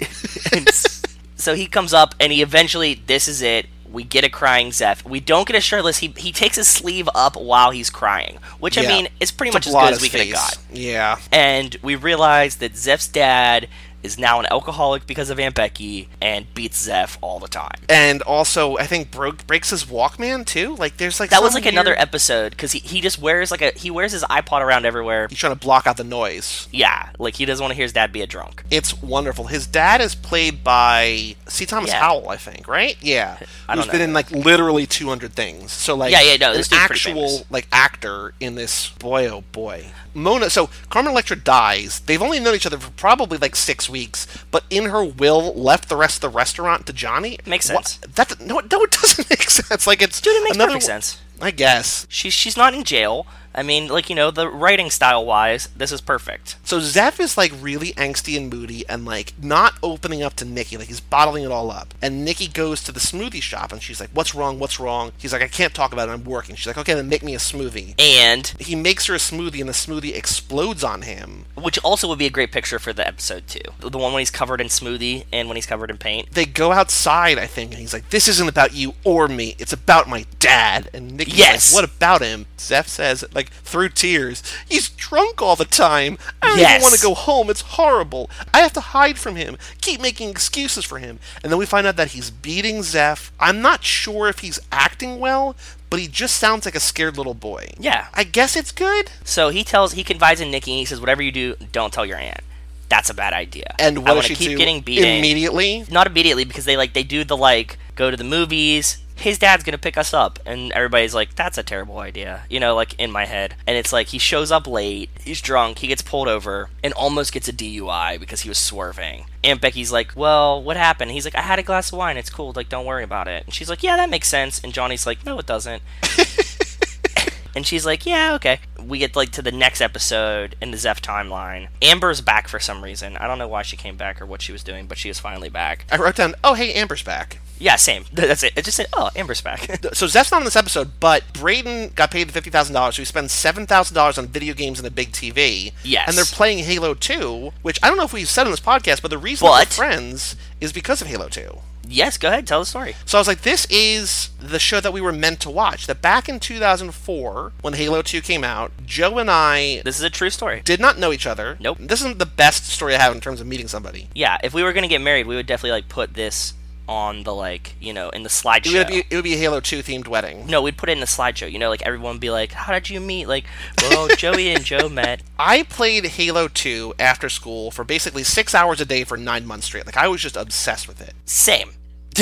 and s- so he comes up, and he eventually, this is it. We get a crying Zeph. We don't get a shirtless. He he takes his sleeve up while he's crying, which I
Yeah.
mean is pretty much
To
as
blot
good as
his
we could have
face.
got.
Yeah,
And we realize that Zeph's dad is now an alcoholic because of Aunt Becky and beats Zeph all the time.
and also I think broke breaks his Walkman too. Like there's like
That was
some
like another
weird-
episode because he, he just wears like a he wears his iPod around everywhere.
He's trying to block out the noise.
Yeah, like he doesn't want to hear his dad be a drunk.
It's wonderful. His dad is played by C. Thomas
Yeah.
Howell, I think, right? Yeah,
I don't
who's been
know.
in like literally 200 things. So like,
Yeah, yeah, no,
an
this dude's pretty famous.
actual like actor in this. Boy, oh boy, Mona. So Carmen Electra dies. They've only known each other for probably like six weeks, but in her will, left the rest of the restaurant to Johnny.
Makes
What-
sense.
That no, it- no, it doesn't make sense. Like it's
Dude, it makes
another,
perfect sense.
I guess.
she's she's not in jail. I mean, like you know, the writing style wise, this is perfect.
So Zeph is like really angsty and moody and like not opening up to Nikki. Like he's bottling it all up. And Nikki goes to the smoothie shop and she's like, What's wrong? What's wrong? He's like, I can't talk about it. I'm working. She's like, Okay, then make me a smoothie.
And
He makes her a smoothie and the smoothie explodes on him.
which also would be a great picture for the episode too. The one when he's covered in smoothie and when he's covered in paint.
They go outside, I think, and he's like, This isn't about you or me. It's about my dad. And Nikki's
Yes.
like, What about him? Zeph says, like, through tears, He's drunk all the time. I don't
Yes.
even want to go home. It's horrible. I have to hide from him, keep making excuses for him. And then we find out that he's beating Zeph. I'm not sure if he's acting well, but he just sounds like a scared little boy.
Yeah.
I guess it's good.
So he tells he confides in Nikki. He says, "Whatever you do, don't tell your aunt. That's a bad idea."
And
I
what does
wanna
she
keep
do
getting beaten.
immediately?
not immediately because they like they do the like go to the movies his dad's gonna pick us up and everybody's like that's a terrible idea you know like in my head and it's like he shows up late he's drunk he gets pulled over and almost gets a dui because he was swerving and becky's like well what happened he's like i had a glass of wine it's cool like don't worry about it and she's like yeah that makes sense and johnny's like no it doesn't and she's like, "Yeah, okay." We get like to the next episode in the Zeph timeline. Amber's back for some reason. I don't know why she came back or what she was doing, but she was finally back.
I wrote down, Oh, hey, Amber's back.
Yeah, same. That's it. It just said, "Oh, Amber's back."
so Zeph's not in this episode, but Braden got paid fifty thousand dollars, so he spends seven thousand dollars on video games and a big TV.
Yes.
and they're playing Halo Two, which I don't know if we've said on this podcast, but the reason
But-
we're friends is because of Halo Two.
yes, go ahead, tell the story.
So I was like, this is the show that we were meant to watch. That back in 2004, when Halo 2 came out, Joe and I
This is a true story.
did not know each other.
Nope.
This isn't the best story I have in terms of meeting somebody.
Yeah, if we were gonna get married, we would definitely like put this on the like, you know, in the
It would
slideshow.
be, it would be a Halo 2 themed wedding.
no, we'd put it in the slideshow. You know, like everyone would be like, "How did you meet?" Like, well, Joey and Joe met.
I played Halo 2 after school for basically six hours a day for nine months straight. Like, I was just obsessed with it.
Same.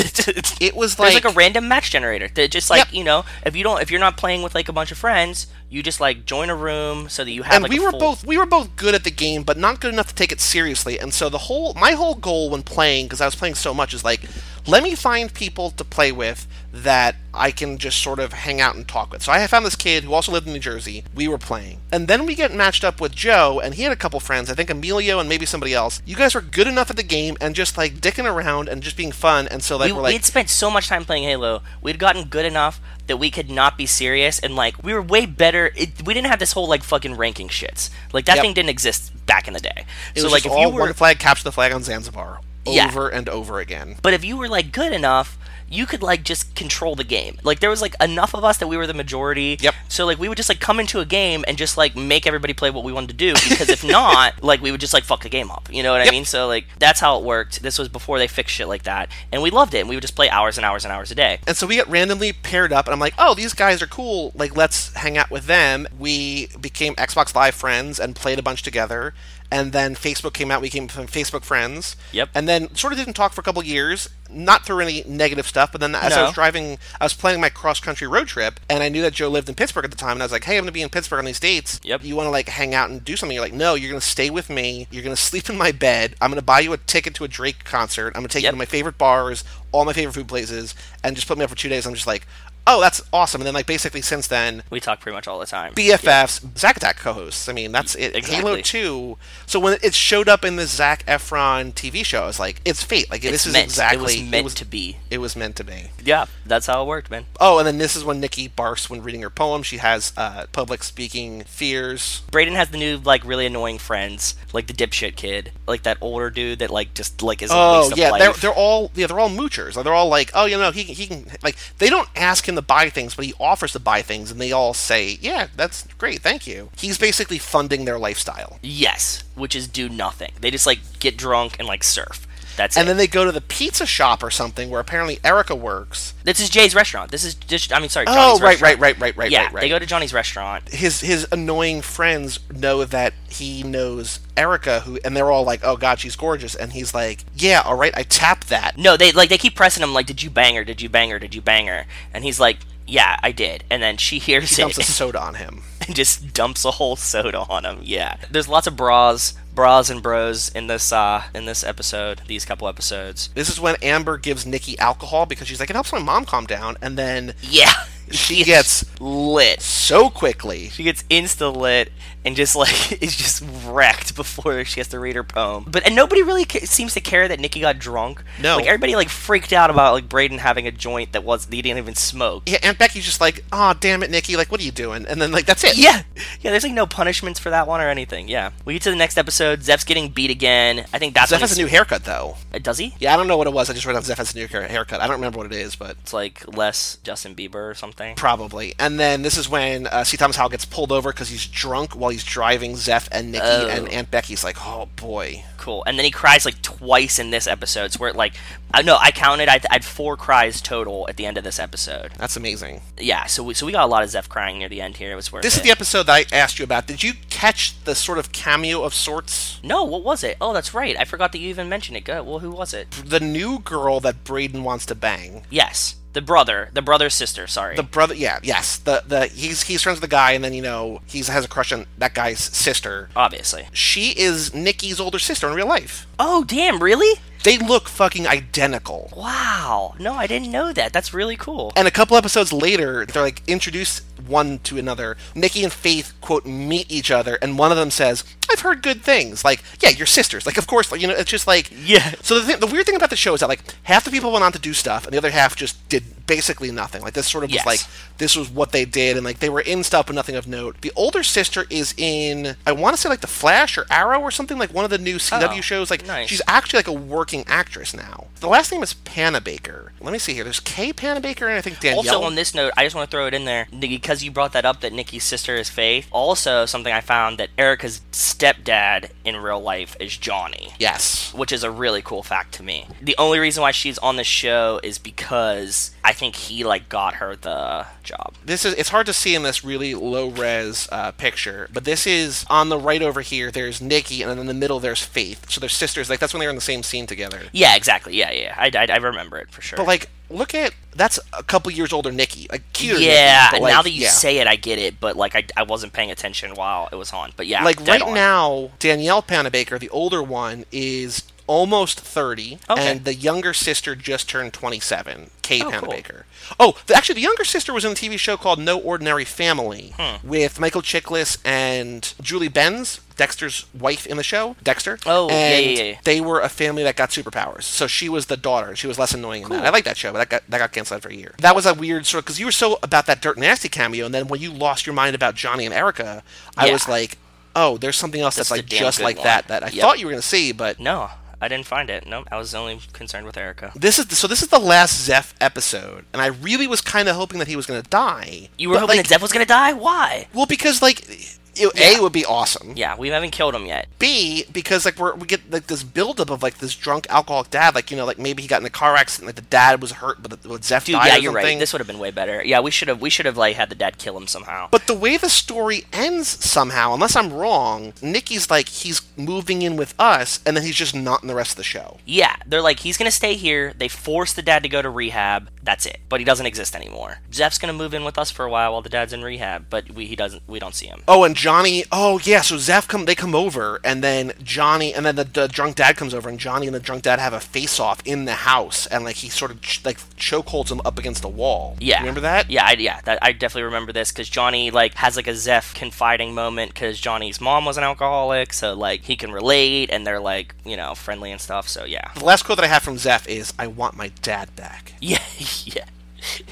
It was
There's
like,
like, a random match generator that just like
Yep.
you know if you don't if you're not playing with like a bunch of friends you just like join a room so that you have
and
like
we
a
were
full-
both we were both good at the game, but not good enough to take it seriously. And so the whole my whole goal when playing, because I was playing so much, is like, let me find people to play with that I can just sort of hang out and talk with. So I had found this kid who also lived in New Jersey. We were playing, and then we get matched up with Joe, and he had a couple friends. I think Emilio and maybe somebody else. You guys were good enough at the game and just like dicking around and just being fun. And so like
we,
we're like,
we'd spent so much time playing Halo. We'd gotten good enough that we could not be serious, and like we were way better. It, we didn't have this whole like fucking ranking shits. Like that
Yep.
thing didn't exist back in the day.
it
so
was
like
just
if
all
you were,
one flag capture the flag on Zanzibar
Yeah.
over and over again.
but if you were like good enough. You could like just control the game. Like there was like enough of us that we were the majority.
Yep.
So like we would just like come into a game and just like make everybody play what we wanted to do because if not, like we would just like fuck the game up. You know what I mean? So like that's how it worked. This was before they fixed shit like that, and we loved it. And we would just play hours and hours and hours a day.
And so we got randomly paired up, and I'm like, oh, these guys are cool. Like, let's hang out with them. We became Xbox Live friends and played a bunch together. and then Facebook came out. We became Facebook friends.
Yep.
And then sort of didn't talk for a couple years, not through any negative stuff. But then as I
No.
was driving, I was planning my cross country road trip, and I knew that Joe lived in Pittsburgh at the time. And I was like, "Hey, I'm going to be in Pittsburgh on these dates.
Yep.
You want to like hang out and do something?" You're like, "No, you're going to stay with me. You're going to sleep in my bed. I'm going to buy you a ticket to a Drake concert. I'm going to take you
Yep.
to my favorite bars, all my favorite food places, and just put me up for two days." I'm just like. Oh, that's awesome! And then, like, basically, since then,
We talk pretty much all the time.
BFFs, Zack Attack co-hosts. I mean, that's it. Halo
Exactly.
Two. So when it showed up in the Zac Efron TV show, I was like, it's fate. Like this
It's
is
meant-
exactly
It was meant
it was,
to be.
it was meant to be.
Yeah, that's how it worked, man.
Oh, and then this is when Nikki barfs when reading her poem. She has uh, public speaking fears.
Braden has the new like really annoying friends, like the dipshit kid, like that older dude that like just like is a
Oh
waste
yeah,
of
they're,
life.
they're all yeah they're all moochers. Like, They're all like, oh you know he can, he can like they don't ask him to buy things, but he offers to buy things, and they all say, yeah, that's great, thank you. He's basically funding their lifestyle.
yes, which is do nothing. They just like get drunk and like surf. That's
And
it.
then they go to the pizza shop or something where apparently Erica works.
this is Jay's restaurant. This is just I mean sorry.
Oh,
Johnny's
right, right,
restaurant.
right, right, right,
Yeah,
right, right.
they go to Johnny's restaurant.
his his annoying friends know that he knows Erica, who, and they're all like, "Oh God, she's gorgeous," and he's like, "Yeah, all right, I tapped that."
No, they like they keep pressing him like, "Did you bang her? Did you bang her? Did you bang her?" And he's like, "Yeah, I did." And then she hears
Dumps
it
a soda on him.
and just dumps a whole soda on him. Yeah, there's lots of bras, bras and bros in this uh in this episode, these couple episodes.
This is when Amber gives Nikki alcohol because she's like, "It helps my mom calm down," and then
Yeah,
she gets
lit.
so quickly.
She gets insta lit and just like is just wrecked before she has to read her poem. But and nobody really ca- seems to care that Nikki got drunk.
No.
like everybody like freaked out about like Braden having a joint that was that he didn't even smoke.
Yeah, and Becky's just like, "Oh damn it, Nikki! Like, what are you doing?" And then like, that's it.
Yeah, yeah. There's like no punishments for that one or anything. Yeah. We get to the next episode. Zeph's getting beat again. I think that's
Zeph
when
has a
he's-
new haircut though.
Uh, Does he?
Yeah, I don't know what it was. I just read on Zeph has a new hair- haircut. I don't remember what it is, but
It's like less Justin Bieber or something.
Probably. And then this is when uh, C. Thomas Howell gets pulled over because he's drunk while he's driving Zeph and Nikki,
Oh.
and Aunt Becky's like, oh boy.
Cool. And then he cries like twice in this episode. It's where it like I no, I counted. I, I had four cries total at the end of this episode.
That's amazing.
Yeah. So we so we got a lot of Zeph crying near the end here. It was worth
This
it.
is the episode that I asked you about. Did you catch the sort of cameo of sorts?
no, what was it? Oh, that's right. I forgot that you even mentioned it. Good. Well, who was it?
The new girl that Braden wants to bang.
Yes, the brother, the brother's sister. Sorry.
The brother, yeah, yes. The the he's he's friends with the guy, and then you know he's has a crush on that guy's sister.
Obviously.
She is Nikki's older sister in real life.
Oh, damn! Really?
They look fucking identical.
Wow. No, I didn't know that. That's really cool.
And a couple episodes later, they're like introduced one to another. Nikki and Faith quote meet each other, and one of them says, "I've heard good things." Like, yeah, your sisters. Like, of course, like, you know. It's just like,
Yeah.
So the thing, the weird thing about the show is that like half the people went on to do stuff, and the other half just did basically nothing. Like this sort of
Yes.
was like this was what they did, and like they were in stuff but nothing of note. The older sister is in, I want to say like the Flash or Arrow or something like one of the new CW
Oh,
shows. Like
nice.
she's actually like a working actress now. The last name is Panabaker. Let me see here. There's Kay Panabaker and I think Danielle.
Also, on this note, I just want to throw it in there Nikki, because you brought that up that Nikki's sister is Faith. Also, something I found that Erica's stepdad in real life is Johnny,
yes.
which is a really cool fact to me. The only reason why she's on the show is because I think he like got her the job.
This is it's hard to see in this really low res uh, picture, but this is on the right over here. There's Nikki, and then in the middle there's Faith. So they're sisters. Like that's when they were in the same scene together.
Yeah, exactly. Yeah, yeah. I, I, I remember it for sure.
But like, look at that's a couple years older Nikki, like cuter. Nikki,
yeah,
but, like,
now that you
yeah.
say it, I get it. But like, I, I wasn't paying attention while it was on. But yeah,
like
dead
right
on.
now, Danielle Panabaker, the older one, is almost thirty,
Okay.
and the younger sister just turned twenty-seven. Kay
Oh, cool.
Panabaker. Oh, the, actually, the younger sister was in a TV show called No Ordinary Family
Hmm.
with Michael Chiklis and Julie Benz. Dexter's wife in the show, Dexter.
Oh, yeah,
and
yeah, yeah.
They were a family that got superpowers. So she was the daughter. She was less annoying in that. I like that show, but that got, that got canceled after a year. That was a weird sort of because you were so about that Dirt Nasty cameo, and then when you lost your mind about Johnny and Erica, I
Yeah.
was like, oh, there's something else that's,
That's
like
the damn
just
good
like
one.
that that I
Yep.
thought you were going to see, but
No, I didn't find it. No, I was only concerned with Erica.
this is so this is the last Zeph episode, and I really was kind of hoping that he was going to die.
You were
but,
hoping
like,
that Dev was gonna die? Why?
Well, because like it-
Yeah.
A would be awesome.
Yeah, we haven't killed him yet.
B because like we're, we get like this buildup of like this drunk alcoholic dad. Like you know, like maybe he got in a car accident. Like the dad was hurt, but the, but Zeph
Dude,
died
yeah,
or
you're right.
something.
This would have been way better. Yeah, we should have. We should have like had the dad kill him somehow.
But the way the story ends somehow, unless I'm wrong, Nikki's like he's moving in with us, and then he's just not in the rest of the show.
yeah, they're like he's gonna stay here. They force the dad to go to rehab. That's it. But he doesn't exist anymore. Zeph's gonna move in with us for a while while the dad's in rehab. But we he doesn't. We don't see him.
Oh, and Johnny. Oh, yeah. So Zeph come. They come over, and then Johnny, and then the, the drunk dad comes over, and Johnny and the drunk dad have a face off in the house, and like he sort of ch- like chokeholds him up against the wall.
Yeah,
remember that?
Yeah, I, yeah, that, I definitely remember this because Johnny like has like a Zeph confiding moment because Johnny's mom was an alcoholic, so like he can relate, and they're like you know friendly and stuff. So yeah,
The last quote that I have from Zeph is, "I want my dad back."
yeah, yeah.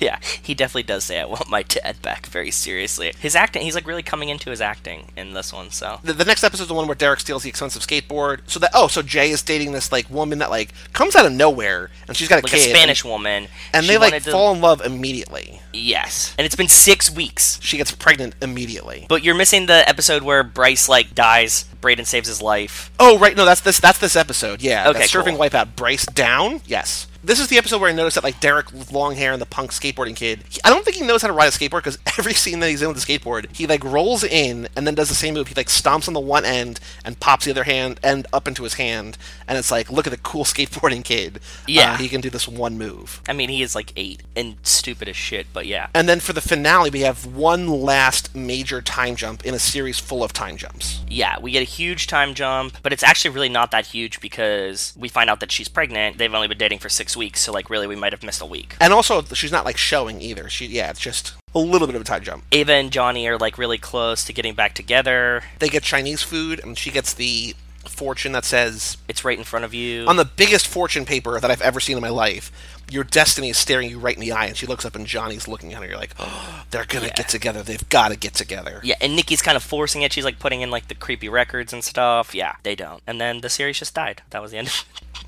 Yeah, he definitely does say I want my dad back very seriously. His acting, he's like really coming into his acting in this one, so.
The, the next episode is the one where Derek steals the expensive skateboard. So that oh, so Jay is dating this like woman that like comes out of nowhere, and she's got a
Like
kid,
a Spanish woman.
and,
she
they like
wanted to-
fall in love immediately.
Yes. And it's been six weeks.
She gets pregnant immediately.
But you're missing the episode where Bryce like dies, Braden saves his life.
Oh, right. No, that's this. That's this episode. Yeah.
Okay,
That's surfing
cool.
wipeout. Bryce down. Yes. This is the episode where I noticed that like Derek with long hair and the punk skateboarding kid. he- I don't think he knows how to ride a skateboard because every scene that he's in with the skateboard, he like rolls in and then does the same move. He like stomps on the one end and pops the other hand end up into his hand, and it's like, look at the cool skateboarding kid.
Yeah.
Uh, he can do this one move.
I mean, he is like eight and stupid as shit, but yeah.
And then for the finale, we have one last major time jump in a series full of time jumps.
Yeah, we get a huge time jump, but it's actually really not that huge because we find out that she's pregnant. They've only been dating for six weeks, so like really we might have missed a week.
And also, she's not like showing either. She yeah, it's just a little bit of a time jump.
Ava and Johnny are like really close to getting back together.
they get Chinese food, and she gets the fortune that says
It's right in front of you.
on the biggest fortune paper that I've ever seen in my life, your destiny is staring you right in the eye. And she looks up, and Johnny's looking at her. You're like, oh, they're gonna
Yeah.
get together. They've got to get together.
yeah, and Nikki's kind of forcing it. She's like putting in like the creepy records and stuff. Yeah, they don't. And then the series just died. That was the end. of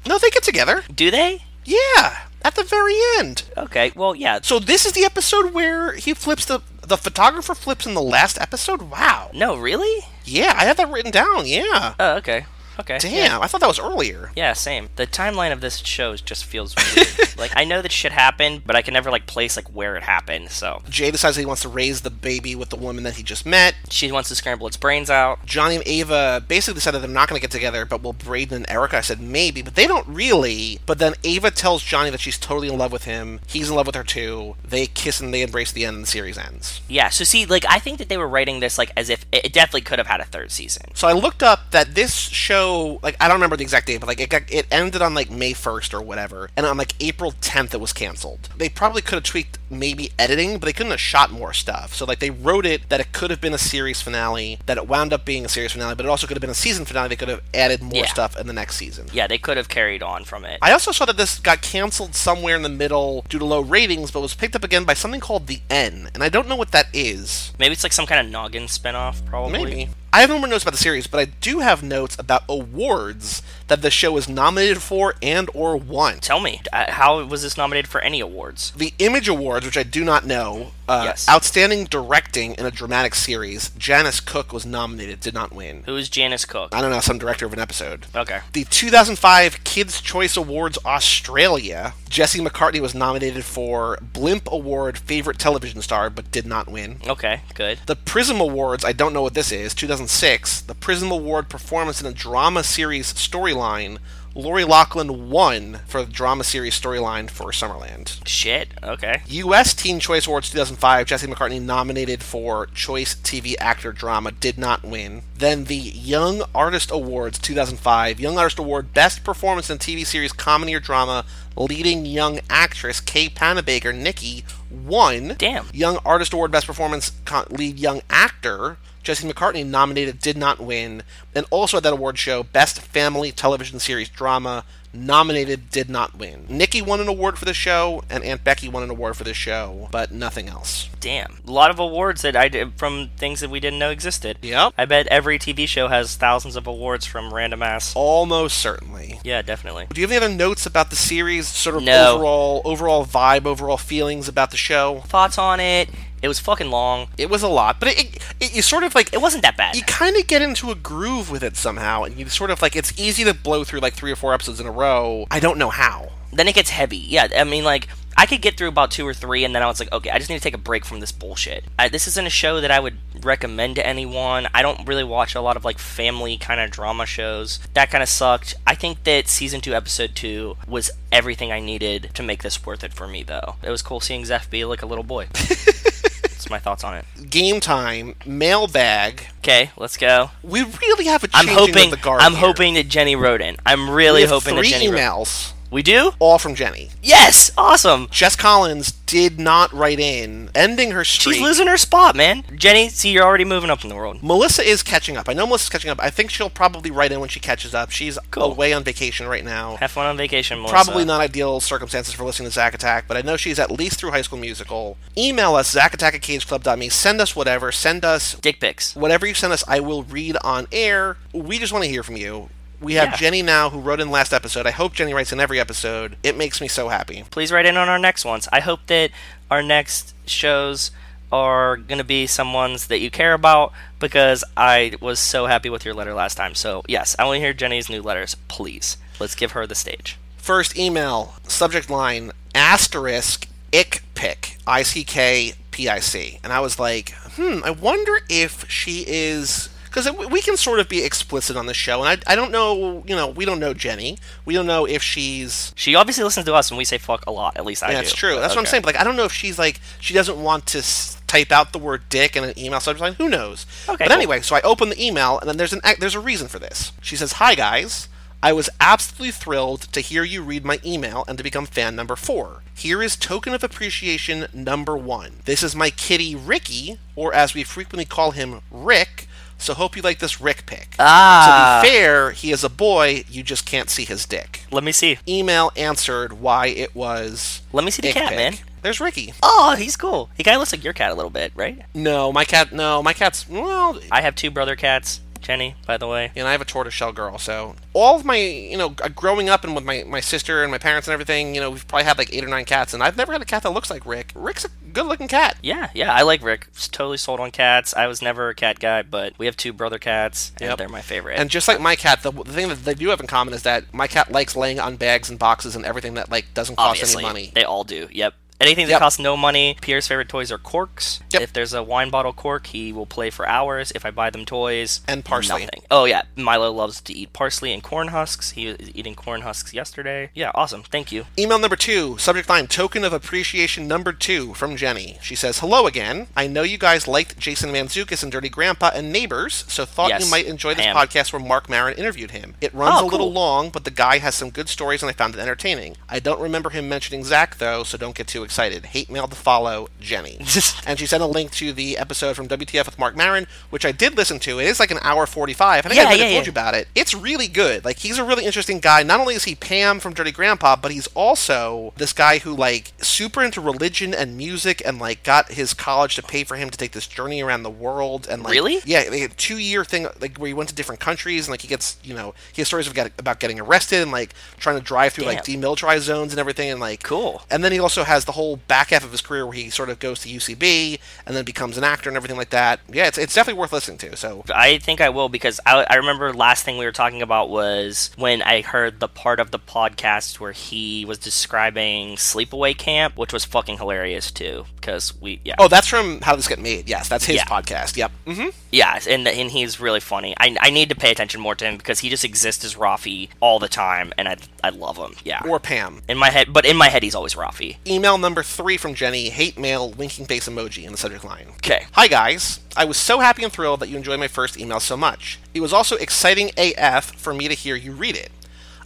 No, they get together.
Do they?
Yeah, at the very end.
Okay. Well, yeah.
So this is the episode where he flips the the photographer flips in the last episode. Wow.
No, really?
Yeah, I had that written down. Yeah.
Oh, okay. Okay.
Damn,
Yeah.
I thought that was earlier.
Yeah, same. The timeline of this show is- just feels weird. like I know that shit happened, but I can never like place like where it happened. So
Jay decides he wants to raise the baby with the woman that he just met.
she wants to scramble its brains out.
Johnny and Ava basically decided they're not going to get together, but will Braden and Erica? I said maybe, but they don't really. But then Ava tells Johnny that she's totally in love with him. He's in love with her too. They kiss and they embrace. at The end and the series ends.
Yeah. So see, like I think that they were writing this like as if it it definitely could have had a third season.
So I looked up that this show, like I don't remember the exact date, but like it got, it ended on like May first or whatever, and on like April tenth it was canceled. They probably could have tweaked maybe editing, but they couldn't have shot more stuff. So like they wrote it that it could have been a series finale, that it wound up being a series finale, but it also could have been a season finale. They could have added more
Yeah.
stuff in the next season.
Yeah, they could have carried on from it.
I also saw that this got canceled somewhere in the middle due to low ratings, but was picked up again by something called The N, and I don't know what that is.
Maybe it's like some kind of noggin spinoff, probably.
Maybe. I have no more notes about the series, but I do have notes about awards that the show is nominated for and or won.
Tell me, uh, how was this nominated for any awards?
The Image Awards, which I do not know, uh,
Yes.
Outstanding Directing in a Dramatic Series, Janice Cook was nominated, did not win.
Who is Janice Cook?
I don't know, some director of an episode.
Okay.
The 2005 Kids' Choice Awards Australia, Jesse McCartney was nominated for Blimp Award Favorite Television Star, but did not win.
Okay. Good.
The Prism Awards, I don't know what this is, 2006. The Prism Award Performance in a Drama Series Storyline, Lori Lachlan won for the Drama Series Storyline for Summerland.
Shit. Okay.
U.S. Teen Choice Awards 2005, Jesse McCartney nominated for Choice TV Actor Drama, did not win. Then the Young Artist Awards 2005, Young Artist Award Best Performance in TV Series Comedy or Drama, Leading Young Actress Kay Panabaker, Nikki, won.
Damn.
Young Artist Award Best Performance Con- Lead Young Actor, Jesse McCartney nominated, did not win. And also at that award show, Best Family Television Series Drama, nominated, did not win. Nikki won an award for the show, and Aunt Becky won an award for the show, but nothing else.
Damn. A lot of awards that I did from things that we didn't know existed.
Yep.
I bet every TV show has thousands of awards from random ass.
Oh. Almost certainly.
Yeah, definitely.
Do you have any other notes about the series, sort of
No.
overall overall vibe, overall feelings about the show?
Thoughts on it? It was fucking long.
It was a lot, but it, it, it you sort of like
It wasn't that bad.
you kind of get into a groove with it somehow, and you sort of like it's easy to blow through like three or four episodes in a row. I don't know how.
then it gets heavy. Yeah, I mean, like I could get through about two or three, and then I was like, okay, I just need to take a break from this bullshit. I, this isn't a show that I would recommend to anyone. I don't really watch a lot of like family kind of drama shows. That kind of sucked. I think that season two, episode two, was everything I needed to make this worth it for me. Though it was cool seeing Zeph be like a little boy. That's my thoughts on it.
Game time, mailbag.
Okay, let's go.
We really have a
I'm
changing
hoping.
of the guard.
I'm
here.
hoping that Jenny wrote in. I'm
we
really
have
hoping that
three
Jenny. wrote-
emails,
we do.
all from Jenny.
Yes. Awesome.
Jess Collins did not write in, ending her streak.
She's losing her spot, man. Jenny, see, you're already moving up in the world.
Melissa is catching up. I know Melissa's catching up. I think she'll probably write in when she catches up. She's
Cool.
away on vacation right now.
Have fun on vacation, Melissa.
Probably not ideal circumstances for listening to Zack Attack, but I know she's at least through High School Musical. Email us, zackattack at cageclub.me. Send us whatever. Send us
Dick pics.
whatever you send us, I will read on air. We just want to hear from you. We have
Yeah.
Jenny now, who wrote in last episode. I hope Jenny writes in every episode. It makes me so happy.
Please write in on our next ones. I hope that our next shows are going to be some ones that you care about because I was so happy with your letter last time. So, yes, I want to hear Jenny's new letters. Please. Let's give her the stage.
First email, subject line, asterisk, ick pick, I C K P I C. And I was like, hmm, I wonder if she is. Because we can sort of be explicit on the show, and I, I don't know, you know, we don't know Jenny. We don't know if she's.
She obviously listens to us when we say fuck a lot. At least I do.
That's true. That's what I'm
Okay.
saying. But like, I don't know if she's like she doesn't want to s- type out the word "dick" in an email subject line. Who knows?
Okay,
But
cool.
anyway, so I open the email, and then there's an ac- there's a reason for this. She says, "Hi guys." I was absolutely thrilled to hear you read my email and to become fan number four. Here is token of appreciation number one. This is my kitty Ricky, or as we frequently call him, Rick. So hope you like this Rick pick.
Ah.
To be fair, he is a boy. You just can't see his dick.
Let me see.
Email answered why it was
Let me see the
Dick
cat,
pic.
man.
There's Ricky.
Oh, he's cool. He kind of looks like your cat a little bit, right?
No, my cat. No, my cat's. Well,
I have two brother cats. Jenny, by the way.
and I have a tortoiseshell girl. So all of my, you know, g- growing up and with my my sister and my parents and everything, you know, we've probably had like eight or nine cats, and I've never had a cat that looks like Rick. Rick's a good-looking cat.
Yeah, yeah, I like Rick. S- Totally sold on cats. I was never a cat guy, but we have two brother cats, and
Yep.
they're my favorite.
And just like my cat, the, the thing that they do have in common is that my cat likes laying on bags and boxes and everything that like doesn't cost
obviously,
any money.
they all do. Yep. Anything that
Yep.
costs no money. Pierre's favorite toys are corks.
Yep.
If there's a wine bottle cork, he will play for hours. If I buy them toys,
And parsley.
nothing. Oh yeah, Milo loves to eat parsley and corn husks. He was eating corn husks yesterday. Yeah, awesome. Thank you.
Email number two, subject line token of appreciation number two from Jenny. She says, Hello again. I know you guys liked Jason Manzukis and Dirty Grandpa and Neighbors, so thought
Yes,
you might enjoy this
I am.
podcast where Mark Maron interviewed him. It runs
Oh,
a little
cool.
long, but the guy has some good stories and I found it entertaining. I don't remember him mentioning Zach, though, so don't get too excited. Hate mail to follow, Jenny. and she sent a link to the episode from WTF with Mark Maron, which I did listen to. It is like an hour 45. I think I
Yeah,
already
yeah,
told
yeah.
you about it. It's really good. Like he's a really interesting guy. Not only is he Pam from Dirty Grandpa, but he's also this guy who like super into religion and music and like got his college to pay for him to take this journey around the world and like
Really?
yeah, like a two year thing like where he went to different countries and like he gets you know he has stories of get, about getting arrested and like trying to drive through like
Damn.
demilitarized zones and everything and like
Cool.
and then he also has the whole back half of his career where he sort of goes to UCB and then becomes an actor and everything like that. Yeah, it's, it's definitely worth listening to. So
I think I will because I, I remember last thing we were talking about was when I heard the part of the podcast where he was describing sleepaway camp, which was fucking hilarious too. Because we, yeah,
Oh, that's from How This Get Made. Yes, that's his
Yeah.
podcast. Yep. Mm-hmm.
yeah, and and he's really funny. I, I need to pay attention more to him because he just exists as Rafi all the time, and I I love him. Yeah,
Or Pam.
in my head, but in my head he's always Rafi.
Email number three from Jenny, hate mail, winking face emoji in the subject line.
Okay.
Hi guys, I was so happy and thrilled that you enjoyed my first email so much. It was also exciting AF for me to hear you read it.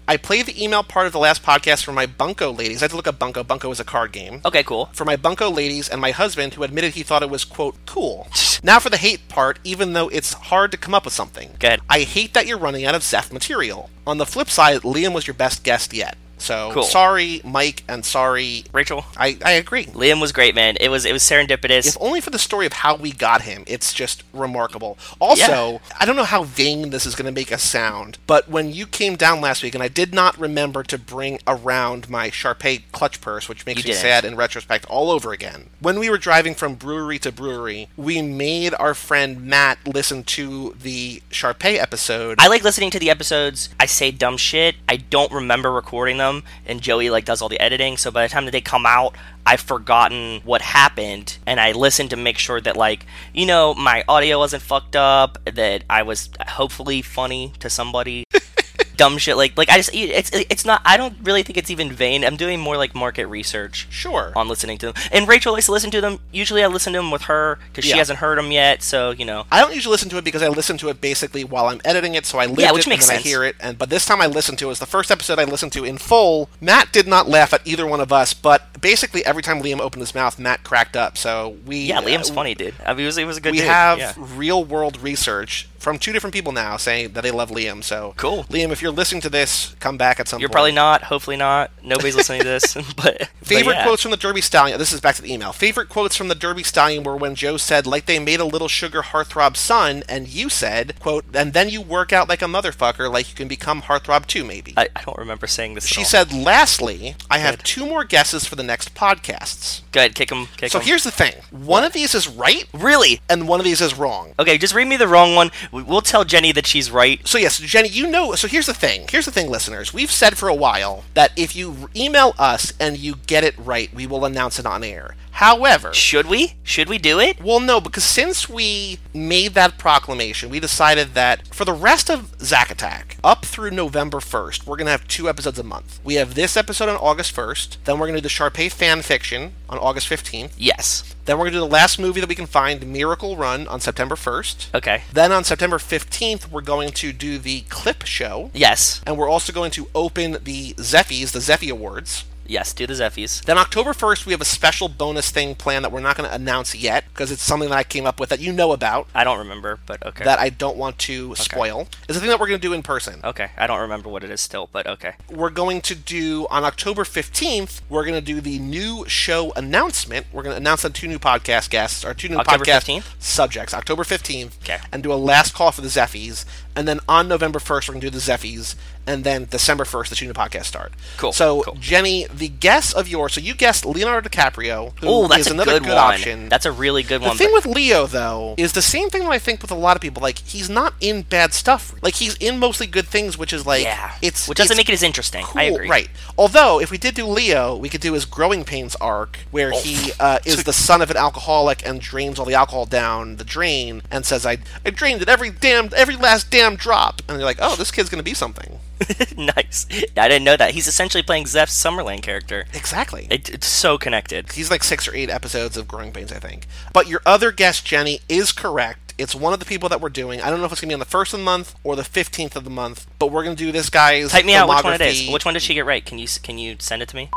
I played the email part of the last podcast for my Bunko ladies. I had to look up Bunko. Bunko is a card game.
Okay, cool.
for my bunco ladies and my husband who admitted he thought it was quote cool now for the hate part even though it's hard to come up with something
Go ahead.
i hate that you're running out of zeph material on the flip side liam was your best guest yet So
Cool.
sorry, Mike, and sorry.
Rachel,
I, I agree.
Liam was great, man. It was it was serendipitous.
If only for the story of how we got him, it's just remarkable. Also, I don't know how vain this is going to make us sound, but when you came down last week, and I did not remember to bring around my Sharpay clutch purse, which makes
You
me
didn't.
sad in retrospect all over again. When we were driving from brewery to brewery, we made our friend Matt listen to the Sharpay episode.
I like listening to the episodes. I say dumb shit. I don't remember recording them, and Joey like does all the editing. So by the time that they come out, I've forgotten what happened, and I listen to make sure that like you know my audio wasn't fucked up, that I was hopefully funny to somebody. dumb shit like like I just it's it's not. I don't really think it's even vain. I'm doing more like market research
sure.
on listening to them. And Rachel likes to listen to them. Usually I listen to them with her because
Yeah.
she hasn't heard them yet. So you know.
I don't usually listen to it because I listen to it basically while I'm editing it, so I live
Yeah, which
it
makes
and then
sense.
I hear it. And but this time I listened to it. it was the first episode I listened to in full. Matt did not laugh at either one of us, but basically every time Liam opened his mouth, Matt cracked up. So we
Yeah, Liam's
uh,
funny, dude. I mean, he was, he was a good
We
dude.
have
Yeah.
real world research from two different people now saying that they love Liam. So
Cool.
Liam, if you're listening to this, come back at some.
You're
point.
probably not. Hopefully not. Nobody's listening to this. But
Favorite
but yeah.
quotes from the Derby Stallion. This is back to the email. Favorite quotes from the Derby Stallion were when Joe said, "Like they made a little sugar heartthrob son," and you said, "Quote," and then you work out like a motherfucker, like you can become heartthrob too, maybe.
I, I don't remember saying this. at
she
all.
said, "Lastly, I have two more guesses for the next podcasts."
"Go ahead, kick him, kick
So
'em.
here's the thing: one of these is right,
really."
and one of these is wrong.
Okay, just read me the wrong one. We- We'll tell Jenny that she's right.
So yes, Jenny, you know. So here's the thing. Here's the thing, listeners. We've said for a while that if you email us and you get it right, we will announce it on air. However,
Should we? Should we do it?
Well, no, because since we made that proclamation, we decided that for the rest of Zack Attack, up through November 1st, we're going to have two episodes a month. We have this episode on August 1st, then we're going to do the Sharpay fan fiction on August 15th,
Yes.
then we're going to do the last movie that we can find, Miracle Run, on September 1st.
Okay.
Then on September 15th, we're going to do the clip show.
Yes.
And we're also going to open the Zeffies, the Zeffie Awards.
Yes. Do the Zeffies.
Then October 1st, we have a special bonus thing planned that we're not going to announce yet because it's something that I came up with that you know about
I don't remember, but okay.
that I don't want to spoil. Is the thing that we're going to do in person.
okay. I don't remember what it is still, but okay.
We're going to do on October 15th, we're going to do the new show announcement. We're going to announce on two new podcast guests, or two new
October
podcast
15th?
subjects, October 15th,
Okay.
and do a last call for the Zeffies. And then on November 1st, we're going to do the Zeffies. And then December 1st, the two new podcasts start.
Cool,
So,
cool.
Jenny, the guess of yours, so you guessed Leonardo DiCaprio, who
Oh, that's
is
a
another
good,
good,
one.
option.
That's a really good
The
one.
thing
but-
with Leo, though, is the same thing that I think with a lot of people. Like, he's not in bad stuff. Like, he's in mostly good things, which is like,
yeah.
it's
which doesn't
it's
make it as interesting.
cool,
I agree.
right? Although, if we did do Leo, we could do his growing pains arc, where
Oh.
he uh, is the son of an alcoholic and drains all the alcohol down the drain, and says, "I I drained it every damn every last damn drop," and you're like, "Oh, this kid's gonna be something."
nice. I didn't know that. He's essentially playing Zeph's Summerland character.
Exactly.
It, it's so connected.
He's like six or eight episodes of Growing Pains, I think. But your other guess, Jenny, is correct. It's one of the people that we're doing. I don't know if it's gonna be on the first of the month or the fifteenth of the month, but we're gonna do this guy's.
Type me out which one it is.
filmography.
Which one did she get right? Can you s- can you send it to me?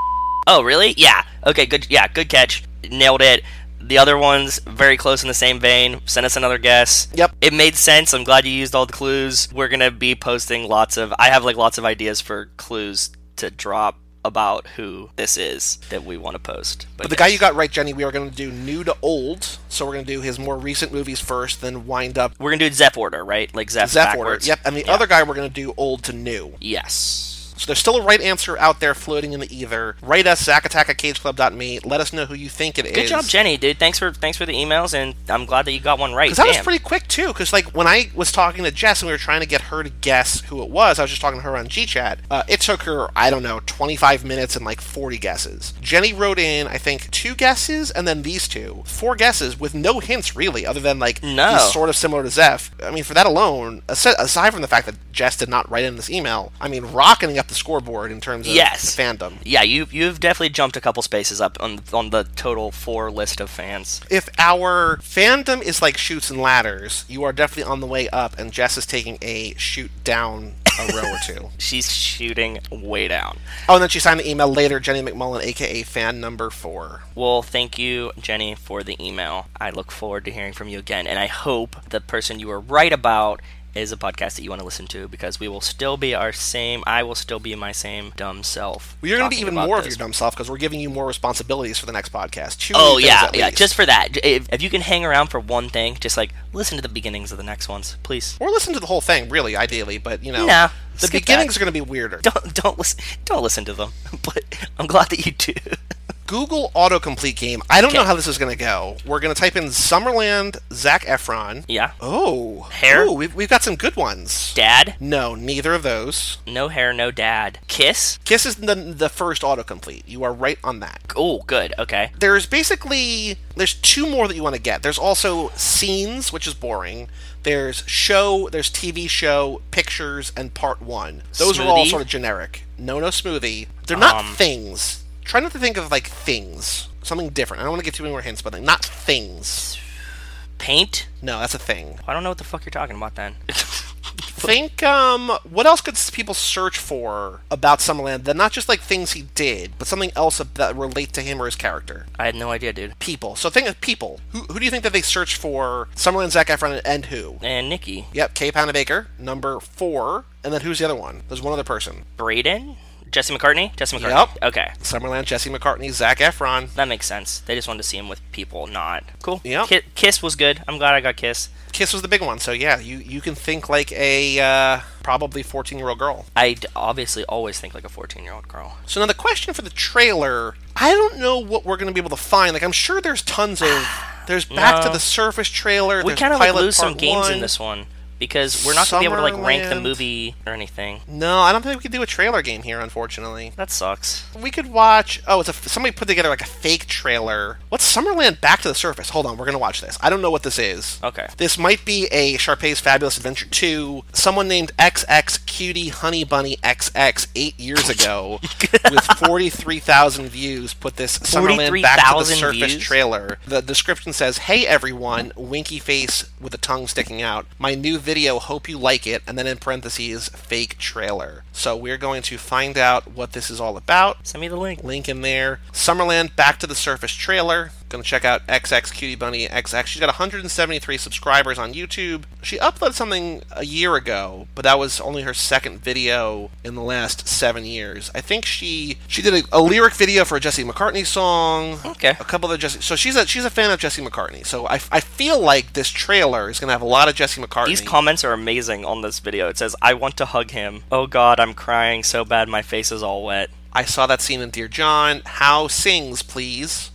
Oh, really? Yeah. Okay. Good. Yeah. Good catch. Nailed it. The other ones very close in the same vein. Send us another guess.
Yep.
It made sense. I'm glad you used all the clues. We're gonna be posting lots of. I have like lots of ideas for clues to drop about who this is that we want to post.
But the guy you got right, Jenny, we are going to do new to old. So we're going to do his more recent movies first, then wind up
we're gonna do Zep order, right? Like Zep.
Zeph order.
backwards.
Yep. And the
Yeah.
other guy, we're going to do old to new.
Yes.
So there's still a right answer out there floating in the ether. Write us, Zackattack at cageclub.me. Let us know who you think it is.
Good job, Jenny, dude. Thanks for thanks for the emails, and I'm glad that you got one right.
Because that was
Damn.
pretty quick too. Because like when I was talking to Jess and we were trying to get her to guess who it was, I was just talking to her on GChat. Uh, it took her I don't know 25 minutes and like 40 guesses. Jenny wrote in I think two guesses and then these two, four guesses with no hints really, other than like
No.
he's sort of similar to Zeph. I mean for that alone, asi- aside from the fact that Jess did not write in this email, I mean rocketing up the scoreboard in terms of
Yes.
fandom.
Yeah, you you've definitely jumped a couple spaces up on on the total four list of fans.
if our fandom is like shoots and ladders, you are definitely on the way up, and Jess is taking a shoot down a row or two.
She's shooting way down.
Oh, and then she signed the email later, Jenny McMullen, aka fan number four.
Well, thank you, Jenny, for the email. I look forward to hearing from you again, and I hope the person you were right about is a podcast that you want to listen to because we will still be our same. I will still be my same dumb self.
Well, you're going to be
talking
even
about
more
this.
of your dumb self because we're giving you more responsibilities for the next podcast. Two
Oh
things
yeah,
at
yeah.
least.
Just for that, J- if, if you can hang around for one thing, just like listen to the beginnings of the next ones, please.
or listen to the whole thing, really, ideally. But you know,
Nah,
the
skip that.
beginnings are going to be weirder.
Don't don't listen don't listen to them. But I'm glad that you do.
Google autocomplete game. I don't know
Okay.
how this is going to go. We're going to type in Summerland, Zach Efron.
yeah,
Oh,
Hair?
Ooh, we've, we've got some good ones.
dad.
No, neither of those.
No hair, no dad. Kiss.
Kiss is the, the first autocomplete. You are right on that.
Oh, good. Okay.
There's basically there's two more that you want to get. There's also scenes, which is boring. There's show, there's TV show, pictures, and part one. Those are all
Smoothie?
sort of generic. No, no smoothie. They're not
Um.
things. Try not to think of like things. Something different. I don't want to give too many more hints, but like, not things.
Paint.
No, that's a thing.
I don't know what the fuck you're talking about then.
Think, um, what else could s- people search for about Summerland? That not just like things he did, but something else ab- that relate to him or his character.
I had no idea, dude.
People. So think of people. Who, who do you think that they search for? Summerland, Zac Efron, and who?
And Nikki.
Yep, Kay Baker, number four. And then who's the other one? There's one other person.
Braden? Jesse McCartney? Jesse McCartney.
Yep.
Okay.
Summerland, Jesse McCartney, Zac Efron.
That makes sense. They just wanted to see him with people, not. Cool.
Yep.
Ki- Kiss was good. I'm glad I got Kiss.
Kiss was the big one. So yeah, you, you can think like a uh, probably 14 year old girl.
I d- obviously always think like a 14 year old girl.
So now the question for the trailer, I don't know what we're going to be able to find. Like I'm sure there's tons of there's back to
No.
the surface trailer.
We
kind of
like lose some games in this one because we're not going to be able to like rank the
Summerland.
movie or anything.
No, I don't think we could do a trailer game here, unfortunately.
That sucks.
We could watch. Oh, it's a somebody put together like a fake trailer. What's Summerland Back to the Surface? Hold on, we're gonna watch this. I don't know what this is.
Okay.
This might be a Sharpay's Fabulous Adventure 2. Someone named XX Cutie Honey Bunny XX eight years ago with 43,000 views put this Summerland Back to the
43,000
Surface
views?
trailer. The description says, Hey everyone, winky face with a tongue sticking out. My new video, hope you like it. And then in parentheses, fake trailer. So we're going to find out what this is all about
Send me the link.
link in there. Summerland Back to the Surface trailer. Gonna check out XX Cutie Bunny XX. She's got 173 subscribers on YouTube. She uploaded something a year ago, but that was only her second video in the last seven years. I think she she did a, a lyric video for a Jesse McCartney song.
Okay.
A couple of Jesse. So she's a she's a fan of Jesse McCartney. So I, I feel like this trailer is gonna have a lot of Jesse McCartney.
These comments are amazing on this video. It says, I want to hug him. Oh god, I'm crying so bad my face is all wet.
I saw that scene in Dear John. How sings, please?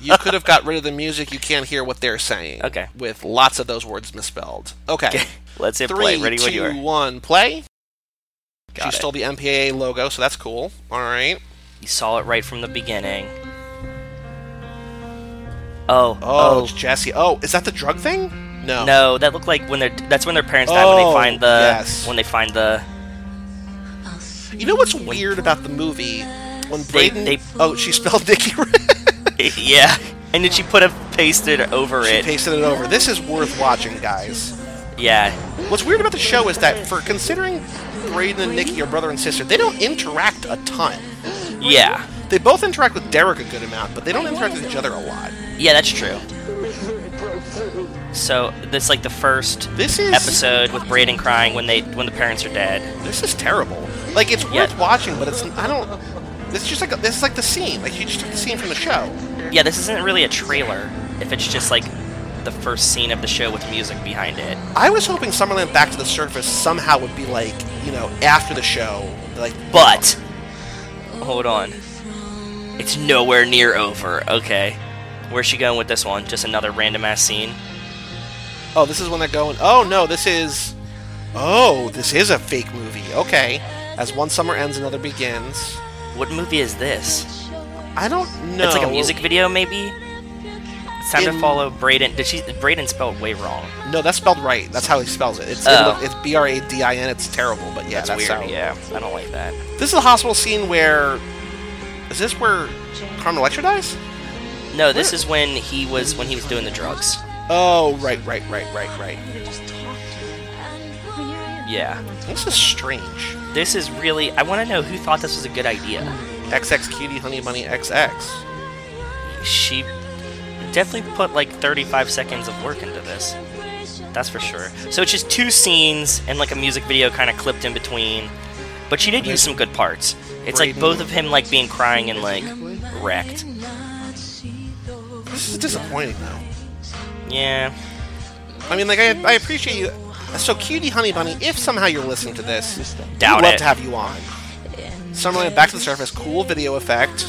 you could have got rid of the music. You can't hear what they're saying.
Okay.
With lots of those words misspelled. Okay.
Let's hit
Three,
play. Ready when you
two,
are.
one, play.
Got
she
it.
stole the MPAA logo, so that's cool. All right.
You saw it right from the beginning. Oh,
Oh,
oh,
it's Jesse. Oh, is that the drug thing? No.
no! That looked like when they're that's when their parents died. when
Oh,
they find the
yes.
when they find the
You know what's weird about the movie? When
They-
Braden.
they-
oh, she spelled Dickie right.
yeah. And then she put a pasted over
She
it.
pasted it over. This is worth watching, guys.
yeah,
What's weird about the show is that for considering Braden and Nikki are brother and sister, they don't interact a ton.
yeah,
They both interact with Derek a good amount, but they don't interact with each other a lot.
yeah. That's true. So that's like the first
This is
episode with Braden crying when they when the parents are dead.
This is terrible. Like it's worth
Yeah.
watching, but it's I don't. It's just like this is like the scene. Like you just took the scene from the show.
Yeah, this isn't really a trailer. If it's just like the first scene of the show with music behind it.
I was hoping Summerland Back to the Surface somehow would be like you know after the show, like
But hold on. It's nowhere near over. Okay. Where's she going with this one? Just another random ass scene?
oh this is when they're going. Oh no, this is. Oh, this is a fake movie. Okay, as one summer ends, another begins.
What movie is this?
I don't know.
It's like a music video maybe? It's time
In-
to follow Braden. Did she Braden spelled way wrong.
No, that's spelled right. That's how he spells it. It's
Oh.
it's B R A D I N. It's terrible, but yeah, that's,
That's, weird.
How,
Yeah. I don't like that.
This is a hospital scene where is this where Carmen Electra dies?
No, this is when he was when he was doing the drugs.
Oh, right, right, right, right, right.
Yeah.
This is strange.
This is really I wanna know who thought this was a good idea.
XX cutie honey bunny XX.
She definitely put like 35 seconds of work into this. That's for sure. So it's just two scenes and like a music video kind of clipped in between. But she did use some good parts. It's like both of him like being crying and like wrecked.
This is disappointing, though.
Yeah.
I mean, like, I, I appreciate you. So, Cutie Honey Bunny, if somehow you're listening to this, we'd
Doubt
love
it.
to have you on. Summerland Back to the Surface, cool video effect.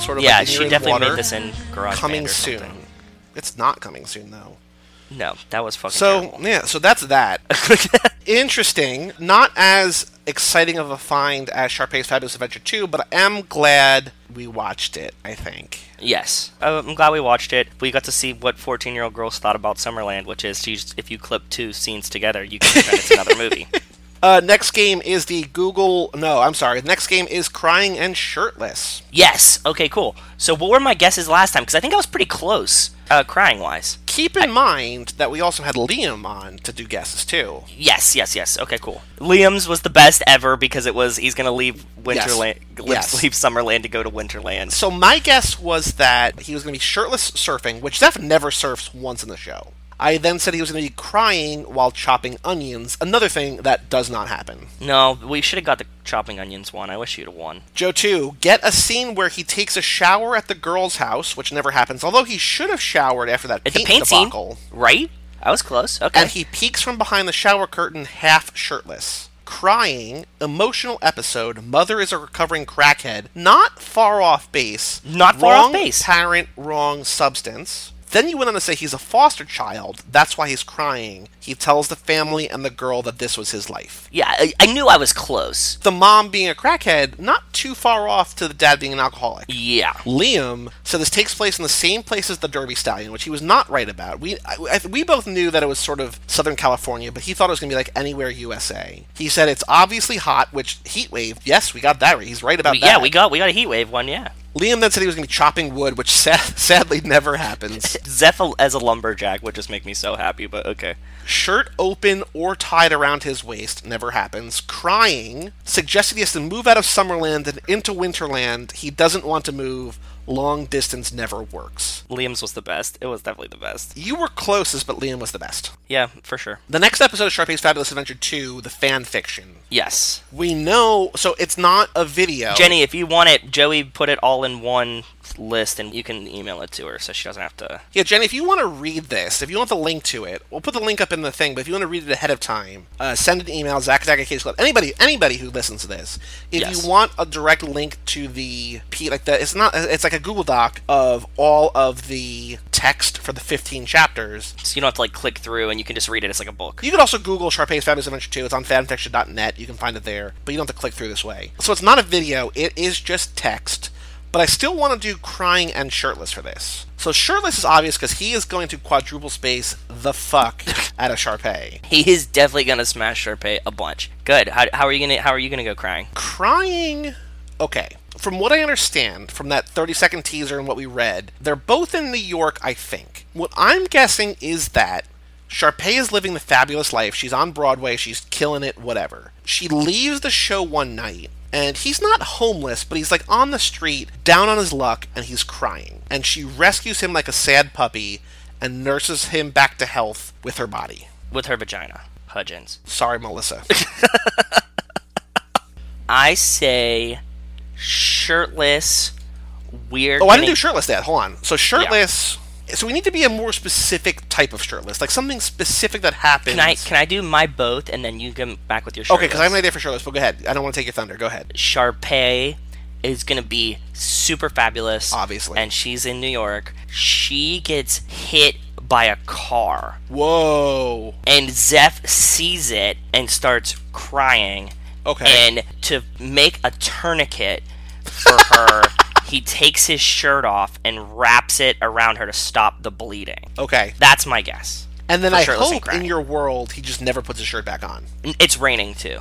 Sort of
Yeah,
like the
she
near
definitely
water,
made this in GarageBand
coming
or
soon.
something.
It's not coming soon, though.
No, that was fucking
So, yeah, so that's that.
terrible.
interesting. Not as exciting of a find as Sharpay's Fabulous Adventure 2, but I am glad we watched it, I think.
Yes. Uh, I'm glad we watched it. We got to see what 14 year old girls thought about Summerland, which is she's- if you clip two scenes together, you can pretend it's another movie.
Uh, next game is the Google. No, I'm sorry. The next game is Crying and Shirtless.
Yes. Okay, cool. So, what were my guesses last time? Because I think I was pretty close, uh, crying wise.
Keep in mind that we also had Liam on to do guesses, too.
Yes, yes, yes. Okay, cool. Liam's was the best ever because it was he's going to leave Winterland,
Yes.
leave Summerland to go to Winterland.
So my guess was that he was going to be shirtless surfing, which Zeph never surfs once in the show. I then said he was going to be crying while chopping onions, another thing that does not happen.
No, we should have got the chopping onions one. I wish you'd have won.
Joe 2, get a scene where he takes a shower at the girl's house, which never happens, although he should have showered after that
At
paint,
the paint
debacle.
scene, right? I was close. Okay.
And he peeks from behind the shower curtain half shirtless. Crying, emotional episode, mother is a recovering crackhead, not far off base.
Not far off
wrong
base.
Parent, wrong substance. Then you went on to say he's a foster child, that's why he's crying. He tells the family and the girl that this was his life.
yeah, I, I knew I was close.
The mom being a crackhead, not too far off to the dad being an alcoholic.
Yeah.
Liam so this takes place in the same place as the Derby Stallion, which he was not right about. We I, I, we both knew that it was sort of Southern California, but he thought it was going to be like anywhere USA. He said it's obviously hot, which heat wave. Yes, we got that right. He's right about that.
Yeah, we got we got a heat wave one. Yeah,
Liam then said he was going to be chopping wood, which sa- sadly never happens.
Zeph as a lumberjack would just make me so happy. But okay,
Shirt open or tied around his waist never happens. Crying suggested he has to move out of Summerland and into Winterland. He doesn't want to move. Long distance never works.
Liam's was the best. It was definitely the best.
You were closest, but Liam was the best.
Yeah, for sure.
The next episode of Sharpay's Fabulous Adventure 2, the fan fiction.
Yes,
We know, so it's not a video.
Jenny, if you want it, Joey put it all in one list, and you can email it to her so she doesn't have to.
Yeah, Jenny, if you want to read this, if you want the link to it, we'll put the link up in the thing, but if you want to read it ahead of time, uh, send an email, Zach Zach at Cage Club. Anybody, anybody who listens to this, if
Yes.
you want a direct link to the P, like the, it's not, it's like a Google Doc of all of the text for the 15 chapters.
So you don't have to like click through, and you can just read it. It's like a book.
You could also Google Sharpay's Fabulous Adventure 2. It's on fanfiction.net. You can find it there, but you don't have to click through this way. So it's not a video, it is just text. But I still want to do crying and shirtless for this. So shirtless is obvious because he is going to quadruple space the fuck out of Sharpay.
He is definitely gonna smash Sharpay a bunch. Good. How, how are you gonna How are you gonna go crying?
Crying. Okay. From what I understand from that 30 second teaser and what we read, they're both in New York, I think. What I'm guessing is that Sharpay is living the fabulous life. She's on Broadway, she's killing it, whatever. She leaves the show one night, and he's not homeless, but he's like on the street, down on his luck, and he's crying. And she rescues him like a sad puppy and nurses him back to health with her body.
With her vagina, Hudgens.
Sorry, Melissa.
I say, shirtless, weird.
Oh, I didn't do shirtless that. Hold on. So shirtless. So we need to be a more specific type of shirtless, like something specific that happens.
Can I can I do my both and then you come back with your shirtless?
okay, because I have an idea for shirtless, but go ahead. I don't want to take your thunder. Go ahead.
Sharpay is gonna be super fabulous,
Obviously.
and she's in New York. She gets hit by a car,
Whoa.
and Zeph sees it and starts crying.
Okay.
And to make a tourniquet for her, he takes his shirt off and wraps it around her to stop the bleeding.
Okay.
That's my guess.
And then
For
I
shirtless and
hope in
crying.
your world he just never puts his shirt back on.
N- It's raining too.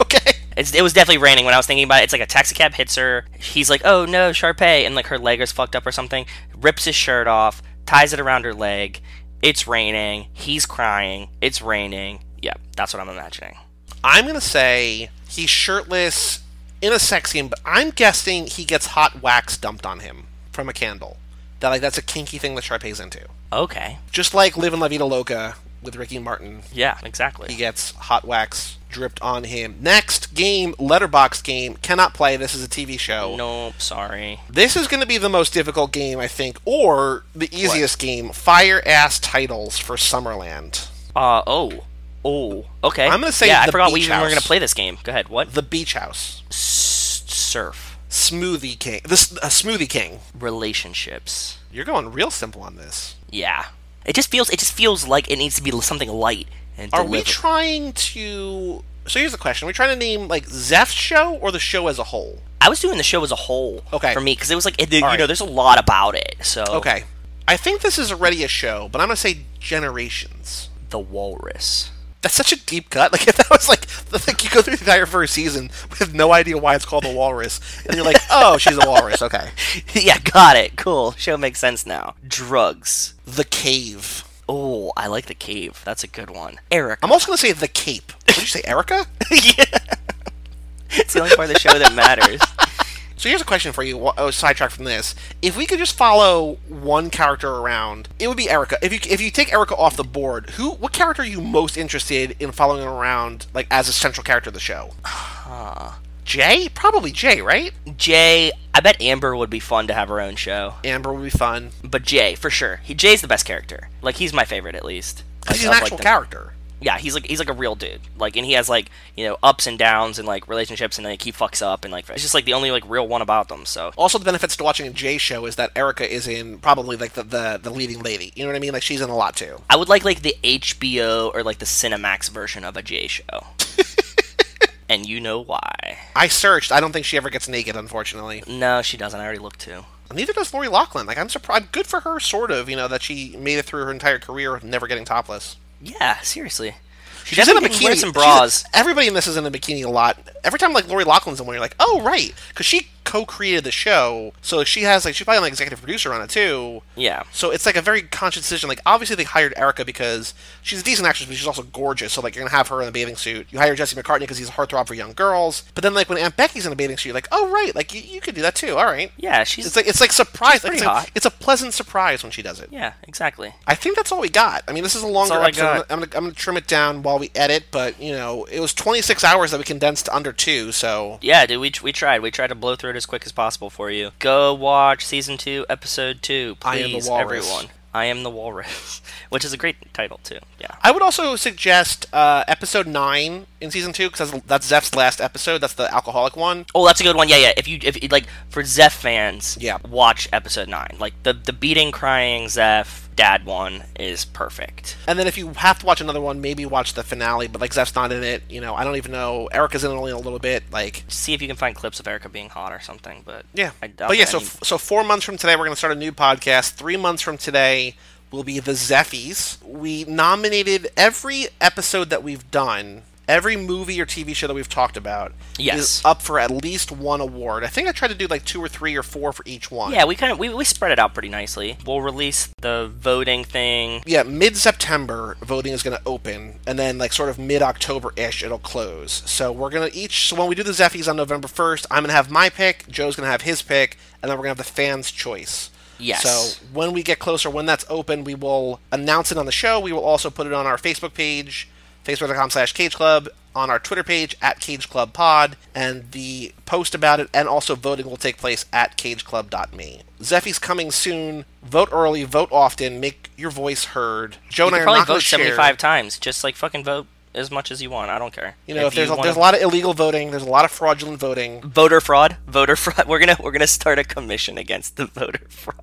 okay.
It's, it was definitely raining when I was thinking about it. It's like a taxi cab hits her. He's like, "Oh no, Sharpay!" and like her leg is fucked up or something. Rips his shirt off, ties it around her leg. It's raining. He's crying. It's raining. Yep, that's what I'm imagining.
I'm gonna say he's shirtless in a sex scene, but I'm guessing he gets hot wax dumped on him from a candle. That like that's a kinky thing that Sharpay's into.
Okay.
Just like Live and La Vida Loca with Ricky Martin.
Yeah, exactly.
He gets hot wax dripped on him. Next game, letterbox game. Cannot play. This is a TV show.
Nope, sorry.
This is going to be the most difficult game, I think, or the easiest game. Fire ass titles for Summerland.
Uh oh. Oh, okay.
I'm gonna say
Yeah, I
the
forgot we
beach
even were
house.
gonna play this game. Go ahead. What?
The Beach House,
S- surf
Smoothie King, this uh, Smoothie King.
relationships.
You're going real simple on this.
Yeah. It just feels. It just feels like it needs to be something light and
Are we
deliver-
trying to? So here's the question: Are we trying to name like Zeph's show or the show as a whole?
I was doing the show as a whole.
Okay.
For me, because it was like it, you
right.
know, there's a lot about it. So
Okay, I think this is already a show, but I'm gonna say Generations.
the walrus.
That's such a deep cut. Like if that was like like you go through the entire first season with no idea why it's called the Walrus, and you're like, oh, she's a walrus. Okay,
yeah, got it. Cool. Show makes sense now. Drugs.
the Cave.
Oh, I like the cave. That's a good one. Eric.
I'm also gonna say the Cape. What did you say, Erica?
It's the only part of the show that matters.
So here's a question for you. wh- Oh, sidetrack from this. If we could just follow one character around, it would be Erica. If you if you take Erica off the board, who what character are you most interested in following around, like as a central character of the show? Jay, probably Jay, right?
Jay. I bet Amber would be fun to have her own show.
Amber would be fun.
But Jay, for sure. He Jay's the best character. Like he's my favorite at least. Like,
He's an
of, like,
actual
the-
character.
Yeah, he's like he's like a real dude. Like and he has like, you know, ups and downs and like relationships and like he fucks up and like it's just like the only like real one about them. So
Also, the benefits to watching a Jay show is that Erica is in probably like the, the the leading lady. You know what I mean? Like she's in a lot too.
I would like like the HBO or like the Cinemax version of a Jay show. and you know why.
I searched. I don't think she ever gets naked, unfortunately.
No, she doesn't. I already looked too.
Neither does Lori Lachlan. Like I'm surprised. Good for her, sort of. You know that she made it through her entire career with never getting topless.
Yeah, seriously. She
She's in a
definitely can
bikini.
wear some
She's-
bras.
everybody in this is in a bikini a lot. Every time like Lori Lachlan's in one, you're like, oh right, because she co-created the show, so she has like she's probably an executive producer on it too.
Yeah.
So it's like a very conscious decision. Like obviously they hired Erica because she's a decent actress, but she's also gorgeous. So like you're gonna have her in a bathing suit. You hire Jesse McCartney because he's a heartthrob for young girls. But then like when Aunt Becky's in a bathing suit, you're like, oh right, like you, you could do that too. All right.
Yeah, she's
It's like it's like surprise. Like,
pretty
it's, like-
hot.
it's a pleasant surprise when she does it.
Yeah, exactly.
I think that's all we got. I mean, this is a longer
all I
episode. I'm gonna,
got.
I'm, gonna, I'm gonna trim it down while we edit, but you know, it was 26 hours that we condensed to under two. So
Yeah, dude, we, we tried. We tried to blow through it as quick as possible for you. Go watch season two, episode two, please,
I Am the Walrus.
everyone. I am the walrus, which is a great title too. Yeah,
I would also suggest uh, episode nine in season two because that's, that's Zeph's last episode. That's the alcoholic one.
Oh, that's a good one. Yeah, yeah. If you if you- like for Zeph fans,
Yeah.
watch episode nine. Like the the beating, crying Zeph dad one is perfect.
And then if you have to watch another one, maybe watch the finale. But like Zeph's not in it. You know, I don't even know. Erica's in it only a little bit. Like.
See if you can find clips of Erica being hot or something. But
Yeah,
I doubt
but yeah.
that
So,
any-
f- so four months from today, we're going to start a new podcast. Three months from today will be the Zeffies. We nominated every episode that we've done, every movie or TV show that we've talked about.
Yes.
is up for at least one award. I think I tried to do like two or three or four for each one.
yeah, we kind of we, we spread it out pretty nicely. We'll release the voting thing.
Yeah, mid September voting is going to open, and then like sort of mid October ish, it'll close. So we're gonna each. So when we do the Zeffies on November first, I'm gonna have my pick, Joe's gonna have his pick, and then we're gonna have the fans' choice.
Yes.
So when we get closer, when that's open, we will announce it on the show. We will also put it on our Facebook page, facebook.com slash cage club, on our Twitter page at cage club pod, and the post about it and also voting will take place at cageclub.me. Zeffy's coming soon. Vote early, vote often, make your voice heard. Joe
You
and I
can
are
probably
not going
vote
to share.
seventy five times. Just like fucking vote as much as you want. I don't care.
You know, if, there's,
you
a,
wanna-
there's a lot of illegal voting, there's a lot of fraudulent voting.
voter fraud, voter fraud. We're gonna we're gonna start a commission against the voter fraud.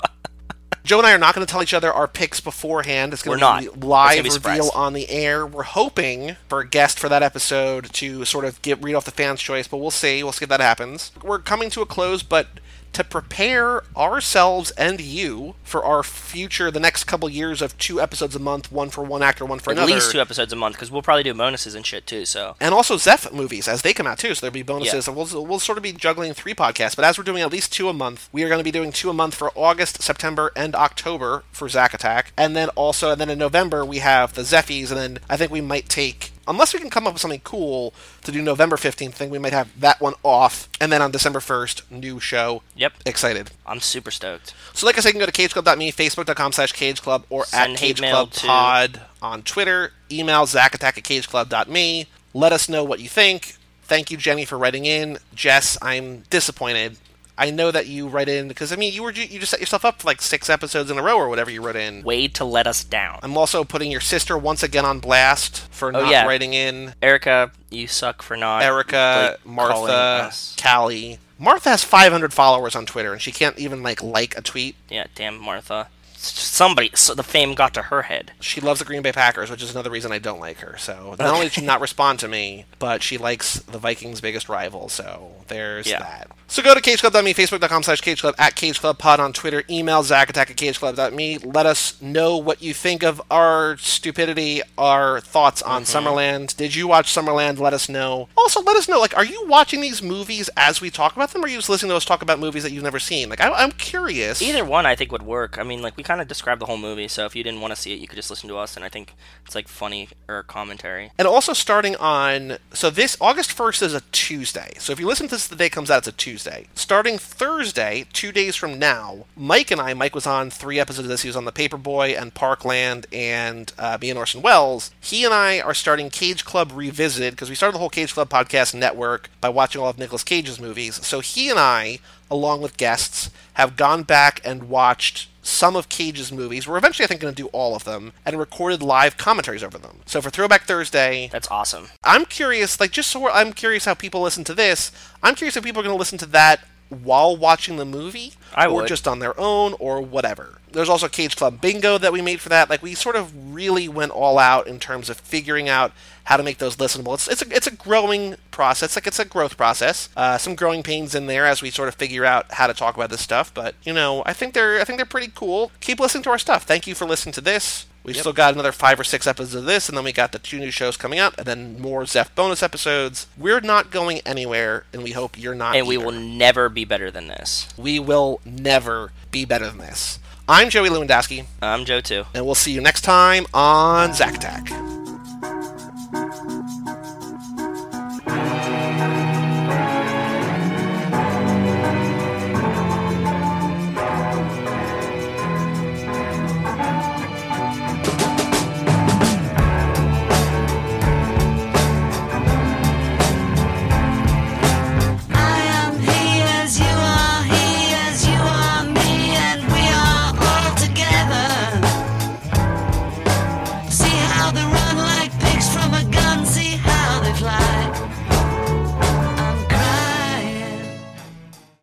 Joe and I are not going to tell each other our picks beforehand. It's going
We're not.
to
It's
be
gonna
live
be a surprise.
reveal on the air. We're hoping for a guest for that episode to sort of get read off the fans' choice, but we'll see. We'll see if that happens. We're coming to a close, but to prepare ourselves and you for our future, the next couple years of two episodes a month, one for one actor, one for
At
another.
least two episodes a month because we'll probably do bonuses and shit too. So
and also Zeph movies as they come out too. So there'll be
Yeah.
bonuses, and we'll we'll sort of be juggling three podcasts. But as we're doing at least two a month, we are going to be doing two a month for August, September, and October for Zack Attack, and then also and then in November we have the Zephies, and then I think we might take. Unless we can come up with something cool to do November 15th, I think we might have that one off. And then on December 1st, new show.
Yep.
Excited.
I'm super stoked.
So, like I said, you can go to cageclub.me, Facebook, facebook.com slash cage club or
Send
at
hate
cage
mail
club
to-
pod on twitter email zackattack at cageclub.me let us know what you think thank you jenny for writing in jess i'm disappointed i know that you write in because i mean you were ju- you just set yourself up for like six episodes in a row or whatever you wrote in
Way to let us down.
i'm also putting your sister once again on blast for not
Oh, yeah.
writing in
Erica, you suck for not.
Erica,
like, calling
Martha,
us.
Callie. Martha has 500 followers on Twitter, and she can't even like like a tweet.
Yeah, damn Martha. S- Somebody, so the fame got to her head.
She loves the Green Bay Packers, which is another reason I don't like her. So not only did she not respond to me, but she likes the Vikings' biggest rival. So there's
Yeah.
that. So go to cageclub.me, facebook.com slash cageclub, at cageclubpod on Twitter, email zackattack at cageclub.me. Let us know what you think of our stupidity, our thoughts on Summerland. Did you watch Summerland? Let us know. Also, let us know, like, are you watching these movies as we talk about them, or are you just listening to us talk about movies that you've never seen? Like, I, I'm curious.
Either one, I think, would work. I mean, like we kind of described the whole movie, so if you didn't want to see it, you could just listen to us, and I think it's like funny or commentary.
And also starting on so this August 1st is a Tuesday. So if you listen to this the day it comes out, it's a Tuesday. Starting Thursday, two days from now, Mike and I, Mike was on three episodes of this. He was on the Paperboy and Parkland and uh, me and Orson Welles. He and I are starting Cage Club Revisited because we started the whole Cage Club podcast network by watching all of Nicolas Cage's movies. So he and I, along with guests, have gone back and watched some of Cage's movies. We're eventually, I think, going to do all of them and recorded live commentaries over them. So for Throwback Thursday,
That's awesome.
I'm curious, like, just so we're, I'm curious how people listen to this. I'm curious if people are going to listen to that while watching the movie,
I
or
would.
just on their own, or whatever. There's also Cage Club Bingo that we made for that. Like, we sort of really went all out in terms of figuring out how to make those listenable. It's it's a, it's a growing process. Like, it's a growth process. Uh, some growing pains in there as we sort of figure out how to talk about this stuff. But you know, I think they're I think they're pretty cool. Keep listening to our stuff. Thank you for listening to this. We've still got another five or six episodes of this, and then we got the two new shows coming out, and then more Zeph bonus episodes. We're not going anywhere, and we hope you're not.
And we
either.
will never be better than this.
We will never be better than this. I'm Joey Lewandowski,
I'm Joe too.
and we'll see you next time on Zack Attack.